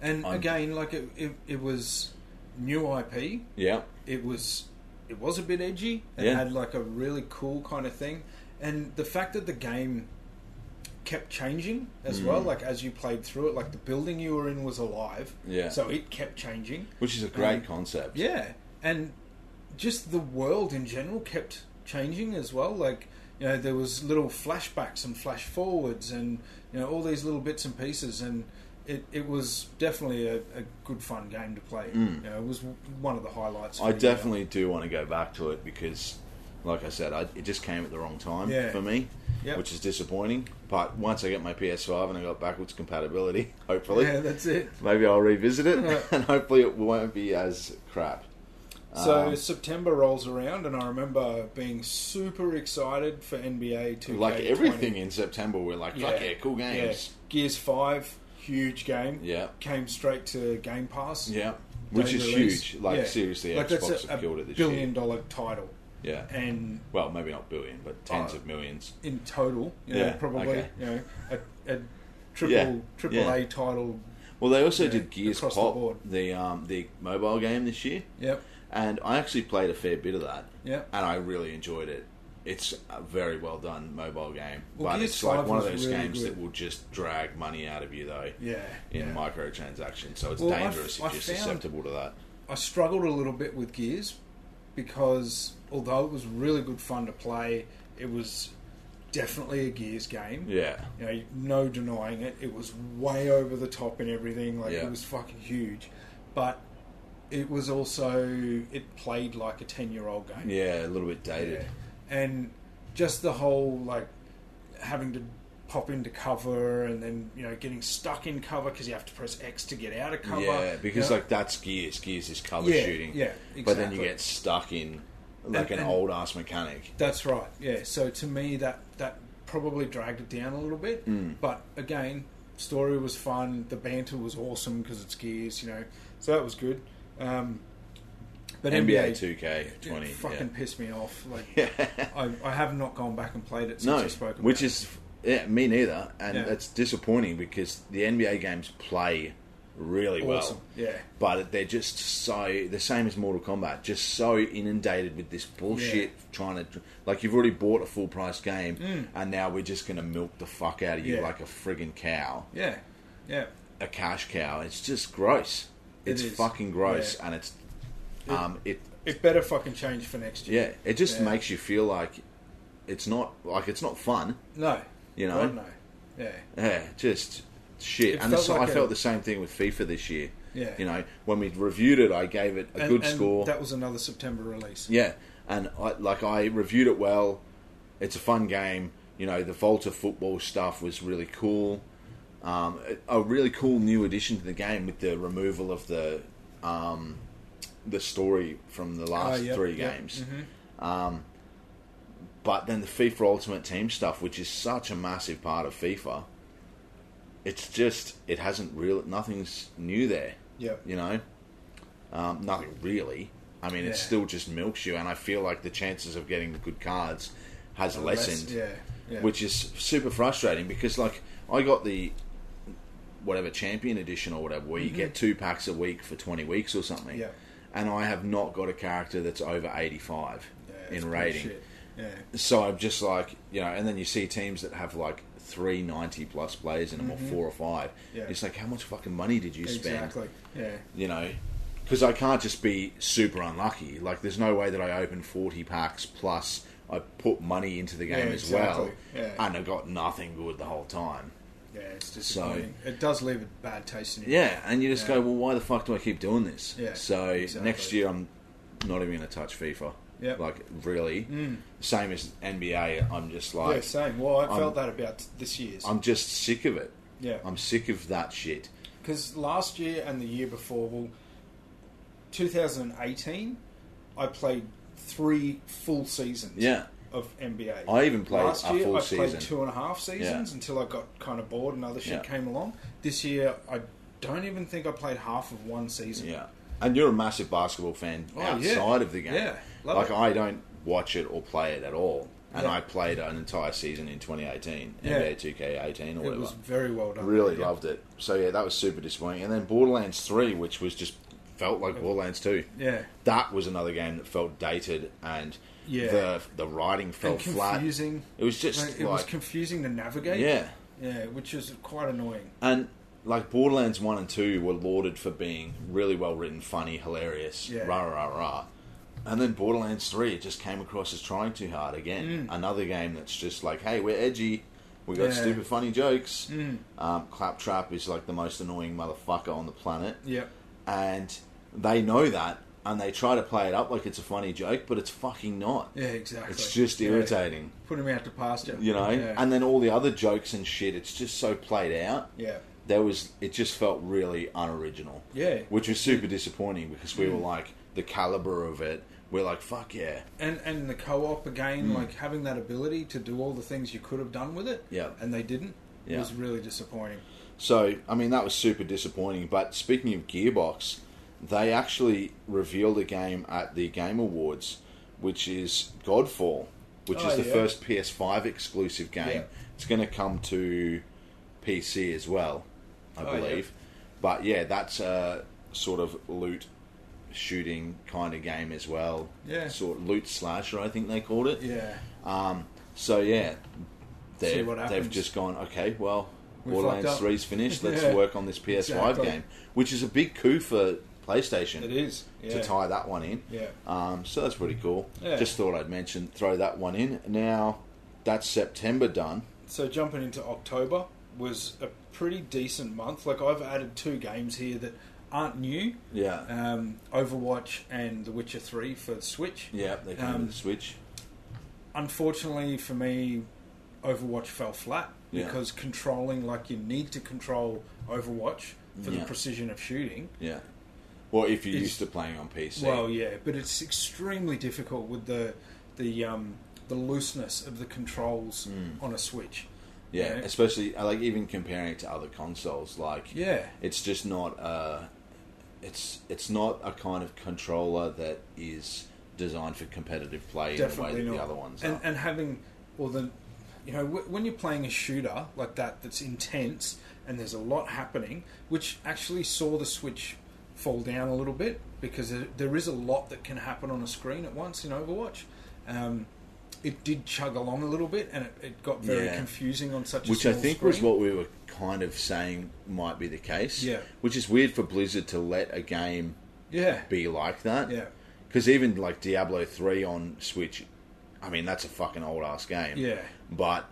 Speaker 3: And
Speaker 4: I'm-
Speaker 3: again, like it, it, it was new IP.
Speaker 4: yeah,
Speaker 3: It was, it was a bit edgy. It
Speaker 4: Yeah.
Speaker 3: had like a really cool kind of thing, and the fact that the game kept changing as
Speaker 4: Hmm.
Speaker 3: well. Like as you played through it, like the building you were in was alive.
Speaker 4: Yeah.
Speaker 3: So it kept changing.
Speaker 4: which is a great
Speaker 3: Um,
Speaker 4: concept.
Speaker 3: Yeah, and just the world in general kept changing as well. Like you know, there was little flashbacks and flash forwards, and you know all these little bits and pieces, and it, it was definitely a, a good fun game to play. You know, it was w- one of the highlights. for
Speaker 4: Hmm. I
Speaker 3: the year.
Speaker 4: definitely do want to go back to it because, like I said, I, it just came at the wrong time
Speaker 3: Yeah.
Speaker 4: for me,
Speaker 3: Yep.
Speaker 4: which is disappointing. But once I get my PS5 and I got backwards compatibility, hopefully,
Speaker 3: yeah, that's it.
Speaker 4: maybe I'll revisit it
Speaker 3: Yeah.
Speaker 4: and hopefully it won't be as crap.
Speaker 3: So
Speaker 4: Um,
Speaker 3: September rolls around, and I remember being super excited for NBA Two.
Speaker 4: like everything in September, we're like,
Speaker 3: Yeah.
Speaker 4: fuck yeah, cool games.
Speaker 3: Gears Five, huge game.
Speaker 4: Yeah.
Speaker 3: came straight to Game Pass.
Speaker 4: Yeah. Which
Speaker 3: They
Speaker 4: is
Speaker 3: released-
Speaker 4: huge. Like,
Speaker 3: yeah.
Speaker 4: seriously,
Speaker 3: Like,
Speaker 4: Xbox
Speaker 3: that's a,
Speaker 4: have
Speaker 3: a
Speaker 4: killed it this
Speaker 3: billion
Speaker 4: year.
Speaker 3: dollar title,
Speaker 4: Yeah.
Speaker 3: and
Speaker 4: well, maybe not billion, but tens
Speaker 3: Oh.
Speaker 4: of millions.
Speaker 3: in total, you know,
Speaker 4: Yeah,
Speaker 3: probably
Speaker 4: okay.
Speaker 3: you know a, a triple
Speaker 4: Yeah,
Speaker 3: triple
Speaker 4: yeah.
Speaker 3: A title.
Speaker 4: Well, they also
Speaker 3: Yeah,
Speaker 4: did Gears
Speaker 3: across the
Speaker 4: Pop,
Speaker 3: board.
Speaker 4: the, um, the mobile game this year,
Speaker 3: Yep,
Speaker 4: and I actually played a fair bit of that.
Speaker 3: yep.
Speaker 4: and I really enjoyed it. It's a very well done mobile game,
Speaker 3: Well,
Speaker 4: but
Speaker 3: Gears
Speaker 4: it's like
Speaker 3: 5
Speaker 4: one of
Speaker 3: was
Speaker 4: those
Speaker 3: really
Speaker 4: games
Speaker 3: good.
Speaker 4: that will just drag money out of you though.
Speaker 3: Yeah,
Speaker 4: In
Speaker 3: yeah.
Speaker 4: microtransactions, so it's
Speaker 3: Well, I f-
Speaker 4: dangerous
Speaker 3: I
Speaker 4: if you're
Speaker 3: found-
Speaker 4: susceptible to that.
Speaker 3: I struggled a little bit with Gears because although it was really good fun to play, it was definitely a Gears game.
Speaker 4: Yeah,
Speaker 3: You know, no denying it. It was way over the top and everything. Like
Speaker 4: Yeah.
Speaker 3: it was fucking huge, but it was also it played like a ten year old game.
Speaker 4: Yeah, a little bit dated.
Speaker 3: And just the whole like having to pop into cover and then you know getting stuck in cover because you have to press X to get out of
Speaker 4: Yeah,
Speaker 3: cover.
Speaker 4: because
Speaker 3: you know?
Speaker 4: like that's gears. Gears is cover
Speaker 3: Yeah,
Speaker 4: shooting.
Speaker 3: yeah,
Speaker 4: But then you
Speaker 3: exactly.
Speaker 4: get stuck in like
Speaker 3: And-
Speaker 4: an
Speaker 3: and-
Speaker 4: old ass mechanic.
Speaker 3: That's right. Yeah. So to me, that that probably dragged it down a little bit.
Speaker 4: Hmm.
Speaker 3: But again, story was fun. The banter was awesome because it's Gears, you know. So that was good. Um, but
Speaker 4: NBA
Speaker 3: NBA
Speaker 4: Two K
Speaker 3: it
Speaker 4: Twenty.
Speaker 3: fucking
Speaker 4: yeah.
Speaker 3: pissed me off. Like I, I have not gone back and played it since
Speaker 4: No,
Speaker 3: I spoke. About
Speaker 4: which
Speaker 3: it.
Speaker 4: is yeah, me neither, and
Speaker 3: Yeah.
Speaker 4: that's disappointing because the NBA games play really
Speaker 3: Awesome.
Speaker 4: well.
Speaker 3: Yeah.
Speaker 4: But they're just so the same as Mortal Kombat, just so inundated with this bullshit.
Speaker 3: Yeah. Mm.
Speaker 4: Trying to like you've already bought a full price game, and now we're just gonna milk the fuck out of you
Speaker 3: Yeah.
Speaker 4: like a friggin' cow,
Speaker 3: yeah, yeah.
Speaker 4: a cash cow. It's just gross.
Speaker 3: It
Speaker 4: It's
Speaker 3: is.
Speaker 4: fucking gross,
Speaker 3: Yeah.
Speaker 4: and it's um it
Speaker 3: It better fucking change for next year.
Speaker 4: yeah it just
Speaker 3: Yeah.
Speaker 4: makes you feel like it's not like it's not fun.
Speaker 3: No,
Speaker 4: You know?
Speaker 3: God, no. Yeah,
Speaker 4: Yeah, just shit.
Speaker 3: It
Speaker 4: and it's,
Speaker 3: felt
Speaker 4: I
Speaker 3: like a-
Speaker 4: felt the same thing with FIFA this year.
Speaker 3: Yeah.
Speaker 4: You know, when we reviewed it, I gave it a
Speaker 3: And-
Speaker 4: good
Speaker 3: and
Speaker 4: score.
Speaker 3: That was another September release.
Speaker 4: Yeah, and I, like I reviewed it well. It's a fun game. You know, the Volta football stuff was really cool. Um, a a really cool new addition to the game with the removal of the um, the story from the last
Speaker 3: Oh, yep,
Speaker 4: three
Speaker 3: yep, Mm-hmm.
Speaker 4: games. Um, but then the FIFA Ultimate Team stuff, which is such a massive part of FIFA, it's just it hasn't real. Nothing's new there
Speaker 3: Yep.
Speaker 4: you know um, nothing really i mean it
Speaker 3: Yeah.
Speaker 4: still just milks you and i feel like the chances of getting good cards has
Speaker 3: Less-
Speaker 4: lessened
Speaker 3: Yeah, yeah.
Speaker 4: which is super frustrating because like i got the whatever champion edition or whatever where you get two packs a week for 20 weeks or something
Speaker 3: Mm-hmm. Yeah.
Speaker 4: and i have not got a character that's over 85
Speaker 3: Yeah, it's
Speaker 4: in
Speaker 3: pretty
Speaker 4: rating
Speaker 3: shit. Yeah,
Speaker 4: so i'm just like you know and then you see teams that have like 390 plus players in them or four or five
Speaker 3: Mm-hmm. Yeah.
Speaker 4: it's like how much fucking money did you spend
Speaker 3: exactly. Yeah,
Speaker 4: you know, because I can't just be super unlucky. Like, there's no way that I open 40 packs plus I put money into the game
Speaker 3: Yeah,
Speaker 4: as well,
Speaker 3: exactly. Yeah.
Speaker 4: and I got nothing good the whole time.
Speaker 3: yeah. It's disappointing. it does leave a bad taste in your
Speaker 4: Yeah, and you just
Speaker 3: Yeah.
Speaker 4: go, well, why the fuck do I keep doing this?
Speaker 3: Yeah,
Speaker 4: so
Speaker 3: exactly.
Speaker 4: next year I'm not even going to touch FIFA.
Speaker 3: Yep. Mm.
Speaker 4: Like, really. Same as NBA, I'm just like,
Speaker 3: yeah, same. Well, I felt that about this year's.
Speaker 4: I'm just sick of it.
Speaker 3: yeah,
Speaker 4: I'm sick of that shit.
Speaker 3: because last year and the year before, well, 2018, I played three full seasons.
Speaker 4: Yeah.
Speaker 3: of NBA.
Speaker 4: I even played
Speaker 3: last
Speaker 4: a
Speaker 3: year.
Speaker 4: full
Speaker 3: I
Speaker 4: season.
Speaker 3: played two and a half seasons
Speaker 4: Yeah.
Speaker 3: until I got kind of bored and other shit
Speaker 4: Yeah.
Speaker 3: came along. This year, I don't even think I played half of one season.
Speaker 4: Yeah. And you're a massive basketball fan
Speaker 3: Oh,
Speaker 4: outside
Speaker 3: yeah.
Speaker 4: of the game.
Speaker 3: Yeah, love
Speaker 4: like
Speaker 3: it.
Speaker 4: I don't watch it or play it at all. And
Speaker 3: Yeah.
Speaker 4: I played an entire season in 2018,
Speaker 3: Yeah.
Speaker 4: NBA 2K18 or
Speaker 3: It
Speaker 4: whatever.
Speaker 3: was very well done.
Speaker 4: really
Speaker 3: Yeah.
Speaker 4: loved it. So yeah, that was super disappointing. And then Borderlands 3, which was just felt like Borderlands 2.
Speaker 3: Yeah.
Speaker 4: That was another game that felt dated and
Speaker 3: Yeah.
Speaker 4: the the writing felt
Speaker 3: and confusing.
Speaker 4: flat. It was just
Speaker 3: Like,
Speaker 4: like,
Speaker 3: it was confusing to navigate.
Speaker 4: yeah.
Speaker 3: yeah, which is quite annoying.
Speaker 4: And like Borderlands one and two were lauded for being really well written, funny, hilarious,
Speaker 3: Yeah.
Speaker 4: rah rah rah rah. And then Borderlands three it just came across as trying too hard again. Another game that's just like, hey, we're edgy, we got
Speaker 3: Mm. Yeah. Mm.
Speaker 4: stupid funny jokes. Um, Claptrap is like the most annoying motherfucker on the planet,
Speaker 3: Yep.
Speaker 4: and they know that, and they try to play it up like it's a funny joke, but it's fucking not.
Speaker 3: Yeah, exactly.
Speaker 4: It's just
Speaker 3: Yeah.
Speaker 4: irritating,
Speaker 3: Put him out to pasture.
Speaker 4: you know.
Speaker 3: Yeah.
Speaker 4: And then all the other jokes and shit, it's just so played out
Speaker 3: yeah.
Speaker 4: there was it just felt really unoriginal.
Speaker 3: Yeah.
Speaker 4: Which was super disappointing because we were like the caliber of it. We're like fuck yeah.
Speaker 3: And and the co-op
Speaker 4: Hmm.
Speaker 3: again, like having that ability to do all the things you could have done with it.
Speaker 4: Yeah.
Speaker 3: And they didn't.
Speaker 4: Yeah.
Speaker 3: Was really disappointing.
Speaker 4: So I mean that was super disappointing. But speaking of Gearbox, they actually revealed a game at the Game Awards, which is Godfall, which
Speaker 3: Oh,
Speaker 4: is the
Speaker 3: yeah.
Speaker 4: first PS5 exclusive game.
Speaker 3: Yeah.
Speaker 4: It's going to come to PC as well, I
Speaker 3: Oh, yeah.
Speaker 4: believe. But yeah, that's a sort of loot shooting kind of game as well.
Speaker 3: Yeah.
Speaker 4: sort of loot slasher, I think they called it.
Speaker 3: Yeah.
Speaker 4: So yeah, they've,
Speaker 3: what happens.
Speaker 4: they've just gone. Okay, well,
Speaker 3: We
Speaker 4: Borderlands
Speaker 3: fucked up."
Speaker 4: three's finished. Let's
Speaker 3: Yeah.
Speaker 4: work on this PS5
Speaker 3: Exactly.
Speaker 4: game, which is a big coup for PlayStation.
Speaker 3: It is. Yeah.
Speaker 4: to tie that one in.
Speaker 3: Yeah.
Speaker 4: Um, so that's pretty cool.
Speaker 3: Yeah.
Speaker 4: Just thought I'd mention throw that one in. Now that's September done.
Speaker 3: So jumping into October was a pretty decent month. Like I've added two games here that aren't new.
Speaker 4: Yeah.
Speaker 3: Um, Overwatch and The Witcher Three for Switch.
Speaker 4: yeah, they came
Speaker 3: um,
Speaker 4: with the Switch.
Speaker 3: Unfortunately for me, Overwatch fell flat
Speaker 4: Yeah.
Speaker 3: because controlling like you need to control Overwatch for
Speaker 4: Yeah.
Speaker 3: the precision of shooting.
Speaker 4: Yeah. Well, if you're
Speaker 3: It's-
Speaker 4: used to playing on PC.
Speaker 3: Well, yeah, but it's extremely difficult with the the um, the looseness of the controls on a
Speaker 4: Mm.
Speaker 3: Switch.
Speaker 4: yeah,
Speaker 3: yeah.
Speaker 4: especially uh, like even comparing it to other consoles, like
Speaker 3: Yeah,
Speaker 4: it's just not uh it's it's not a kind of controller that is designed for competitive play in
Speaker 3: definitely
Speaker 4: the way that
Speaker 3: not.
Speaker 4: the other ones
Speaker 3: and,
Speaker 4: are.
Speaker 3: and having well, the you know wh- when you're playing a shooter like that, that's intense and there's a lot happening, which actually saw the Switch fall down a little bit because there, there is a lot that can happen on a screen at once in Overwatch. Um, it did chug along a little bit, and it, it got very
Speaker 4: Yeah.
Speaker 3: confusing on such a
Speaker 4: which I
Speaker 3: small
Speaker 4: think
Speaker 3: screen.
Speaker 4: was what we were kind of saying might be the case.
Speaker 3: Yeah.
Speaker 4: Which is weird for Blizzard to let a game
Speaker 3: yeah
Speaker 4: be like that.
Speaker 3: Yeah.
Speaker 4: Because even like Diablo 3 on Switch, I mean, that's a fucking old ass game.
Speaker 3: Yeah.
Speaker 4: But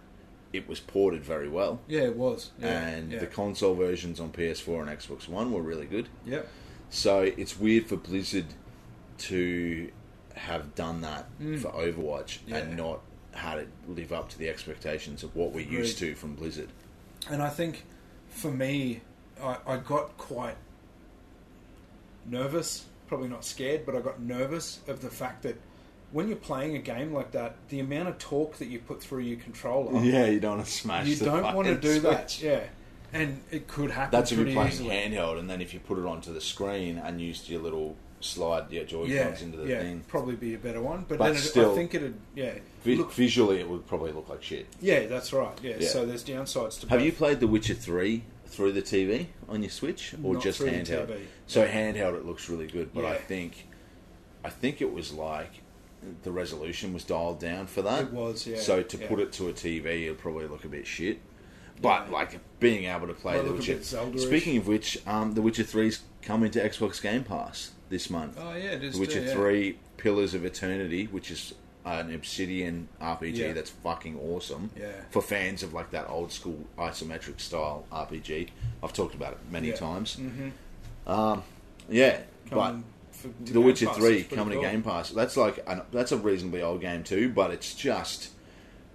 Speaker 4: it was ported very well.
Speaker 3: yeah it was yeah,
Speaker 4: and
Speaker 3: yeah.
Speaker 4: the console versions on PS4 and Xbox One were really good.
Speaker 3: Yep.
Speaker 4: So it's weird for Blizzard to have done that for Overwatch
Speaker 3: Mm. Yeah.
Speaker 4: and not had it live up to the expectations of what we're used to from Blizzard.
Speaker 3: And I think for me, I, I got quite nervous, probably not scared, but I got nervous of the fact that when you're playing a game like that, the amount of torque that you put through your controller,
Speaker 4: Yeah, you don't want to smash.
Speaker 3: you
Speaker 4: the
Speaker 3: don't want to
Speaker 4: fucking
Speaker 3: do that.
Speaker 4: Switch.
Speaker 3: Yeah. And it could happen
Speaker 4: That's if
Speaker 3: pretty
Speaker 4: you're playing
Speaker 3: easily.
Speaker 4: handheld, and then if you put it onto the screen and used your little slide, your Joy Cons
Speaker 3: yeah,
Speaker 4: into the
Speaker 3: yeah,
Speaker 4: thing.
Speaker 3: probably be a better one, but,
Speaker 4: But
Speaker 3: then it,
Speaker 4: still-
Speaker 3: I think it'd yeah,
Speaker 4: Vi-
Speaker 3: look,
Speaker 4: visually, it would probably look like shit.
Speaker 3: yeah, that's right, yeah.
Speaker 4: Yeah.
Speaker 3: So there's downsides to
Speaker 4: Have
Speaker 3: both.
Speaker 4: you played The Witcher Three through the TV on your Switch or
Speaker 3: Not
Speaker 4: just
Speaker 3: through the
Speaker 4: handheld?
Speaker 3: TV.
Speaker 4: So handheld, it looks really good, but I
Speaker 3: Yeah.
Speaker 4: think, I think it was like the resolution was dialed down for that.
Speaker 3: It was, yeah,
Speaker 4: So to
Speaker 3: yeah.
Speaker 4: put it to a TV, it'll probably look a bit shit. But
Speaker 3: Yeah.
Speaker 4: like being able to play
Speaker 3: Might
Speaker 4: The
Speaker 3: look a
Speaker 4: Witcher.
Speaker 3: bit Zelda-ish.
Speaker 4: Speaking of which, um, The Witcher Three's coming to Xbox Game Pass this month.
Speaker 3: Oh yeah, it is.
Speaker 4: The Witcher
Speaker 3: too, yeah.
Speaker 4: Three: Pillars of Eternity, which is an Obsidian RPG
Speaker 3: Yeah.
Speaker 4: that's fucking awesome.
Speaker 3: Yeah.
Speaker 4: For fans of like that old school isometric style RPG, I've talked about it many
Speaker 3: Yeah.
Speaker 4: times. Mm-hmm. Um, yeah,
Speaker 3: Coming for-
Speaker 4: but
Speaker 3: to
Speaker 4: The
Speaker 3: Game
Speaker 4: Witcher
Speaker 3: Pass,
Speaker 4: Three
Speaker 3: it's pretty
Speaker 4: coming
Speaker 3: cool.
Speaker 4: to Game Pass. That's like an, that's a reasonably old game too, but it's just.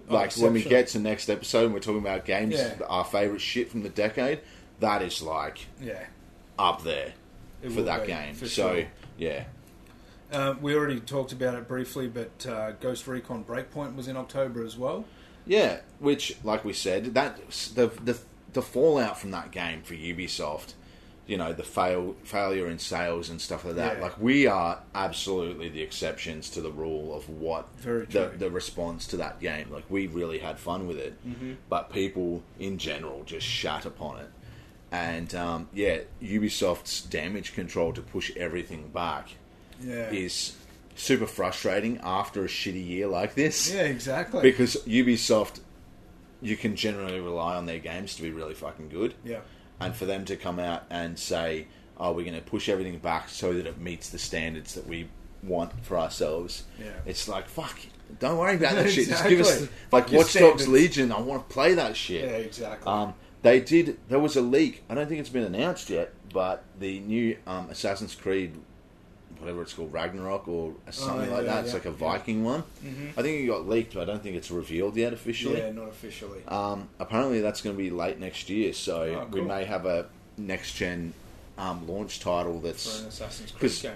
Speaker 3: Oh,
Speaker 4: Like when we
Speaker 3: exceptional.
Speaker 4: get to next episode, and we're talking about games,
Speaker 3: Yeah.
Speaker 4: our favorite shit from the decade. That is like
Speaker 3: Yeah,
Speaker 4: up there
Speaker 3: It
Speaker 4: for
Speaker 3: will
Speaker 4: that
Speaker 3: be,
Speaker 4: game.
Speaker 3: for
Speaker 4: so
Speaker 3: sure.
Speaker 4: yeah,
Speaker 3: Um, we already talked about it briefly, but uh, Ghost Recon Breakpoint was in October as well.
Speaker 4: Yeah, which, like we said, that the the the fallout from that game for Ubisoft, you know, the fail failure in sales and stuff like that.
Speaker 3: Yeah.
Speaker 4: Like we are absolutely the exceptions to the rule of what
Speaker 3: Very
Speaker 4: the
Speaker 3: true.
Speaker 4: the response to that game. Like we really had fun with it,
Speaker 3: Mm-hmm.
Speaker 4: but people in general just shat upon it. And um, yeah, Ubisoft's damage control to push everything back
Speaker 3: Yeah,
Speaker 4: is super frustrating after a shitty year like this
Speaker 3: yeah, exactly.
Speaker 4: because Ubisoft, you can generally rely on their games to be really fucking good,
Speaker 3: yeah,
Speaker 4: and for them to come out and say, "Oh, we're going to push everything back so that it meets the standards that we want for ourselves,"
Speaker 3: Yeah.
Speaker 4: it's like fuck. Don't worry about that shit. Just give us
Speaker 3: Exactly.
Speaker 4: like
Speaker 3: Your
Speaker 4: Watch Dogs
Speaker 3: standards.
Speaker 4: Legion. I want to play that shit.
Speaker 3: yeah, exactly.
Speaker 4: Um, they did. There was a leak. I don't think it's been announced yet, but the new um, Assassin's Creed, whatever it's called, Ragnarok or something
Speaker 3: Oh, yeah,
Speaker 4: like that. It's
Speaker 3: yeah,
Speaker 4: like a
Speaker 3: yeah.
Speaker 4: Viking one. I think it got leaked, but I don't think it's revealed yet officially.
Speaker 3: yeah, not officially.
Speaker 4: Um, apparently, that's going to be late next year, so
Speaker 3: Oh,
Speaker 4: we
Speaker 3: cool.
Speaker 4: may have a next gen um, launch title.
Speaker 3: for an
Speaker 4: That's
Speaker 3: Assassin's Creed
Speaker 4: 'cause-
Speaker 3: game.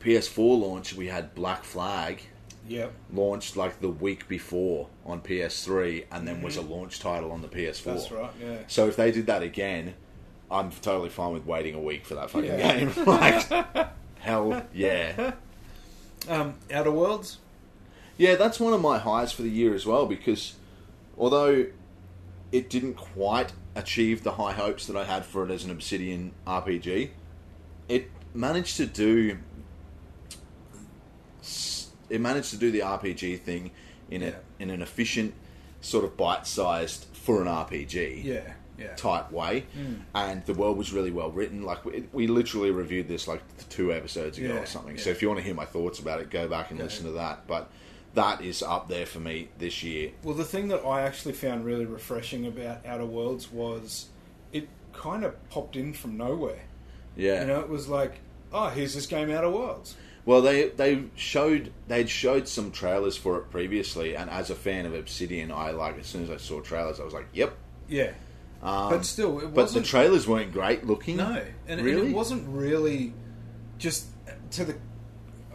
Speaker 4: PS4 launch. We had Black Flag
Speaker 3: Yep,
Speaker 4: launched like the week before on PS3, and then was a launch title on the PS4.
Speaker 3: Mm-hmm. that's right. Yeah,
Speaker 4: So if they did that again, I'm totally fine with waiting a week for that fucking
Speaker 3: Yeah.
Speaker 4: game. like, hell yeah.
Speaker 3: um, Outer Worlds.
Speaker 4: Yeah, that's one of my highs for the year as well because although it didn't quite achieve the high hopes that I had for it as an Obsidian RPG, it managed to do it managed to do the RPG thing in
Speaker 3: Yeah.
Speaker 4: a in an efficient sort of bite-sized for an RPG.
Speaker 3: Yeah, yeah,
Speaker 4: type way,
Speaker 3: Hmm.
Speaker 4: and the world was really well written. Like we, we literally reviewed this like th- two episodes ago
Speaker 3: Yeah,
Speaker 4: or something.
Speaker 3: yeah.
Speaker 4: So if you want to hear my thoughts about it, go back and
Speaker 3: Yeah.
Speaker 4: listen to that. But that is up there for me this year.
Speaker 3: Well, the thing that I actually found really refreshing about Outer Worlds was it kind of popped in from nowhere.
Speaker 4: Yeah.
Speaker 3: You know, it was like, oh, here's this game Outer Worlds.
Speaker 4: Well, they they showed they'd showed some trailers for it previously, and as a fan of Obsidian, I like as soon as I saw trailers, I was like, "Yep."
Speaker 3: Yeah.
Speaker 4: Um,
Speaker 3: But still, it
Speaker 4: but the
Speaker 3: wasn't-
Speaker 4: trailers weren't great looking.
Speaker 3: No, and, and
Speaker 4: really,
Speaker 3: it wasn't really just to the.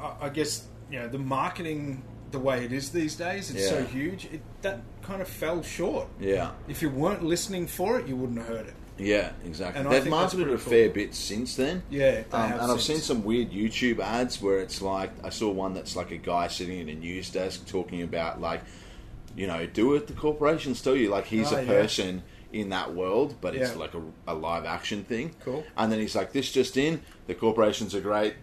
Speaker 3: I- I guess you know the marketing the way it is these days. It's so
Speaker 4: Yeah.
Speaker 3: huge. It, that kind of fell short.
Speaker 4: Yeah,
Speaker 3: If you weren't listening for it, you wouldn't have heard it.
Speaker 4: yeah, exactly.
Speaker 3: And I
Speaker 4: They've
Speaker 3: think that's
Speaker 4: marketed it a
Speaker 3: pretty cool.
Speaker 4: fair bit since then.
Speaker 3: Yeah, they
Speaker 4: Um,
Speaker 3: have
Speaker 4: and I've seen
Speaker 3: since.
Speaker 4: some weird YouTube ads where it's like I saw one that's like a guy sitting in a news desk talking about like, you know, do what the corporations tell you. Like he's
Speaker 3: Ah,
Speaker 4: a
Speaker 3: yeah.
Speaker 4: person in that world, but it's
Speaker 3: Yeah.
Speaker 4: like a, a live action thing.
Speaker 3: Cool.
Speaker 4: And then he's like, "This just in: the corporations are great.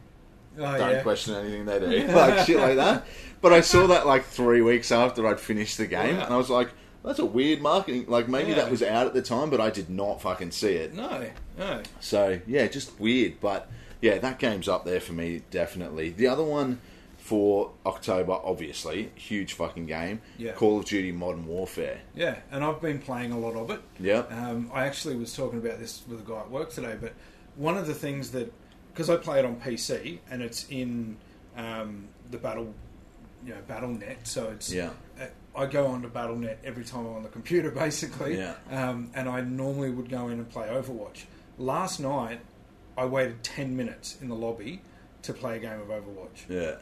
Speaker 3: Oh,
Speaker 4: Don't
Speaker 3: yeah.
Speaker 4: question anything they do, like shit like that." But I saw that like three weeks after I'd finished the game,
Speaker 3: Wow.
Speaker 4: and I was like, "That's a weird marketing." Like maybe
Speaker 3: Yeah.
Speaker 4: that was out at the time, but I did not fucking see it.
Speaker 3: No, no.
Speaker 4: So yeah, just weird, but yeah, that game's up there for me definitely. The other one for October, obviously, huge fucking game.
Speaker 3: Yeah.
Speaker 4: Call of Duty Modern Warfare.
Speaker 3: Yeah, and I've been playing a lot of it.
Speaker 4: Yeah.
Speaker 3: Um, I actually was talking about this with a guy at work today, but one of the things that because I play it on PC and it's in um, the battle, you know, BattleNet, so it's
Speaker 4: Yeah.
Speaker 3: uh, I go onto BattleNet every time I'm on the computer, basically.
Speaker 4: Yeah.
Speaker 3: Um, and I normally would go in and play Overwatch. Last night, I waited ten minutes in the lobby to play a game of Overwatch.
Speaker 4: Yeah.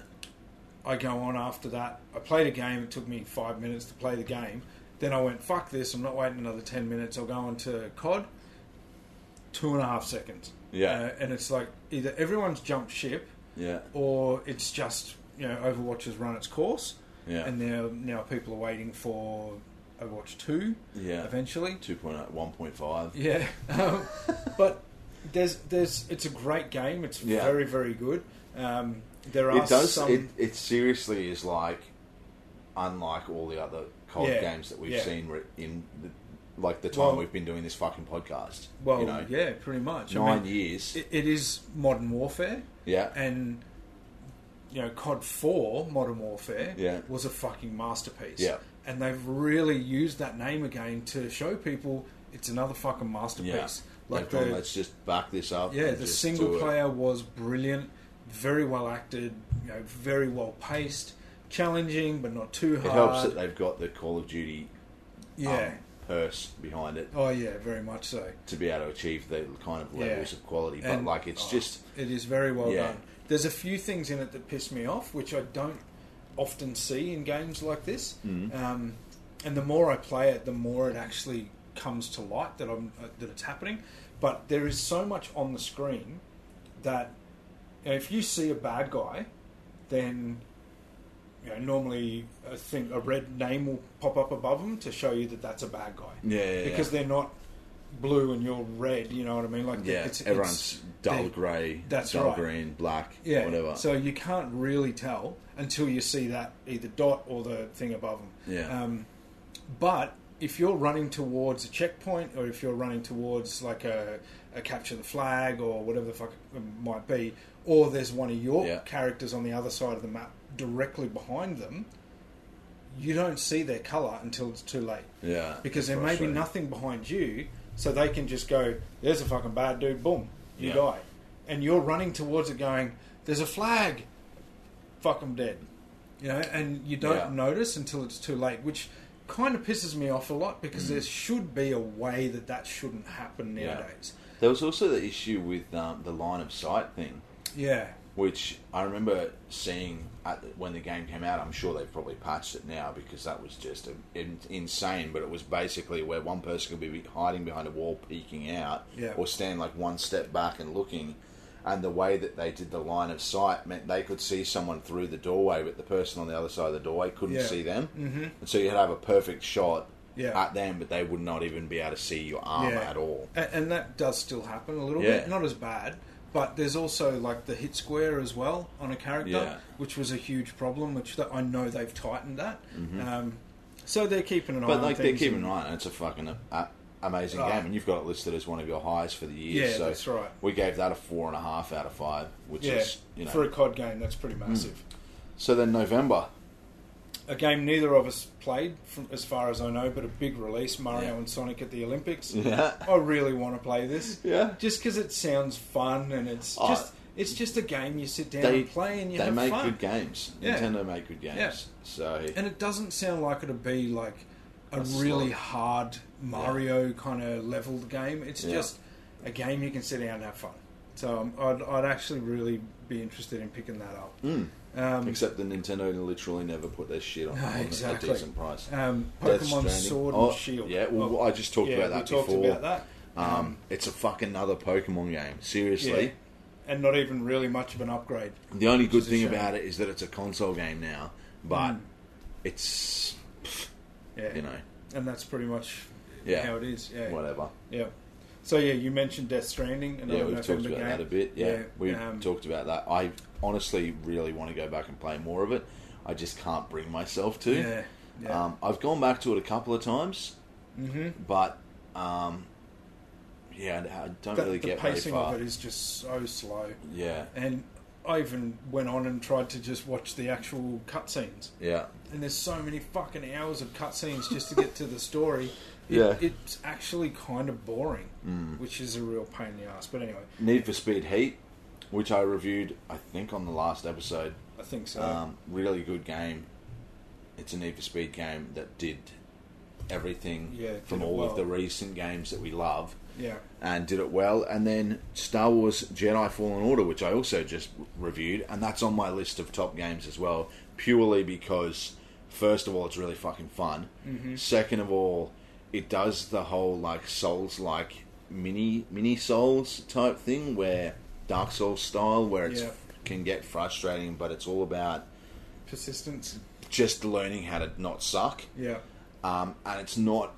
Speaker 3: I go on after that. I played a game. It took me five minutes to play the game. Then I went, fuck this. I'm not waiting another 10 minutes. I'll go on to COD. Two and a half seconds.
Speaker 4: Yeah.
Speaker 3: Uh, and it's like either everyone's jumped ship
Speaker 4: Yeah.
Speaker 3: or it's just, you know, Overwatch has run its course.
Speaker 4: Yeah.
Speaker 3: And now, now people are waiting for Overwatch 2
Speaker 4: Yeah.
Speaker 3: eventually.
Speaker 4: 2.0, 1.5.
Speaker 3: Yeah, um, but there's there's it's a great game. It's
Speaker 4: Yeah.
Speaker 3: very very good. Um, there are
Speaker 4: It does
Speaker 3: some
Speaker 4: it, it seriously is like unlike all the other cold
Speaker 3: Yeah.
Speaker 4: games that we've
Speaker 3: Yeah.
Speaker 4: seen re- in the, like the time
Speaker 3: Well-
Speaker 4: we've been doing this fucking podcast.
Speaker 3: Well,
Speaker 4: you know,
Speaker 3: yeah, pretty much. I
Speaker 4: nine
Speaker 3: mean,
Speaker 4: years.
Speaker 3: it, it is modern warfare,
Speaker 4: yeah.
Speaker 3: and you know, COD Four Modern Warfare
Speaker 4: Yeah.
Speaker 3: was a fucking masterpiece.
Speaker 4: Yeah.
Speaker 3: and they've really used that name again to show people it's another fucking masterpiece.
Speaker 4: yeah.
Speaker 3: Like
Speaker 4: They've gone,
Speaker 3: the
Speaker 4: let's just back this up.
Speaker 3: yeah,
Speaker 4: and
Speaker 3: the
Speaker 4: just
Speaker 3: single
Speaker 4: do it."
Speaker 3: player was brilliant, very well acted, you know, very well paced, challenging but not too hard.
Speaker 4: It helps that they've got the Call of Duty um,
Speaker 3: yeah.
Speaker 4: purse behind it
Speaker 3: oh yeah, very much so.
Speaker 4: to be able to achieve the kind of
Speaker 3: Yeah.
Speaker 4: levels of quality. But
Speaker 3: And-
Speaker 4: like, it's
Speaker 3: oh,
Speaker 4: just
Speaker 3: it is very well
Speaker 4: Yeah.
Speaker 3: done. There's a few things in it that piss me off, which I don't often see in games like this.
Speaker 4: Mm.
Speaker 3: Um, and the more I play it, the more it actually comes to light that I'm uh, that it's happening. But there is so much on the screen that you know, if you see a bad guy, then you know, normally I think a red name will pop up above them to show you that that's a bad guy.
Speaker 4: Yeah, yeah, yeah.
Speaker 3: because they're not blue and you're red. You know what I mean? Like
Speaker 4: yeah,
Speaker 3: it's, it's-
Speaker 4: everyone's dull
Speaker 3: they-
Speaker 4: grey,
Speaker 3: that's
Speaker 4: dull
Speaker 3: right.
Speaker 4: green, black,
Speaker 3: yeah,
Speaker 4: whatever.
Speaker 3: So you can't really tell until you see that either dot or the thing above them.
Speaker 4: Yeah.
Speaker 3: Um, but if you're running towards a checkpoint or if you're running towards like a, a capture the flag or whatever the fuck it might be, or there's one of your
Speaker 4: Yeah.
Speaker 3: characters on the other side of the map directly behind them, you don't see their colour until it's too late.
Speaker 4: yeah, it's
Speaker 3: Because there may be
Speaker 4: frustrating.
Speaker 3: nothing behind you, so they can just go, there's a fucking bad dude, boom, you
Speaker 4: Yeah.
Speaker 3: die. And you're running towards it going, there's a flag, fuck, I'm dead. You know, and you don't
Speaker 4: Yeah.
Speaker 3: notice until it's too late, which kind of pisses me off a lot because there should be a way that that shouldn't happen
Speaker 4: Mm. Yeah.
Speaker 3: nowadays.
Speaker 4: There was also the issue with um, the line of sight thing,
Speaker 3: Yeah.
Speaker 4: which I remember seeing at the, when the game came out. I'm sure they've probably patched it now because that was just a, in, insane. But it was basically where one person could be hiding behind a wall, peeking out,
Speaker 3: Yeah.
Speaker 4: or stand like one step back and looking. And the way that they did the line of sight meant they could see someone through the doorway, but the person on the other side of the doorway couldn't
Speaker 3: Yeah.
Speaker 4: see them. Mm-hmm. And so you'd have a perfect shot
Speaker 3: Yeah.
Speaker 4: at them, but they would not even be able to see your arm
Speaker 3: Yeah.
Speaker 4: at all.
Speaker 3: And, and that does still happen a little
Speaker 4: Yeah.
Speaker 3: bit, not as bad. But there's also like the hit square as well on a character,
Speaker 4: Yeah.
Speaker 3: which was a huge problem. Which that I know they've tightened that. Um, so they're keeping an
Speaker 4: Mm-hmm.
Speaker 3: eye.
Speaker 4: But
Speaker 3: on
Speaker 4: like they're
Speaker 3: things
Speaker 4: keeping an
Speaker 3: and-
Speaker 4: eye on it. It's a fucking uh, uh, amazing
Speaker 3: Right.
Speaker 4: game, and you've got it listed as one of your highs for the year.
Speaker 3: Yeah,
Speaker 4: so
Speaker 3: that's right.
Speaker 4: We gave that a four and a half out of five, which
Speaker 3: Yeah,
Speaker 4: is you know. Mm.
Speaker 3: for a COD game, that's pretty massive.
Speaker 4: So then November,
Speaker 3: a game neither of us played, from, as far as I know, but a big release Mario
Speaker 4: Yeah.
Speaker 3: and Sonic at the Olympics.
Speaker 4: Yeah.
Speaker 3: I really want to play this.
Speaker 4: Yeah.
Speaker 3: Just because it sounds fun and it's
Speaker 4: Oh.
Speaker 3: just it's just a game you sit down
Speaker 4: They
Speaker 3: and play and you
Speaker 4: they
Speaker 3: have
Speaker 4: make
Speaker 3: fun.
Speaker 4: good games.
Speaker 3: Yeah.
Speaker 4: Nintendo make good games.
Speaker 3: Yeah.
Speaker 4: So
Speaker 3: And it doesn't sound like it'll be like a really
Speaker 4: slog.
Speaker 3: hard Mario kind of leveled game. It's
Speaker 4: Yeah.
Speaker 3: just a game you can sit down and have fun. So um, I'd, I'd actually really be interested in picking that up.
Speaker 4: Hmm.
Speaker 3: Um,
Speaker 4: except the Nintendo literally never put their shit on,
Speaker 3: No,
Speaker 4: on
Speaker 3: exactly.
Speaker 4: a decent price.
Speaker 3: um,
Speaker 4: Death
Speaker 3: Pokemon
Speaker 4: Stranding.
Speaker 3: Sword
Speaker 4: Oh,
Speaker 3: and Shield.
Speaker 4: Yeah, well, I just talked
Speaker 3: yeah,
Speaker 4: about
Speaker 3: we
Speaker 4: that
Speaker 3: talked
Speaker 4: before.
Speaker 3: about that.
Speaker 4: Um, it's a fucking another Pokemon game. Seriously,
Speaker 3: Yeah. And not even really much of an upgrade.
Speaker 4: the only good
Speaker 3: is a
Speaker 4: thing
Speaker 3: shame. Hmm.
Speaker 4: about it is that it's a console game now, but it's
Speaker 3: Mm. Yeah.
Speaker 4: you know
Speaker 3: And that's pretty much
Speaker 4: Yeah.
Speaker 3: how it is. Yeah.
Speaker 4: whatever.
Speaker 3: Yeah. So yeah, you mentioned Death Stranding. Another
Speaker 4: Yeah, we've talked
Speaker 3: November
Speaker 4: about
Speaker 3: game.
Speaker 4: that a bit. Yeah, we
Speaker 3: um,
Speaker 4: talked about that. I honestly really want to go back and play more of it. I just can't bring myself to.
Speaker 3: Yeah, yeah.
Speaker 4: Um, I've gone back to it a couple of times, mm-hmm. but um, yeah, I I don't
Speaker 3: the,
Speaker 4: really
Speaker 3: the
Speaker 4: get very
Speaker 3: pacing
Speaker 4: far.
Speaker 3: of it is just so slow.
Speaker 4: yeah,
Speaker 3: And I even went on and tried to just watch the actual cutscenes.
Speaker 4: yeah,
Speaker 3: And there's so many fucking hours of cutscenes just to get to the story. It-
Speaker 4: Yeah. Mm.
Speaker 3: It's actually kind of boring, which is a real pain in the ass. But anyway,
Speaker 4: Need for Speed Heat, which I reviewed, I think, on the last episode.
Speaker 3: I think so.
Speaker 4: Um, really good game. It's a Need for Speed game that did everything
Speaker 3: Yeah, it
Speaker 4: from
Speaker 3: did it
Speaker 4: all of
Speaker 3: well.
Speaker 4: the recent games that we love
Speaker 3: yeah.
Speaker 4: and did it well. And then Star Wars Jedi Fallen Order, which I also just reviewed, and that's on my list of top games as well, purely because, first of all, it's really fucking fun.
Speaker 3: Mm-hmm.
Speaker 4: Second of all, it does the whole like Souls like mini mini Souls type thing where Dark Souls style, where it's
Speaker 3: Yeah.
Speaker 4: can get frustrating, but it's all about
Speaker 3: Persistence.
Speaker 4: just learning how to not suck
Speaker 3: Yeah.
Speaker 4: um, and it's not.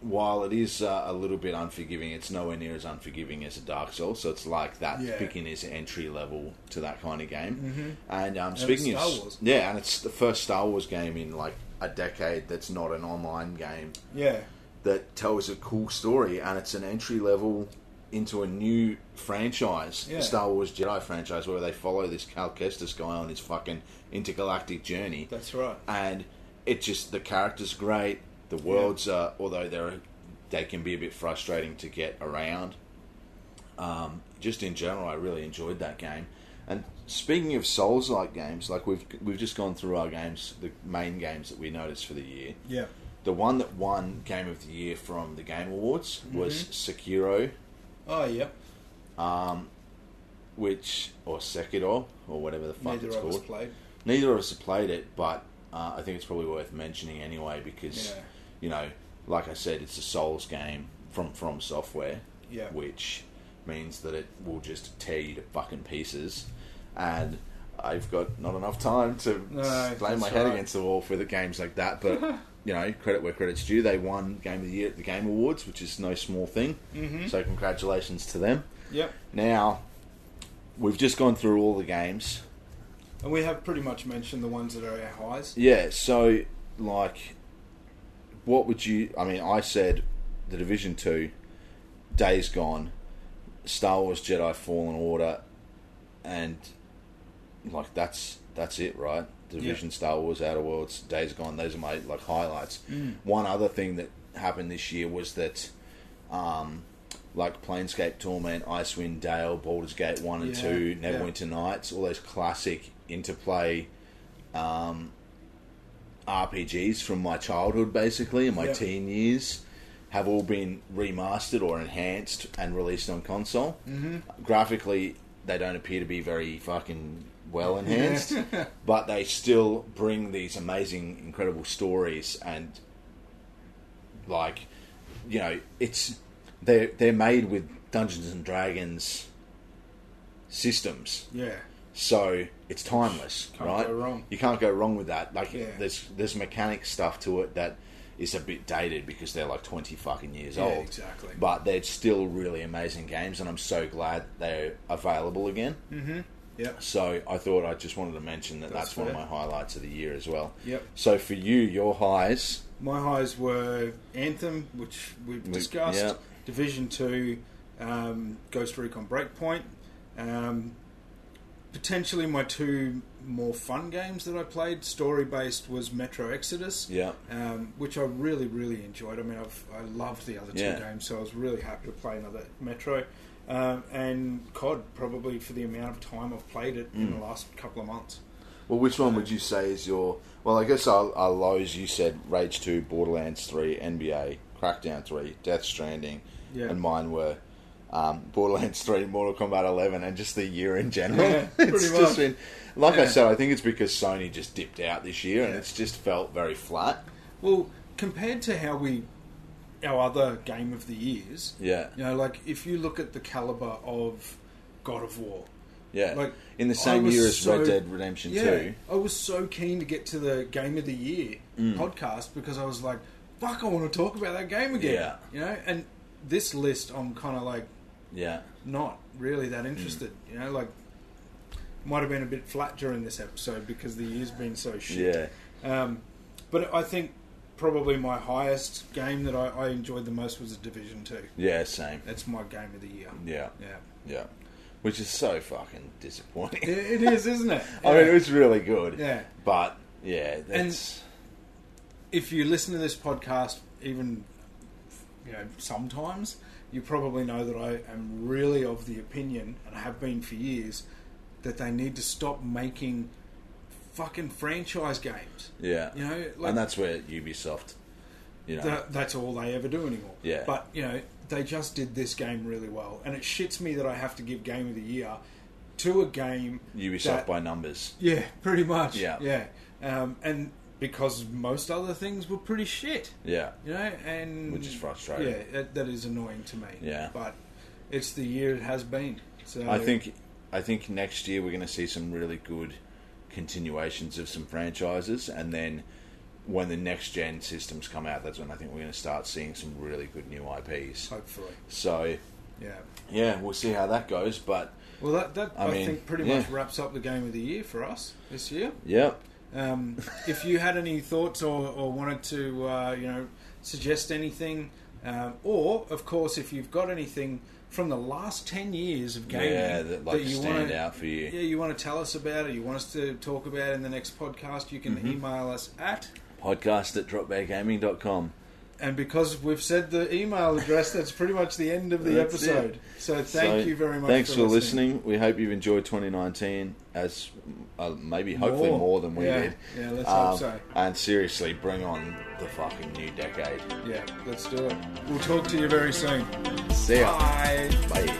Speaker 4: While it is uh, a little bit unforgiving, it's nowhere near as unforgiving as a Dark Souls. So it's like that
Speaker 3: Yeah.
Speaker 4: beginner's entry level to that kind of game. Mm-hmm. And um, speaking
Speaker 3: Star
Speaker 4: of
Speaker 3: Wars.
Speaker 4: yeah, and it's the first Star Wars game in like a decade that's not an online game
Speaker 3: Yeah.
Speaker 4: that tells a cool story, and it's an entry level into a new franchise,
Speaker 3: Yeah.
Speaker 4: the Star Wars Jedi franchise, where they follow this Cal Kestis guy on his fucking intergalactic journey
Speaker 3: That's right.
Speaker 4: and it just the characters great. The worlds are although they're they can be a bit frustrating to get around. Um, just in general, I really enjoyed that game. And speaking of Souls-like games, like we've we've just gone through our games, the main games that we noticed for the year.
Speaker 3: Yeah.
Speaker 4: The one that won Game of the Year from the Game Awards was
Speaker 3: Mm-hmm.
Speaker 4: Sekiro,
Speaker 3: Oh, yep.
Speaker 4: which or Sekiro or whatever the fuck
Speaker 3: Neither
Speaker 4: it's
Speaker 3: of us
Speaker 4: called.
Speaker 3: played.
Speaker 4: Neither of us have played it, but uh, I think it's probably worth mentioning anyway because,
Speaker 3: Yeah.
Speaker 4: you know, like I said, it's a Souls game from From Software,
Speaker 3: Yeah.
Speaker 4: which means that it will just tear you to fucking pieces. And I've got not enough time to
Speaker 3: No,
Speaker 4: s- lay my
Speaker 3: that's
Speaker 4: head
Speaker 3: alright.
Speaker 4: against the wall for the games like that, but. You know, credit where credit's due. They won Game of the Year at the Game Awards, which is no small thing. Mm-hmm. So, congratulations to them.
Speaker 3: Yep.
Speaker 4: Now, we've just gone through all the games.
Speaker 3: And we have pretty much mentioned the ones that are our highs.
Speaker 4: Yeah, so like what would you I mean, I said the Division Two, Days Gone, Star Wars Jedi Fallen Order and like that's that's it, right? Division Star Wars, Outer Worlds, Days Gone, those are my like highlights.
Speaker 3: Mm.
Speaker 4: One other thing that happened this year was that um like Planescape Torment, Icewind Dale, Baldur's Gate one and
Speaker 3: Yeah,
Speaker 4: two,
Speaker 3: yeah.
Speaker 4: Neverwinter Nights, all those classic interplay RPGs from my childhood, basically, and my
Speaker 3: Yeah.
Speaker 4: teen years, have all been remastered or enhanced and released on console. Mm-hmm. Graphically, they don't appear to be very fucking well enhanced, but they still bring these amazing, incredible stories and, like, you know, it's they're they're made with Dungeons and Dragons systems
Speaker 3: Yeah.
Speaker 4: so it's timeless,
Speaker 3: Can't
Speaker 4: right?
Speaker 3: go wrong.
Speaker 4: You can't go wrong with that. Like
Speaker 3: Yeah.
Speaker 4: there's there's mechanic stuff to it that is a bit dated because they're like twenty fucking years
Speaker 3: Yeah,
Speaker 4: old,
Speaker 3: exactly.
Speaker 4: but they're still really amazing games, and I'm so glad they're available again.
Speaker 3: Yep.
Speaker 4: So I thought I just wanted to mention that that's,
Speaker 3: That's
Speaker 4: one of
Speaker 3: fair.
Speaker 4: my highlights of the year as well.
Speaker 3: Yep.
Speaker 4: So for you, your highs,
Speaker 3: My highs were Anthem, which we've discussed,
Speaker 4: yeah.
Speaker 3: Division 2, um, Ghost Recon Breakpoint. Um, potentially my two more fun games that I played, story based, was Metro Exodus.
Speaker 4: Yeah.
Speaker 3: Um, which I really, really enjoyed. I mean, I've, I loved the other two
Speaker 4: Yeah.
Speaker 3: games, so I was really happy to play another Metro. Um, and COD, probably for the amount of time I've played it in the
Speaker 4: Mm.
Speaker 3: last couple of months.
Speaker 4: Well, which one would you say is your? Well, I guess our, our lows. You said Rage Two, Borderlands Three, NBA, Crackdown Three, Death Stranding,
Speaker 3: Yeah.
Speaker 4: and mine were um, Borderlands Three, Mortal Kombat Eleven, and just the year in general.
Speaker 3: Yeah, pretty
Speaker 4: it's
Speaker 3: much.
Speaker 4: just been, like I
Speaker 3: Yeah.
Speaker 4: said, I think it's because Sony just dipped out this year, and
Speaker 3: Yeah.
Speaker 4: it's just felt very flat.
Speaker 3: Well, compared to how we, our other game of the years,
Speaker 4: Yeah,
Speaker 3: you know, like if you look at the caliber of God of War,
Speaker 4: yeah.
Speaker 3: like,
Speaker 4: in the
Speaker 3: I
Speaker 4: same
Speaker 3: was
Speaker 4: year as
Speaker 3: so-
Speaker 4: Red Dead Redemption
Speaker 3: yeah,
Speaker 4: Two.
Speaker 3: I was so keen to get to the Game of the Year
Speaker 4: Mm.
Speaker 3: podcast because I was like, fuck, I want to talk about that game again.
Speaker 4: Yeah.
Speaker 3: You know, and this list, I'm kind of like
Speaker 4: Yeah,
Speaker 3: not really that interested.
Speaker 4: Mm.
Speaker 3: You know, like might have been a bit flat during this episode because the year's been so shit.
Speaker 4: yeah.
Speaker 3: Um, but I think probably my highest game that I, I enjoyed the most was a Division Two.
Speaker 4: Yeah, same.
Speaker 3: That's my game of the year.
Speaker 4: Yeah,
Speaker 3: Yeah.
Speaker 4: yeah. Which is so fucking disappointing.
Speaker 3: It, it is, isn't it?
Speaker 4: I mean,
Speaker 3: Yeah.
Speaker 4: it was really good.
Speaker 3: Yeah.
Speaker 4: But yeah, that's
Speaker 3: if you listen to this podcast, even you know sometimes, you probably know that I am really of the opinion, and have been for years, that they need to stop making fucking franchise games.
Speaker 4: yeah.
Speaker 3: You know, like
Speaker 4: and that's where Ubisoft, you know,
Speaker 3: that, that's all they ever do anymore.
Speaker 4: Yeah.
Speaker 3: But you know, they just did this game really well, and it shits me that I have to give Game of the Year to a game
Speaker 4: Ubisoft
Speaker 3: that-
Speaker 4: by numbers.
Speaker 3: Yeah, pretty much.
Speaker 4: Yeah.
Speaker 3: yeah, um, and because most other things were pretty shit.
Speaker 4: Yeah,
Speaker 3: You know, and
Speaker 4: Which is frustrating.
Speaker 3: Yeah, that, that is annoying to me.
Speaker 4: Yeah.
Speaker 3: but it's the year it has been. So
Speaker 4: I think, I think next year we're going to see some really good continuations of some franchises, and then when the next gen systems come out, that's when I think we're going to start seeing some really good new IPs.
Speaker 3: hopefully,
Speaker 4: So
Speaker 3: yeah.
Speaker 4: yeah, we'll see how that goes. But
Speaker 3: Well, that that I,
Speaker 4: I mean,
Speaker 3: think pretty
Speaker 4: yeah.
Speaker 3: much wraps up the game of the year for us this year.
Speaker 4: yeah,
Speaker 3: Um, if you had any thoughts or, or wanted to, uh, you know, suggest anything, um, or of course, if you've got anything from the last ten years of gaming
Speaker 4: yeah, that like
Speaker 3: you
Speaker 4: stand
Speaker 3: wanna,
Speaker 4: out for you.
Speaker 3: Yeah, you want to tell us about it? You want us to talk about it in the next podcast? You can
Speaker 4: Mm-hmm.
Speaker 3: email us at
Speaker 4: Podcast at dropbeargaming.com.
Speaker 3: And because we've said the email address, that's pretty much the end of the
Speaker 4: That's
Speaker 3: episode.
Speaker 4: it.
Speaker 3: So thank
Speaker 4: So,
Speaker 3: you very much.
Speaker 4: Thanks for listening. We hope you've enjoyed 2019 as uh, maybe hopefully more, than we
Speaker 3: yeah.
Speaker 4: did.
Speaker 3: Yeah, let's
Speaker 4: Um,
Speaker 3: hope so.
Speaker 4: And seriously, bring on the fucking new decade.
Speaker 3: Yeah, let's do it. We'll talk to you very soon.
Speaker 4: See ya.
Speaker 3: Bye.
Speaker 4: Bye.